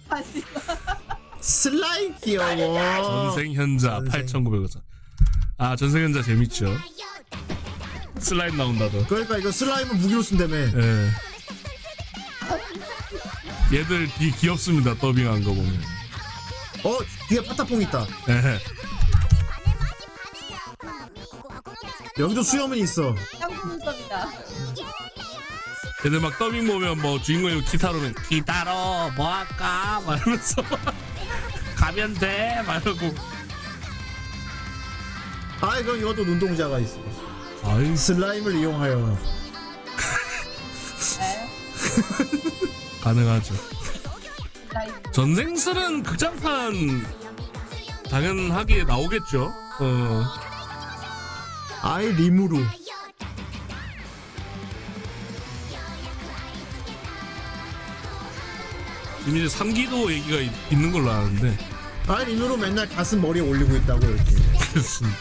하지마 슬라임 귀여워 어. 전생 현자 8,900원. 아, 전생 현자 재밌죠. 슬라임 나온다도. 그러니까 이거 슬라임은 무기로 쓴다며. 예. 얘들 귀 귀엽습니다. 더빙한 거 보면. 어 뒤에 파타퐁 있다 예. 여기도 수염은 있어 짱구 눈썹이다 얘들 막 더빙 보면 뭐 주인공이 기타로면 기타로 뭐 할까 막 이러면서 가면 돼 말하고 아 그럼 이것도 눈동자가 있어 아이. 슬라임을 이용하여 가능하죠. 라임 전생슬은 극장판 당연하게 나오겠죠. 어. 아이 리무루. 이미 이제 3기도 얘기가 있, 는 걸로 아는데. 아 리무루 맨날 가슴 머리에 올리고 있다고 이렇게 그렇습니다.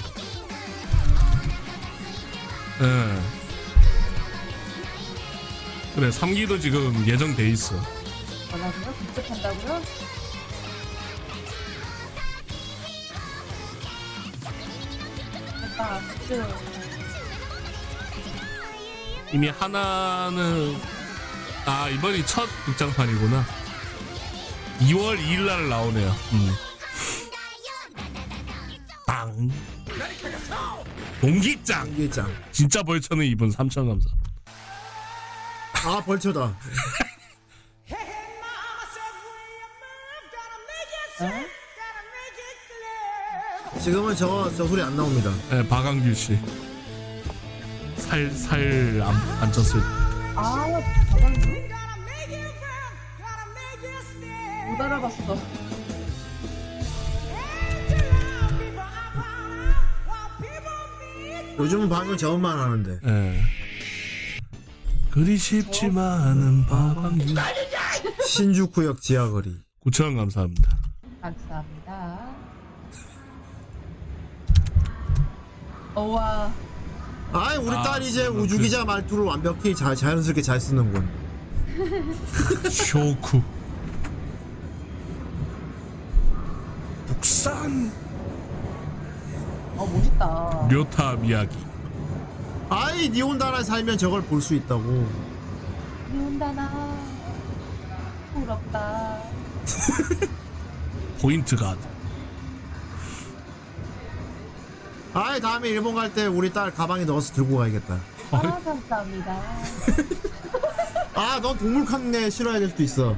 예. 그래 3기도 지금 예정돼 있어. 뭐라고요? 직접한다고요? 됐다 그 이미 하나는 아 이번이 첫 극장판이구나. 2월 2일 날 나오네요. 음. 땅. 동기짱. 진짜 벌처는 이분 3천 감사. 아 벌처다 어? 지금은 저, 저 소리 안 나옵니다 네, 박항규 씨. 살, 살, 안, 안 쪘을 때. 아, 가방이? 못 알아봤어. 요즘은 방금 저음만 하는데 예. 그리 쉽지만은 박항규. 신주쿠역 지하거리. 9천원 감사합니다. 감사합니다. 우와. 아이 우리 아, 딸이 이제 그렇군. 우주기자 말투를 완벽히 자, 자연스럽게 잘 쓰는군 쇼쿠 북산 어, 멋있다. 료타 미야기. 아이 니온다라에 살면 저걸 볼 수 있다고 미운다나. 부럽다. 포인트 가드. 아이 다음에 일본 갈 때 우리 딸 가방에 넣어서 들고 가야겠다 아, 감사합니다. 아 넌 동물칸에 실어야 될 수도 있어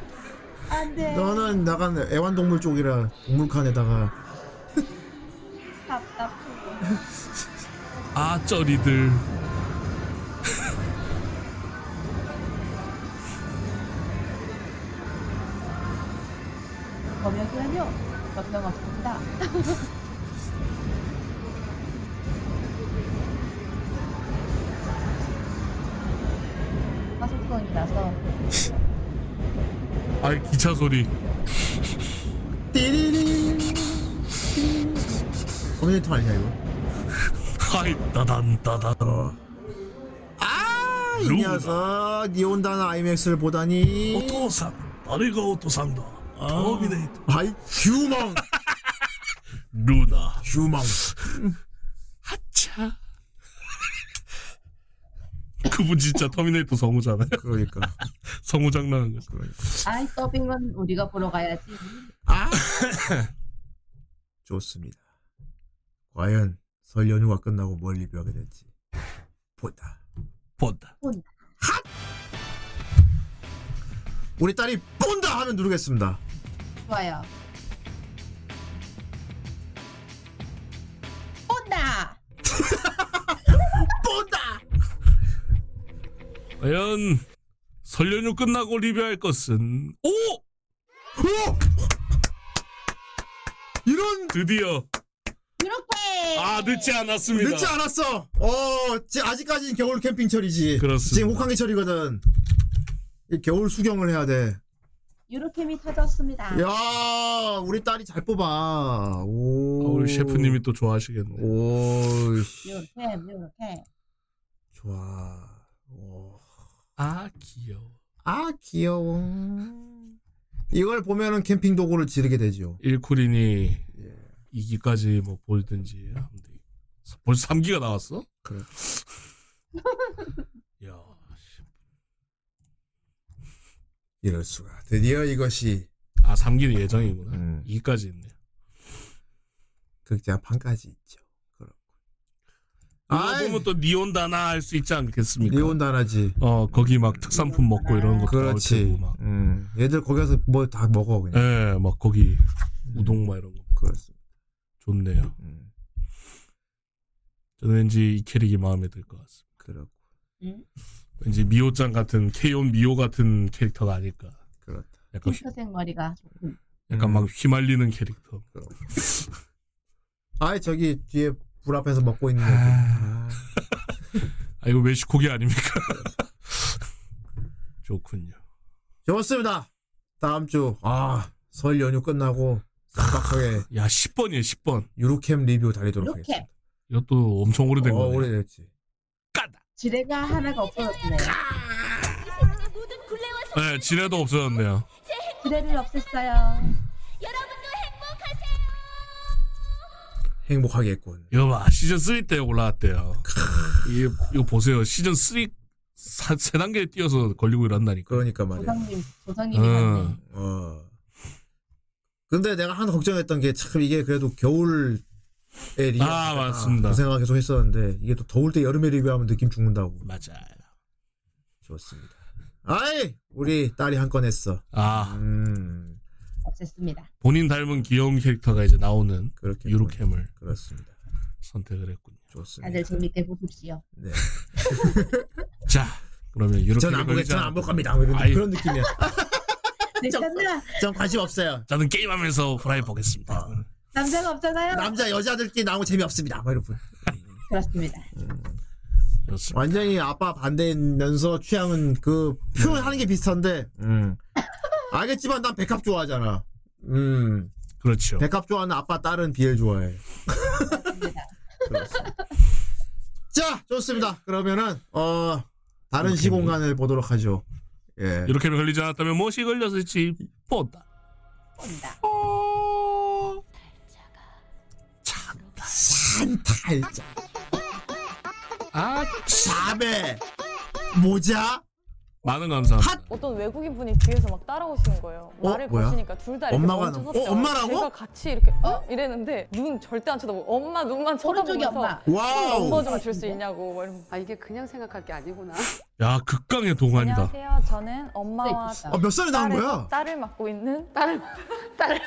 안 돼. 너는 나간 애완동물 쪽이라 동물칸에다가 답답해. 아, 쩌리들. 하면요 명령 없습니다. 화소권이라서 아이 기차 소리 커뮤니티 아니냐 이거? 하이 따단 따단 아이 녀석 니 온다는 아이맥스를 보다니. 오토상 나리가 오토상다. 터미네이터. 아이 휴먼. 루나. 휴먼. 하차. 그분 진짜 터미네이터 성우잖아요. 그러니까 성우 장난한 거죠. 아이 더빙은 우리가 보러 가야지. 좋습니다. 과연 설 연휴가 끝나고 뭘 리뷰하게 될지 보다. 본다. 본다. 우리 딸이 본다 하면 누르겠습니다. 좋아요. 본다. 본다. 과연 설 연휴 끝나고 리뷰할 것은 오! 오! 이런 드디어 이렇게 아 늦지 않았습니다. 늦지 않았어. 어, 지- 아직까지는 겨울 캠핑철이지. 그렇습니다. 지금 호캉이철이거든. 이 겨울 수경을 해야 돼. 유로캠이 터졌습니다. 야, 우리 딸이 잘 뽑아. 오. 우리 셰프님이 또 좋아하시겠네. 오. 씨, 유로캠 유로캠. 어, 좋아. 아 귀여워. 아 귀여워. 이걸 보면은 캠핑 도구를 지르게 되죠. 일쿠린이 예. 이 2기까지 뭐 보든지 하면 돼. 벌써 3기가 나왔어? 그래. 야. 이럴 수가. 드디어 이것이 음. 아 3기는 예정이구나. 2기까지 있네. 그 극장판까지 있죠. 이거 보면 또 니온다나 할 수 있지 않겠습니까? 네 니온다나지. 어 거기 막 특산품 먹고 이런 거 그렇지. 나올 테고 막. 음. 얘들 거기서 뭘 다 먹어 그냥. 예, 막 거기 우동 막 이런 거. 그렇습니다. 좋네요. 음. 저는 왠지 이 캐릭이 마음에 들 것 같습니다. 그렇고. 음. 왠지 미호짱 같은 케이온 미호 같은 캐릭터가 아닐까. 그렇다. 약간 휘- 흰색 머리가 좋군. 어, 약간 막 휘말리는 캐릭터. 아이 저기 뒤에 불 앞에서 먹고 있는 애들. 아. 아 이거 외식고기 아닙니까? 좋군요. 좋습니다. 다음 주, 아, 설 연휴 끝나고, 깜빡하게. 야, 10번이에요, 10번. 유로캠 리뷰 달리도록 하겠습니다. 이렇게 이것도 엄청 오래된 어, 거네. 오래됐지. 지뢰가 하나가 없어졌네. 네, 지뢰도 없어졌네요. 지뢰를 음, 없앴어요. 행복하겠군. 이거 봐, 시즌3 때 올라왔대요. 이게, 이거 보세요. 시즌3, 세단계 뛰어서 걸리고 이런다니까. 그러니까 말이야. 조상님 조상님이 음. 갔네. 어, 어. 근데 내가 하나 걱정했던 게, 참, 이게 그래도 겨울에 리뷰. 아, 맞습니다. 그 생각 계속 했었는데, 이게 또 더울 때 여름에 리뷰하면 느낌 죽는다고. 맞아요. 좋습니다. 아이! 우리 딸이 한 건 했어. 아, 음, 없앴습니다. 본인 닮은 귀여운 캐릭터가 이제 나오는 유로캠을 그렇습니다. 선택을 했군요. 좋습니다. 다들 재밌게 보십시오. 네. 자, 그러면 유로캠 전안 보겠, 전안볼 겁니다. 뭐 이런, 그런 느낌이야. 네, 남자 전 관심 없어요. 저는 게임하면서 후라이 보겠습니다. 아. 남자가 없잖아요. 남자, 여자들끼리 나오면 재미없습니다. 뭐 이런 분. 그렇습니다. 완전히 아빠 반대면서 취향은 그 표현하는 게 비슷한데 음. 알겠지만 난 백합 좋아하잖아. 음. 그렇죠. 백합 좋아하는 아빠 딸은 비엘 좋아해. 그렇습니다. 자, 좋습니다. 그러면은 어 다른 시공간을 보도록 하죠. 예. 유로캠이 걸리지 않았다면 무엇이 걸렸을지 보다. 본다. 산탈자. 아, 자매. 모자. 많은 감사합니다. 어떤 외국인 분이 뒤에서 막 따라오시는 거예요. 어? 말을 뭐야? 거시니까 둘 다 이렇게 엄마가 먼저 나- 섰대요. 어, 엄마라고? 제가 같이 이렇게 어? 이랬는데 눈 절대 안 쳐다보고 엄마 눈만 오른쪽이 아, 쳐다보면서 엄마. 와우. 와우. 넘버 좀 줄 수 있냐고 막 이러면 아 이게 그냥 생각할 게 아니구나. 야, 극강의 동안이다. 안녕하세요. 저는 네, 네, 엄마와 어, 아, 몇 살에 낳은 딸을- 거야? 딸을 맡고 있는 딸을 딸을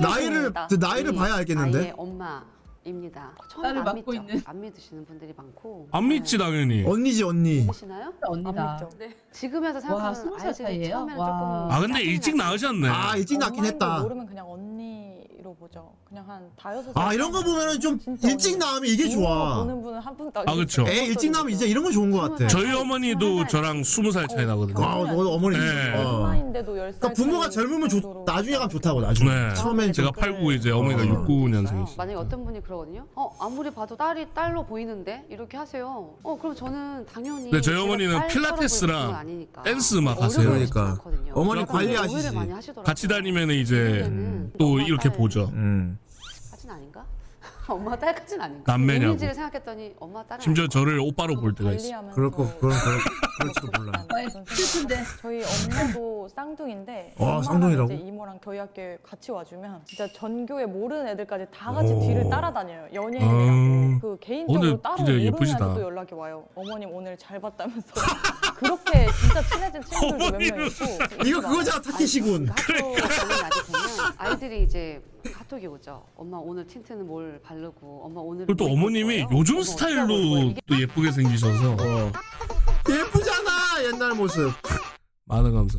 나이를 나이를 봐야 알겠는데. 엄마 입니다. 딸을 안 맡고 믿죠. 있는. 안 믿으시는 분들이 많고 아. 안 믿지 당연히. 언니지 언니. 믿으시나요? 언니다. 안 믿죠. 지금에서 아, 생각하면 스무 살 아이들이 차이예요? 처음에는 와. 조금 아 근데 일찍 나으셨네. 아 일찍 낳긴 엄마인 걸 했다. 모르면 그냥 언니로 보죠. 그냥 한 다여섯 살. 아 이런 거 보면은 좀 일찍 낳으면 이게 좋아. 보는 분은 한 분도 아 그렇죠. 애 일찍 낳으면 이제 이런 거 좋은 거 같아. 저희 어머니도 저랑 스무 살 차이 나거든요. 아, 너 어머니. 네. 엄마인데도 열 살. 그러니까 부모가 네. 젊으면 좋, 나중에 가면 좋다고 나중에. 네. 처음엔 제가 89 이제 어머니가 69년생이시. 아, 만약에 어떤 분이 그러거든요. 어 아무리 봐도 딸이 딸로 보이는데 이렇게 하세요. 어 그럼 저는 당연히. 근데 저희 제가 어머니는 딸처럼 보이는 건 필라테스랑 아니니까. 댄스 막 하세요. 예. 그러니까. 어머니 관리하시지. 오해를 많이 하시더라고요. 같이 다니면 이제 또 이렇게 보죠. 음. 까진 아닌가? 엄마 딸까진 아닌가? 남매냐고. 이미지를 생각했더니 엄마 딸은 심지어 저를 오빠로 볼 때가 있어. 그럴 거 그런 그럴 지도 몰라. 슬픈데 네. 저희 엄마도 쌍둥인데 와, 엄마랑 아, 쌍둥이라고? 이제 이모랑 교회 학교에 같이 와주면 진짜 전교에 모르는 애들까지 다 같이 뒤를 따라다녀요 연예인이라고 아. 그 어, 개인적으로 근데 따로 진짜 모르는 예쁘시다. 애들도 연락이 와요 어머님 오늘 잘 봤다면서 그렇게 진짜 친해진 친구들도 몇 명 있고 이거 그거잖아 타케시군. 아이들이 이제 카톡이 오죠. 엄마 오늘 틴트는 뭘 바르고 엄마 오늘 그리고 또 어머님이 요즘 스타일로 또 예쁘게 생기셔서 예쁘잖아 옛날 모습. 많은 감사.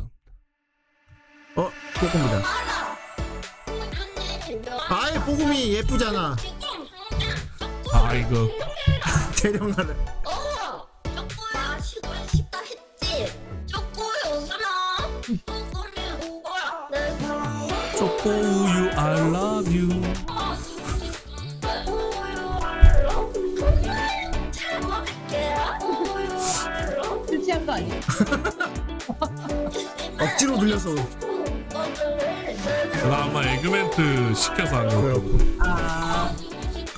어 뽀금이다. 아이 뽀금이 예쁘잖아. 아 이거 대령하네. 어! 쪼꼬야 시골 식다 했지? 쪼꼬야 오잖아 쪼꼬야 온 거야 내 사랑 쪼꼬 우유 I love you. 잘 먹을게요 우유 술 취한 거 아니에요? 억지로 눌려서. 제가 아마 에그멘트 시켜서 한 거고 아,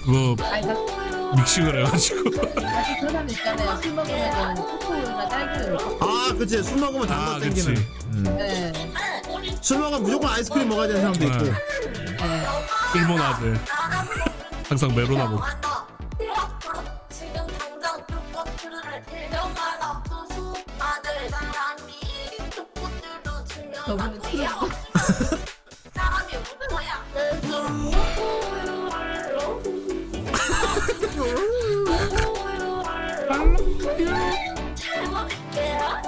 그거 아니 나- 믹싱을 해가지고 아니 그런 사람 있잖아요. 술 먹으면 초코우유나 딸기우유. 아 그치 술 먹으면 단거 아, 땡기는. 그치. 네. 술 먹으면 무조건 아이스크림 먹어야 되는 네. 사람도 있고. 일본 아들 항상 메로나 먹고. 지금 당장 쪼꼬들을 데려가라 부수 아들 사랑이 쪼꼬들로 저분은 증명한 술을 거야 사람이 올 거야 내 사랑 쪼꼬야 잘 먹을게요.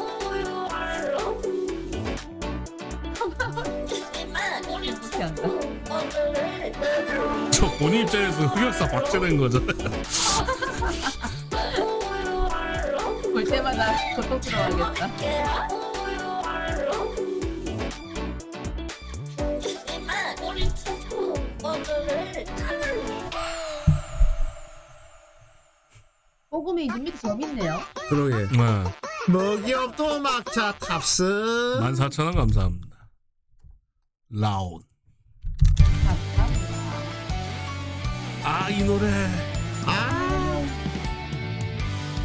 저 본인 입장에서 흑역사 박제된 거죠. 네. 볼 때마다 고통스러워하겠다. 뽀금이 눈밑이 재밌네요. 그러게. 먹이업도 막차 탑승. 14,000원 감사합니다. 라온. 아, 이 노래. 아.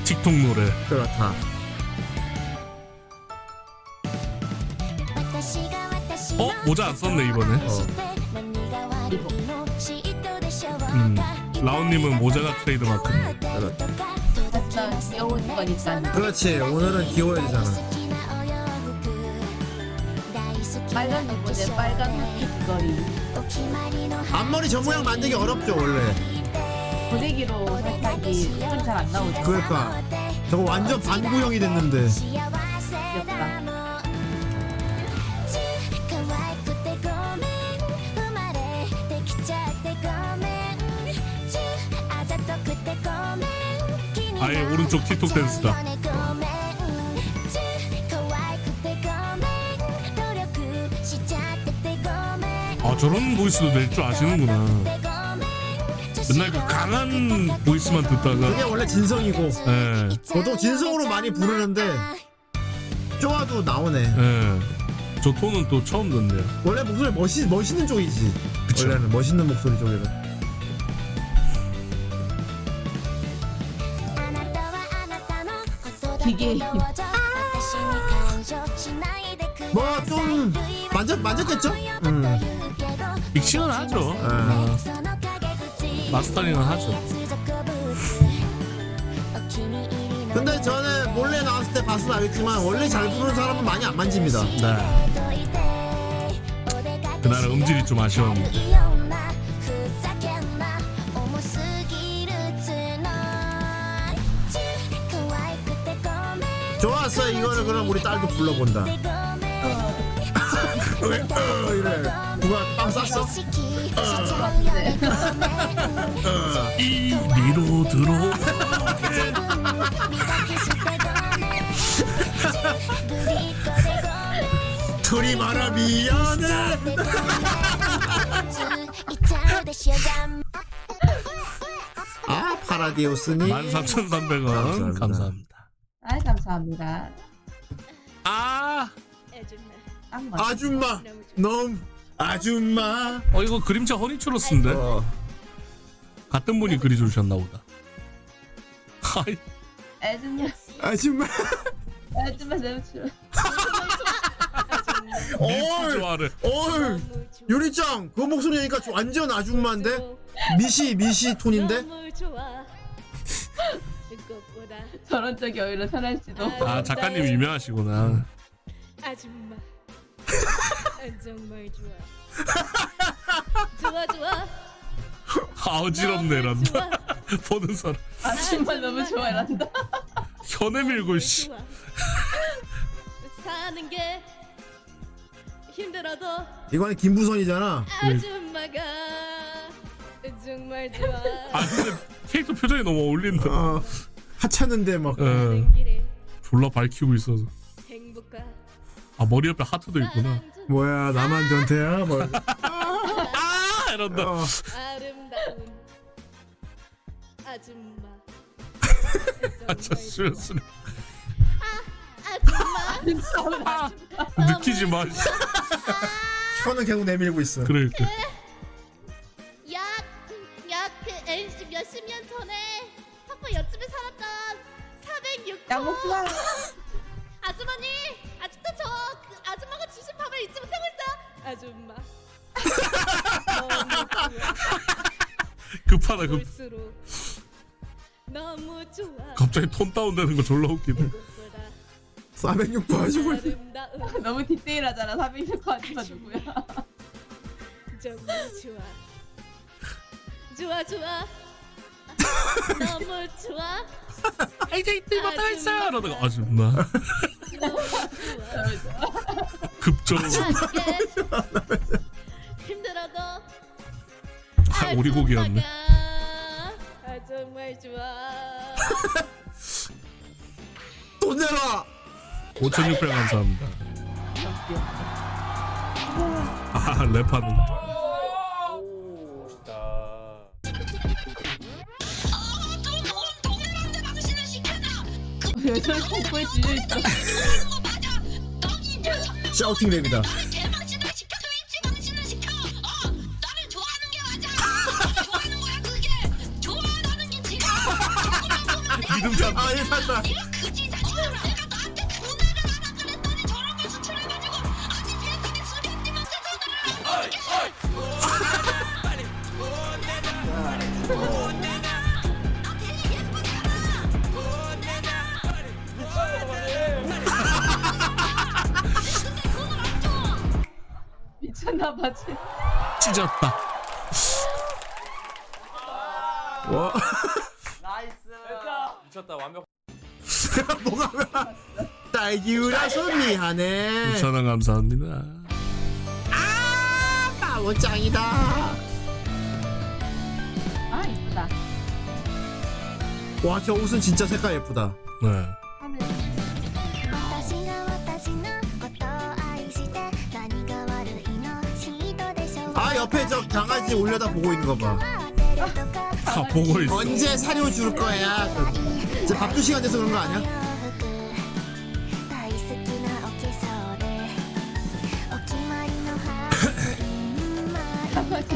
틱톡 노래. 그렇다. おおももじじゃゃああそそんんなないいいいわわねね。う음ん、ラオン 라온님은 모자가 트레이드마크. 나 여운 거니까. 그렇지. 오늘은 귀여워야 되잖아. 그. 빨간 눈보대 빨간 햇빛 거리. 앞머리 저 모양 만들기 어렵죠 원래. 고데기로 살짝이 손이 네. 잘안 나오죠. 그러니까 저거 완전 반구형이 됐는데. 귀엽다. 可愛くてごめん生まれてきちゃってごめんちゅあざとくてごめん気になっ 아예 오른쪽 틱톡 ちゃ 댄스다. うよねごめんちゅ可愛くてごめん努力しちゃっててごめん 아 저런 보이스도 낼 줄 아시는구나. 맨날 그 강한 보이스만 그게 듣다가. 원래 진성이고. 예. 보통 진성으로 많이 부르는데 쪼아도 나오네. 예. 저 톤은 또 처음 듣네요. 원래 목소리 멋있 멋있는 쪽이지. 원래는 멋있는 목소리 쪽이라. あなたはあなたのことだけひげど私に感情しないでく 아. ださい 뭐좀 만져 만졌겠죠? 음. 믹싱은 하죠. 음. 마스터링은 하죠. 근데 저는 뭐 몰래 나왔을 때 봤으면 알겠지만 원래 잘 부르는 사람은 많이 안 만집니다. 네. 그날의 음질이 좀 아쉬웠는데. ふざけんな面白그 좋았어 이거를 그럼 우리 딸도 불러본다 왜 어, 이래 누가 빵 쌌어? 이리로 들어 둘이 말아 미안해 아 파라디오스님 13,300원 감사합니다, 아 감사합니다. 아. 아줌마 놈 아줌마 어. 어 이거 그림자 허니츄러스인데 같은 분이 그려주셨나 보다 하이 애즈님. 아줌마. 애즈마 너무 추워. 얼! 얼! 유리짱 그 목소리니까 좀 완전 아줌마인데? 미시 미시 네? 톤인데? 저런 쪽이 오히려 편할지도. 아 작가님 유명하시구나 아줌마 정말 좋아 좋아 좋아 아 어지럽네 란다 보는 사람 아줌마 너무 좋아 이란다. 현에 밀고 씨 사는 게 힘들어도 이거는 김부선이잖아 아줌마가 정말 좋아 아 근데 캐릭터 표정이 너무 어울린다 예. 하찮은데 막 아, 졸라 밝히고 있어서 행복한 아 머리 옆에 하트도 있구나 뭐야 나만 전태야? 뭐. 아 이런다 아름다운 아줌마 아저 쓰였으네 아줌마 느끼지 마 씨. 혀는 계속 내밀고 있어 그러니까 야야그 NC 몇십 년 전에 학교 옆집에 살았던 406호 양복수아. 아줌마님 아직도 저 그 아줌마가 주신 밥을 잊지 못하고 있어요 아줌마 급하다 급 볼수록 너무 좋아 갑자기 톤 다운되는 거 졸라 웃기네 406번 하시고 있어 너무 디테일하잖아. 406호 아줌마 누구야? 정말 좋아 좋아 좋아 너무 좋아 이제 이때 못하고 있어요 이러다가 아줌마 급정 예. 힘들어도 아, 오리고기였네 아, 정말 좋아 돈 내라 5600 감사합니다 아 랩하는 요즘 공포에 질려 있어. 샤우팅 랩이다 어, 믿음 잡 아, 이거 샀다. 미쳤나 봐. 쟤. 찢었다 와 나이스. 미쳤다 완벽. 뭐가 뭐야 딸기우라서 미안해 6천원 감사합니다 바보짱이다 아 이쁘다. 와 저 옷은 진짜 색깔 예쁘다 네 私が私のことを愛して何が悪いのシートでしょ 아 옆에 저 강아지 올려다 보고 있는 거봐 다 보고 있어 언제 사료 줄 거야 이제 밥두 시간 돼서 그런 거 아니야? 大好きなお化粧でお決まりのハーツインマイルで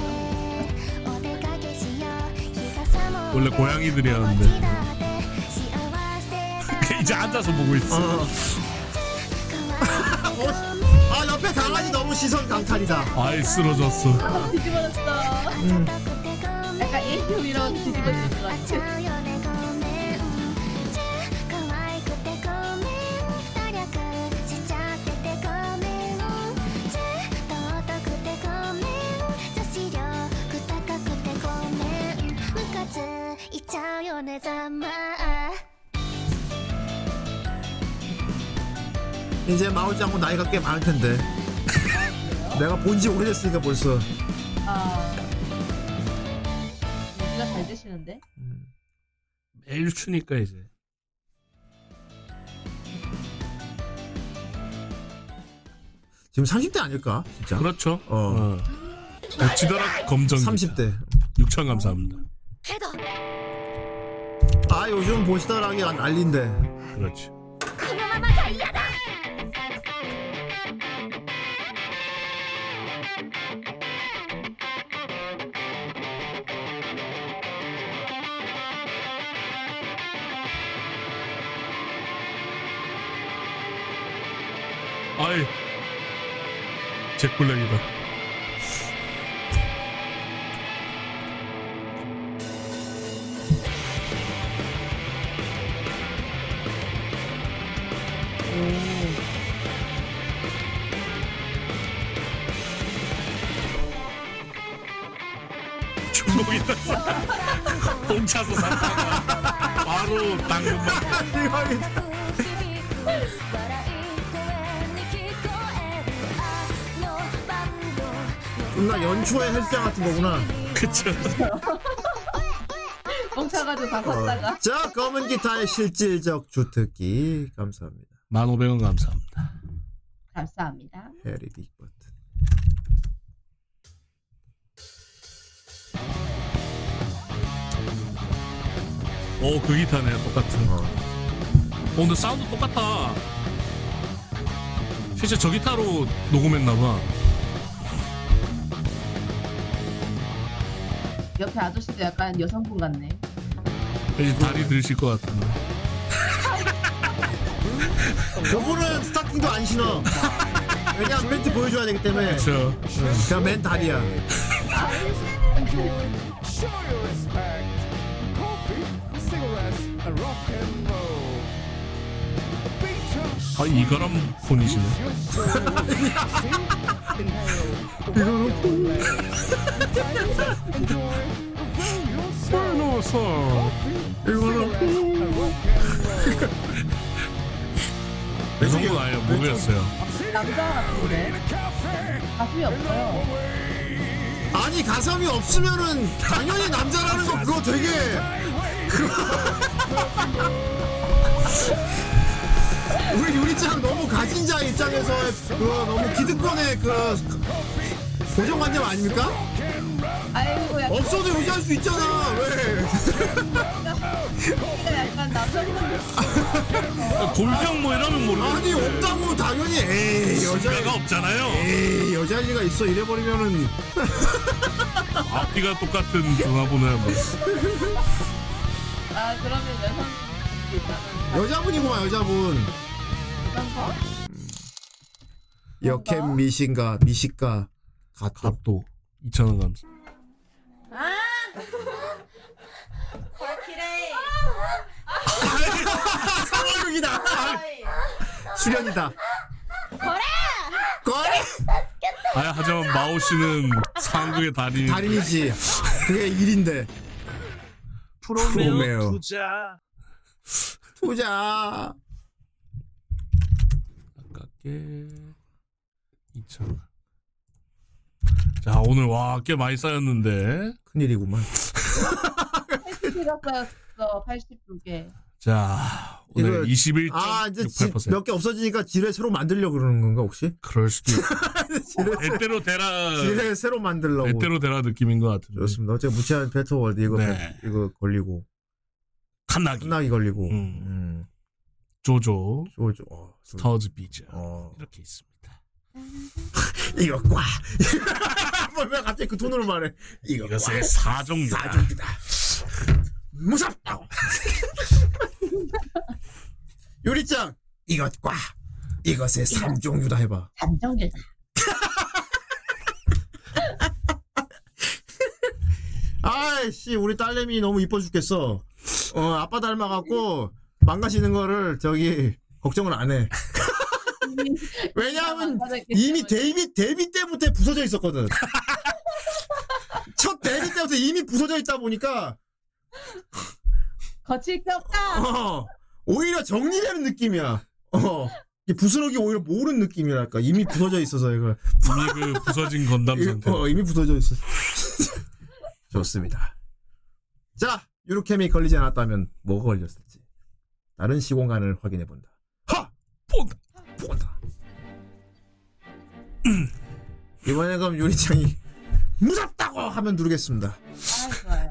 お出かけしよう日傘も 원래 고양이들이었는데 이제 앉아서 보고 있어 아 옆에 강아지 너무 시선 강탈이다 아이 쓰러졌어 아, 뒤집어졌어. 약간 AQ 이런 뒤집어지는 것 같아. 可愛くてごめん努力しちゃっててごめんずっと尊くてごめん女子力高くてごめんムカついちゃうよねざまあ 이제 마오지 않고 나이가 꽤 많을 텐데. 내가 본 지 오래됐으니까 벌써. 아. 연기가 잘 되시는데? 매일 추니까 이제. 지금 30대 아닐까? 진짜. 그렇죠. 어. 지더락 검정. 30대. 6천 감사합니다. 아 요즘 보시다라기 난리인데. 그렇지. このままじゃ嫌だ 아이 잭블랙이다. 중국이다. 뽕차서 샀다가 바로 당근만. 존나 연초에 헬스장 같은 거구나. 그쵸. 뻥쳐가지고 다 샀다가. 어. 자 검은 기타의 실질적 주특기 감사합니다. 1,500원 감사합니다. 감사합니다. 해리 빅버튼. 오, 그 기타네, 똑같은. 어. 근데 사운드 똑같다. 실제 저 기타로 녹음했나봐. 옆에 아저씨도 약간 여성분 같네. 이제 다리 들으실 것 같은데. 저분은 스타킹도 안 신어. 왜냐면 멘트 보여줘야 되기 때문에. 그쵸. 그냥 맨 다리야. Show your respect. Coffee, cigarettes, and rock and roll. Beat 아, 이거람 본이시네. 네, 이거는 빼놓았어. 이거는. 여성분 아니에요, 몸이었어요. 남자 같은데? 가슴이 없어요. 아니 가성이 없으면은 당연히 남자라는 거 그거 되게 우리 유리짱 너무 가진 자 입장에서 그거 너무 기득권의 그 고정관념 아닙니까? 아이고 약간 없어도 요지할 수 있잖아 왜 키가 약간 남성분 골병 뭐 이러면 모르겠 아니 없다고 당연히 에이 여자 여자가 없잖아요. 에이 여자 일 리가 있어 이래버리면은 앞뒤가 똑같은 전화번호야 뭐. 아 그러면 여성분이 있다면 여자분이구만 여자분 여성분? 여캠 미신가 미식가 갓도 2,000원 감사 아! 골키레이 상황극이다 수련이다 거래! 거래! 아 하지만 마오 씨는 한국의 달인 달인이지 그게 일인데 프로메오. 투자 투자 아깝게 2,000원 자 오늘 와 꽤 많이 쌓였는데 큰일이구만 80개가 쌓였어. 82개. 자 오늘 21.68% 아 이제 몇 개 없어지니까 지뢰 새로 만들려 그러는 건가 혹시? 그럴 수도 애대로 대라 지뢰 새로 만들려고 애대로 대라 느낌인 것 같은데 좋습니다 어째 무치한 배터월드 이거 네. 배- 이거 걸리고 칸나기 걸리고 음. 조조 조조 어, 스타워즈 비즈 이렇게 있습니다 이거 꽉 왜 갑자기 그 톤으로 말해 이거 이것의 아, 사종이다. 사종이다 무섭다고 요리짱 이것과 이것의 삼종류다 해봐 삼종류다 아이씨 우리 딸내미 너무 이뻐 죽겠어 어 아빠 닮아갖고 망가지는 거를 저기 걱정을 안해 왜냐하면 이미 데뷔 데뷔 때부터 부서져 있었거든 첫 데뷔 때부터 이미 부서져 있다 보니까 거칠 게 없다. 아, 어, 오히려 정리되는 느낌이야. 어. 이게 부스러기 오히려 모른 느낌이랄까. 이미 부서져 있어서 이걸. 이미 그 부서진 건담 상태. 어, 이미 부서져 있어. 좋습니다. 자, 유로캠이 걸리지 않았다면 뭐가 걸렸을지 다른 시공간을 확인해 본다. 하, 본다, 본다. 이번에 그럼 유리창이 무섭다고 하면 누르겠습니다. 아 좋아요.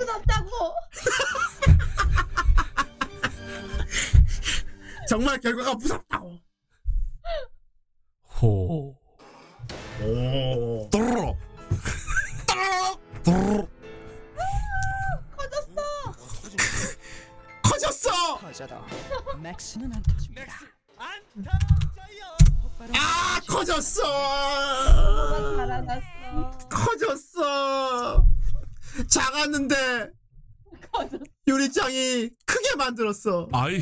무섭다고. 정말 결과가 무섭다고. 호. 오. 도로로. 도로로. 커졌어. 커졌어. 맥스는 안 터집니다. 아 커졌어. 아. 달아났어. 커졌어. 작았는데 유리창이 크게 만들었어. 아이.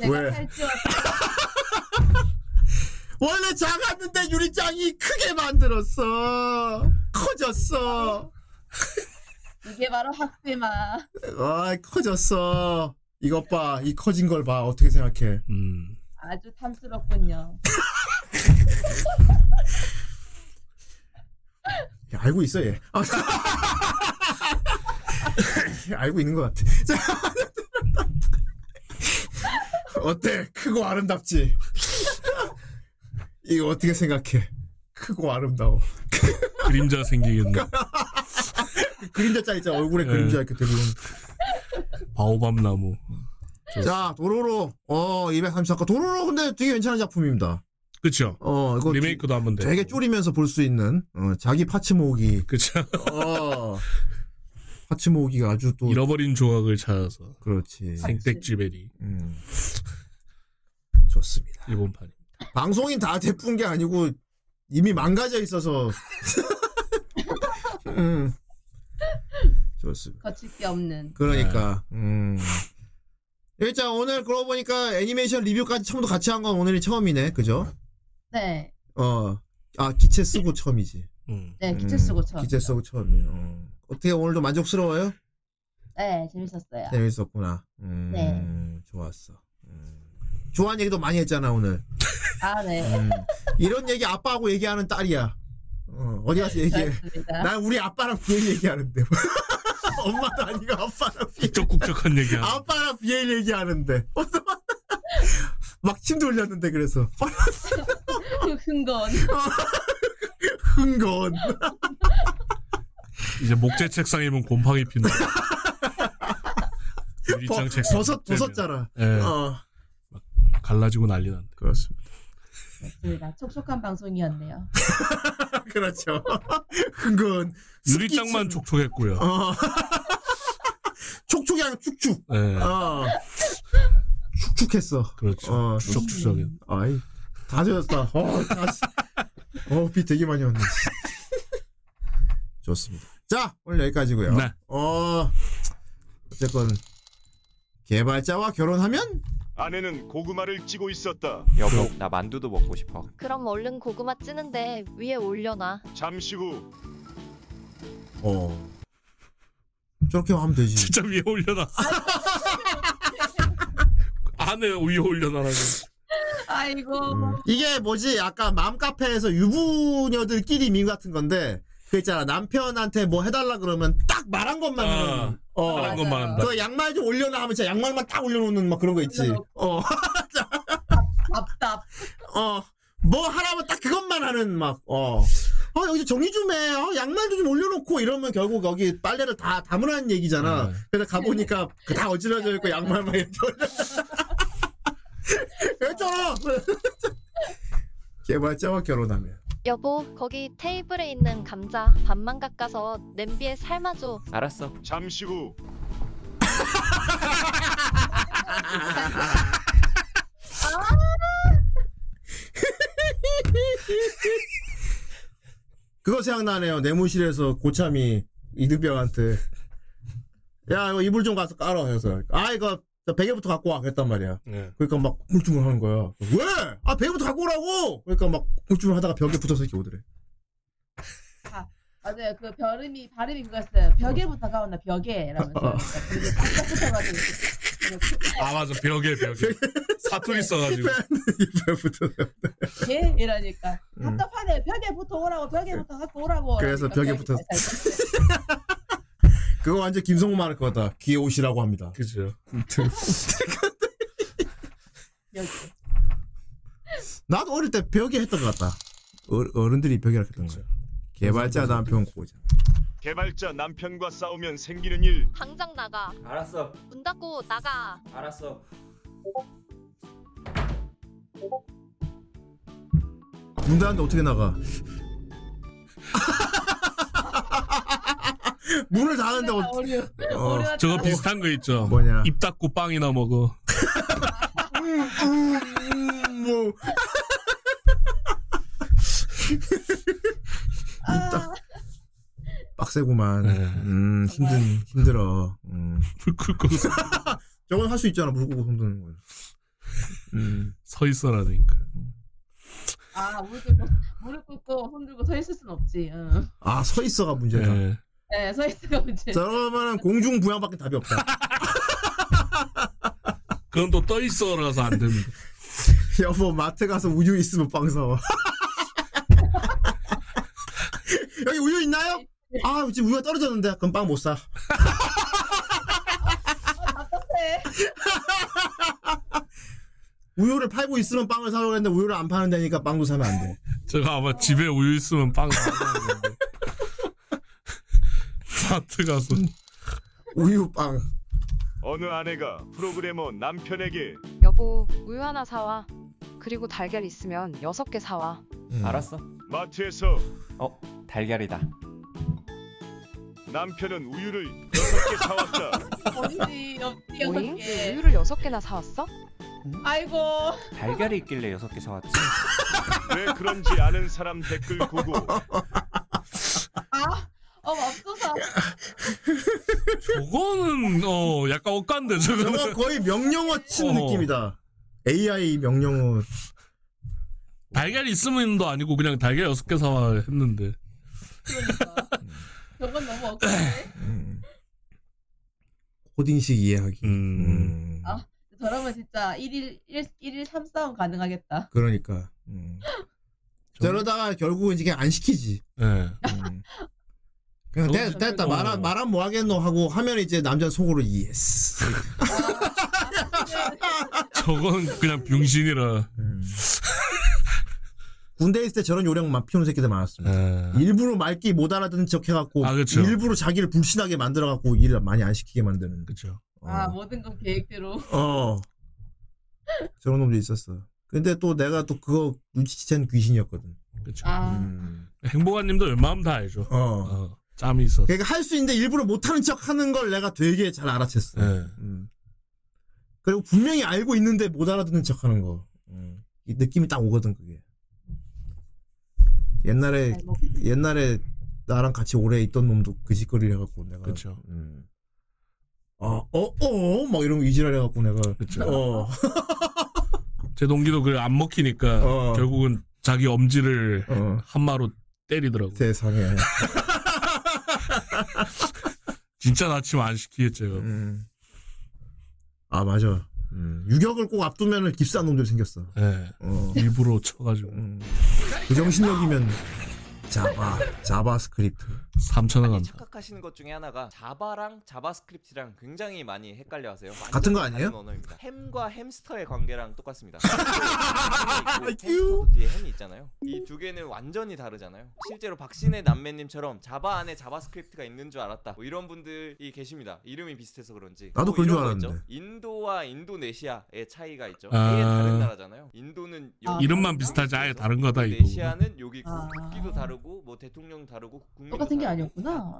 왜? 원래 작았는데 유리창이 크게 만들었어. 커졌어. 이게 바로 학대마. 아 커졌어. 이것 봐. 이 커진 걸 봐. 어떻게 생각해? 음. 아주 탐스럽군요. 야, 알고 있어 얘. 아, 예, 알고 있는 것 같아. 자, 어때? 크고 아름답지? 이거 어떻게 생각해? 크고 아름다워. 그림자 생기겠네. 그림자 짜 있잖아. 네. 얼굴에 그림자 이렇게 들고. 바오밤 나무. 자, 도로로. 어, 234건. 도로로 근데 되게 괜찮은 작품입니다. 그쵸. 어, 이거 리메이크도 한번 돼. 되게 줄이면서 볼 수 있는 어, 자기 파츠 모으기. 그쵸. 어. 파츠 모으기가 아주 또 잃어버린 조각을 찾아서. 그렇지. 생택지베리. 음. 좋습니다. 일본판. 방송인 다 대푼 게 아니고 이미 망가져 있어서. 음. 좋습니다. 거칠 게 없는. 그러니까. 네. 음. 일단 오늘 그러고 보니까 애니메이션 리뷰까지 처음부터 같이 한 건 오늘이 처음이네. 그죠? 네. 어. 아, 기체 쓰고 처음이지. 네, 기체 음, 쓰고 처음. 기체 쓰고 처음이에요. 어. 어떻게 오늘도 만족스러워요? 네, 재밌었어요. 재밌었구나. 음, 네. 좋았어. 음. 좋아하는 얘기도 많이 했잖아, 오늘. 아, 네. 음. 이런 얘기 아빠하고 얘기하는 딸이야. 어, 어디 가서 얘기해. 좋았습니다. 난 우리 아빠랑 비엘 얘기하는데. 엄마도 아니고 아빠랑 비엘. 국적국적한 얘기야. 아빠랑 비엘 얘기하는데. 막 침도 흘렸는데, 그래서. 음. 흥건. 흥건. 이제 목재 책상이면 곰팡이 핀다. 유리창 버- 책상. 버섯- 버섯 자라. 예. 어. 막 갈라지고 난리 난다. 그렇습니다. 좋습니다. 촉촉한 방송이었네요. 그렇죠. 흥건. 유리창만 촉촉했고요. 어. 촉촉이 아니고 쭉쭉. 예. 어. 축축했어. 그렇죠. 어, 추적추적해. 아이, 다 젖었다. 어, 다, 씨. 어, 비 되게 많이 왔네. 좋습니다. 자, 오늘 여기까지고요 네. 어, 어쨌건, 개발자와 결혼하면? 아내는 고구마를 찌고 있었다. 여보 나 만두도 먹고 싶어 그럼 얼른 고구마 찌는데 위에 올려놔. 잠시 후 어. 저렇게 하면 되지. 진짜 위에 올려놔. 안에 위에 올려놔라고. 음. 아이고. 이게 뭐지? 약간 맘카페에서 유부녀들끼리 밈 같은 건데, 그 있잖아. 남편한테 뭐 해달라 그러면 딱 말한 것만 하는. 어. 말한 것만 한다. 그 양말 좀 올려놔 하면 진짜 양말만 딱 올려놓는 막 그런 거 있지. 어. 답답. 어. 뭐 하라면 딱 그것만 하는 막, 어. 어, 여기 좀 정리 좀 해. 어, 양말도 좀 올려놓고 이러면 결국 여기 빨래를 다 담으라는 얘기잖아. 그래서 가보니까 그다 어질러져 있고 양말만 이렇게 올려놨잖아. 개발자와 결혼하면. 여보, 거기 테이블에 있는 감자 반만 깎아서 냄비에 삶아줘. 알았어 잠시 후 그거 생각나네요. 내무실에서 고참이 이득병한테 야 이거 이불 좀 가서 깔아 해서 아 이거 저 베개부터 갖고 와 그랬단 말이야. 네. 그러니까 막 물주물 하는 거야. 왜? 아 베개부터 갖고 오라고. 그러니까 막 물주물 하다가 벽에 붙어서 이렇게 오더래. 아, 맞아요. 그 별음이 발음이 그거였어요. 벽에부터 가온다. 벽에라면서. 어. 그러니까 벽에 딱 붙어가지고. 아 맞아 벽에 벽에 사투리 써가지고 예? 이러니까 답답하네 벽에 붙어 오라고 벽에 붙어 갖고 오라고 음. 그래서 벽에 그러니까 붙어서 그거 완전 김성모 말할 것 같다. 귀에 옷이라고 합니다. 그죠. 여기. 나도 어릴 때 벽에 했던 것 같다. 어- 어른들이 벽이라고 했던 그렇죠. 거야. 개발자 남편 고자. 개발자 남편과 싸우면 생기는 일. 당장 나가. 알았어. 문 닫고 나가. 알았어. 문 닫는데 어떻게 나가? 문을 닫는데 뭐 어떻게? 어, 저거 비슷한 거 있죠. 뭐냐? 입 닫고 빵이나 먹어. 뭐. 빡세구만. 네. 음, 힘든 힘들어. 음. 불끌고. 저건 할 수 있잖아. 물 끄고 손 드는 거. 음. 서 있어라니까. 아 무릎 꿇고 무릎 꿇고 손 들고 서 있을 순 없지 응. 아서 있어가 문제다. 예. 네서 있으가 문제 자, 그러면은 공중 부양밖에 답이 없다. 그건 또 떠 있어라서 안 됩니다. 여보 마트 가서 우유 있으면 빵 사와. 여기 우유 있나요? 아 지금 우유가 떨어졌는데 그럼 빵 못 사. 답답해 우유를 팔고 있으면 빵을 사려고 했는데 우유를 안 파는 데니까 빵도 사면 안 돼. 저거 아마 집에 우유 있으면 빵 사먹는데. 마트 가서 우유 빵. 어느 아내가 프로그래머 남편에게 여보, 우유 하나 사와. 그리고 달걀 있으면 여섯 개 사와. 음. 알았어. 마트에서 어 달걀이다. 남편은 우유를 6개 사왔다. 어디지 옆 여섯 오잉? 개 우유를 그 여섯 개나 사왔어? 아이고 달걀이 있길래 여섯 개 사왔지. 왜 그런지 아는 사람 댓글 고고. 아 어머 없어서 저거는 어 약간 억간데 저거는. 저거 거의 명령어 치는 어. 느낌이다. AI 명령어. 달걀 있으면도 아니고 그냥 달걀 여섯 개 사와 했는데. 저건 너무 억울해 코딩식 이해하기. 음. 아 저러면 진짜 1일 1, 일일 3싸움 가능하겠다 그러니까. 음. 저러다가 결국은 이게 안 시키지. 음. 네. 그냥 저건 됐, 됐다 어. 말한 말한 뭐 하겠노 하고 하면 이제 남자 속으로 예스. 저건 그냥 병신이라. 음. 군대 있을 때 저런 요령만 피우는 새끼들 많았습니다. 일부러 말기 못 음. 알아듣는 척 해갖고 그쵸. 일부러 자기를 불신하게 만들어갖고 일을 많이 안 시키게 만드는. 그렇죠. 아 뭐. 모든 건 계획대로 어. 저런 놈도 있었어. 근데 또 내가 또 그거 눈치챈 귀신이었거든. 그렇죠. 아 음. 행복한님도 웬만하면 다 알죠. 어. 짬이 있어. 그러니까 할 수 있는데 일부러 못하는 척 하는 걸 내가 되게 잘 알아챘어. 네. 음. 그리고 분명히 알고 있는데 못 알아듣는 척 하는 거. 음. 이 느낌이 딱 오거든, 그게. 옛날에, 옛날에 나랑 같이 오래 있던 놈도 그 짓거리를 해갖고 내가. 그쵸. 음. 아, 어, 어, 막 이런 거 이지랄 해갖고 내가. 그쵸. 어. 제 동기도 그 안 먹히니까 어. 결국은 자기 엄지를 한마로 때리더라고. 세상에. 진짜 다치면 안 시키겠지. 제가. 음. 아, 맞아. 음. 유격을 꼭 앞두면은 깁스한 놈들 생겼어. 예. 어. 일부러 쳐가지고. 음. 부정신력이면 자바, 자바스크립트. 3천원 간다. 착각하시는 것 중에 하나가 자바랑 자바스크립트랑 굉장히 많이 헷갈려 하세요. 같은 거 아니에요? 언어입니다. 햄과 햄스터의 관계랑 똑같습니다. 햄이 있고 햄스터도 뒤에 햄이 있잖아요. 이 두 개는 완전히 다르잖아요. 실제로 박신혜 남매님처럼 자바 안에 자바스크립트가 있는 줄 알았다. 뭐 이런 분들이 계십니다. 이름이 비슷해서 그런지. 나도 또 그런 줄 이런 거 있죠. 알았는데. 인도와 인도네시아의 차이가 있죠. 아. 아예 다른 나라잖아요. 인도는 여기 이름만 비슷하지 아예 다른 거다 이거. 인도네시아는 여기 국기도 다르고 뭐 대통령 다르고 국민도 똑같은 게 아니었구나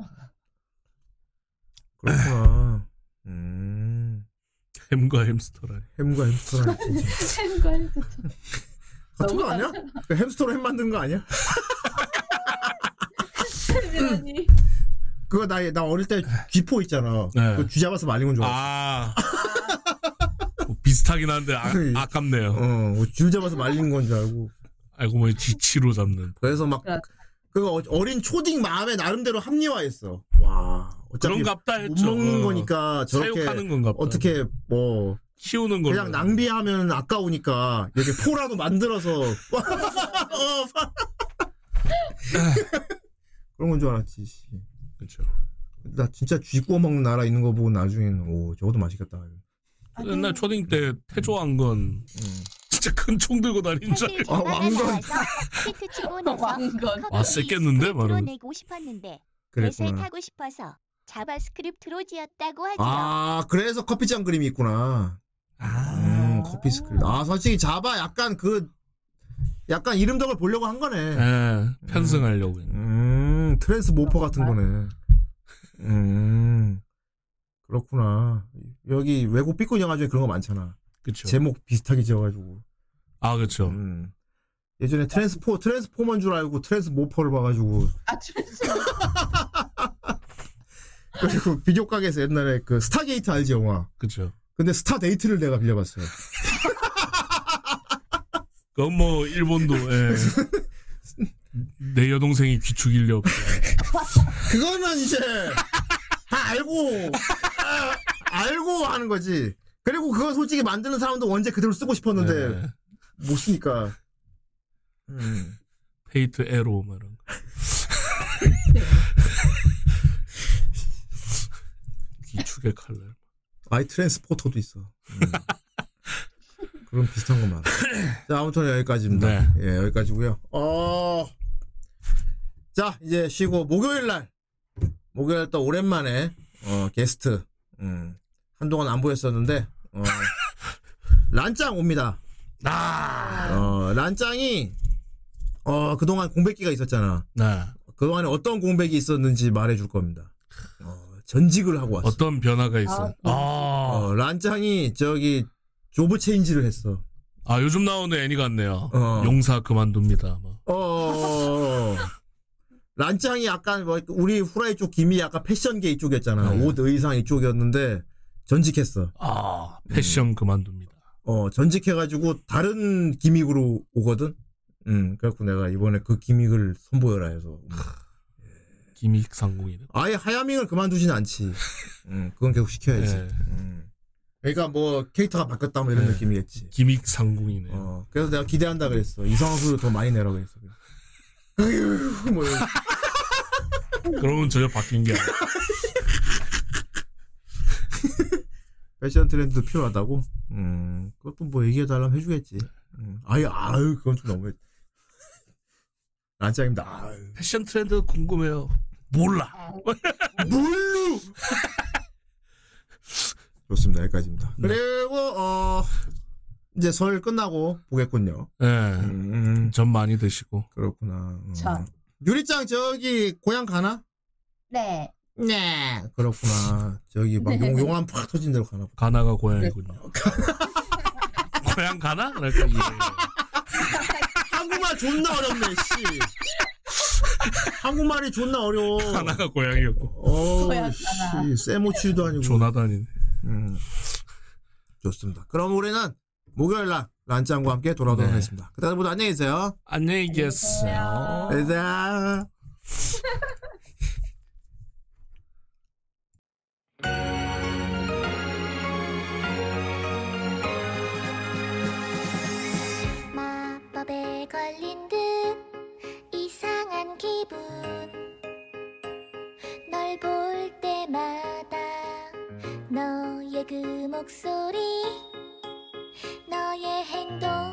그렇구나. 음. 햄과 햄스터라니. 햄과 햄스터라니. 햄과 음. 햄스터 같은 거 아니야? 그 햄스터로 햄 만든 거 아니야? 미련이 그거 나, 나 어릴 때 귀포 있잖아. 네. 그거 쥐 잡아서 말린 건 줄 알았어. 아. 뭐 비슷하긴 한데 아, 깝네요 그 어, 줄 잡아서 말린 건 줄 알고. 알고 보니 지치로 잡는. 그래서 막 그 어- 어린 초딩 마음에 나름대로 합리화했어. 와, 어차피 그런갑다 못 했죠. 먹는 어. 거니까 저렇게 사육하는 건갑다. 어떻게 뭐 키우는 그냥 걸로. 낭비하면 아까우니까 이렇게 포라도 만들어서 그런 건 줄 알았지. 그렇죠. 나 진짜 쥐 구워 먹는 나라 있는 거 보고 나중에는 오 저것도 맛있겠다. 옛날 초딩 때 태조한 건 음, 진짜 큰 총 들고 다닌 줄 알고. 피트 치고 나서 아, 쎘겠는데? 커피로 말은. 내고 싶었는데 그랬구나. 뱃을 타고 싶어서 자바스크립트로 지었다고 하죠. 아 그래서 커피잔 그림이 있구나. 음, 커피 스크린. 아 솔직히 자바 약간 그 약간 이름덕을 보려고 한 거네. 예, 편승하려고. 음, 트랜스모퍼 같은 거네. 음, 그렇구나. 여기 외국 삐꾼 영화 중에 그런 거 많잖아. 그쵸. 제목 비슷하게 지어가지고. 음. 아, 그쵸. 예전에 트랜스포, 트랜스포머인 줄 알고 트랜스모퍼를 봐가지고. 아, 트랜스. 그리고 비디오 가게에서 옛날에 그 스타게이트 알지 영화. 그쵸. 근데 스타데이트를 내가 빌려봤어요. 그건 뭐, 일본도, 예. 내 여동생이 귀축일려. 그거는 이제 다 알고 아, 알고 하는 거지. 그리고 그거 솔직히 만드는 사람도 언제 그대로 쓰고 싶었는데 예. 못 쓰니까. 음. 페이트 에로, 막 이런 거. 귀축의 칼날. 아이 트랜스포터도 있어. 음. 그런 비슷한 거 많아. 자 아무튼 네. 여기까지입니다. 예 여기까지고요. 어. 자 이제 쉬고 목요일 날 목요일 또 오랜만에 어, 게스트 음, 한동안 안 보였었는데 어, 란짱 옵니다. 어, 란짱이 어, 그동안 공백기가 있었잖아. 네. 그동안에 어떤 공백이 있었는지 말해줄 겁니다. 어, 전직을 하고 왔어. 어떤 변화가 아. 있어요? 어, 란짱이 저기 조브 체인지를 했어. 아, 요즘 나오는 애니 같네요. 용사 그만둡니다. 뭐. 어. 란짱이 약간 뭐 우리 후라이 쪽 김이 약간 패션계 이쪽이었잖아. 네. 옷 의상 이쪽이었는데 전직했어. 아, 패션 그만둡니다. 어, 전직해가지고 다른 기믹으로 오거든? 음, 그래갖고 내가 이번에 그 기믹을 선보여라 해서. 기믹 상공이네. 아예 하야밍을 그만두진 않지. 음, 그건 계속 시켜야지. 예. 음. 그러니까 뭐 캐릭터가 바뀌었다 뭐 이런 네. 느낌이겠지. 기믹 상공이네. 어, 그래서 내가 기대한다 그랬어. 이상수를 더 많이 내라 그랬어. 으유, 뭐 이런. 그러면 전혀 바뀐 게 아니야. 패션 트렌드도 필요하다고? 음, 그것도 뭐 얘기해달라면 해주겠지. 음, 아유, 아유, 그건 좀 너무. 란짱입니다. 아유. 패션 트렌드 궁금해요. 몰라. 몰루. 좋습니다. 여기까지입니다. 그리고 어 이제 설 끝나고 보겠군요. 음, 예. 전 많이 드시고. 그렇구나. 음. 참. 유리짱 저기 고향 가나? 네. 네. 그렇구나. 저기 막 용, 용암 팍 터진 데로 가나 보다. 가나가 고향이군요. 네. 고향 가나? 그러니까 예. 한국말 존나 어렵네. 씨. 한국말이 존나 어려워. 가나가 고향이었고. 어우 씨. 세모치도 아니고. 조나단이네. 음. 좋습니다. 그럼 우리는 목요일 날 란짱과 함께 돌아오도록 하겠습니다. 그다음 모두 안녕히 계세요. 안녕히 계세요. 네. 계세요. 마법에 걸린 듯 이상한 기분 널 볼 때마다 너의 그 목소리 너의 행동 그네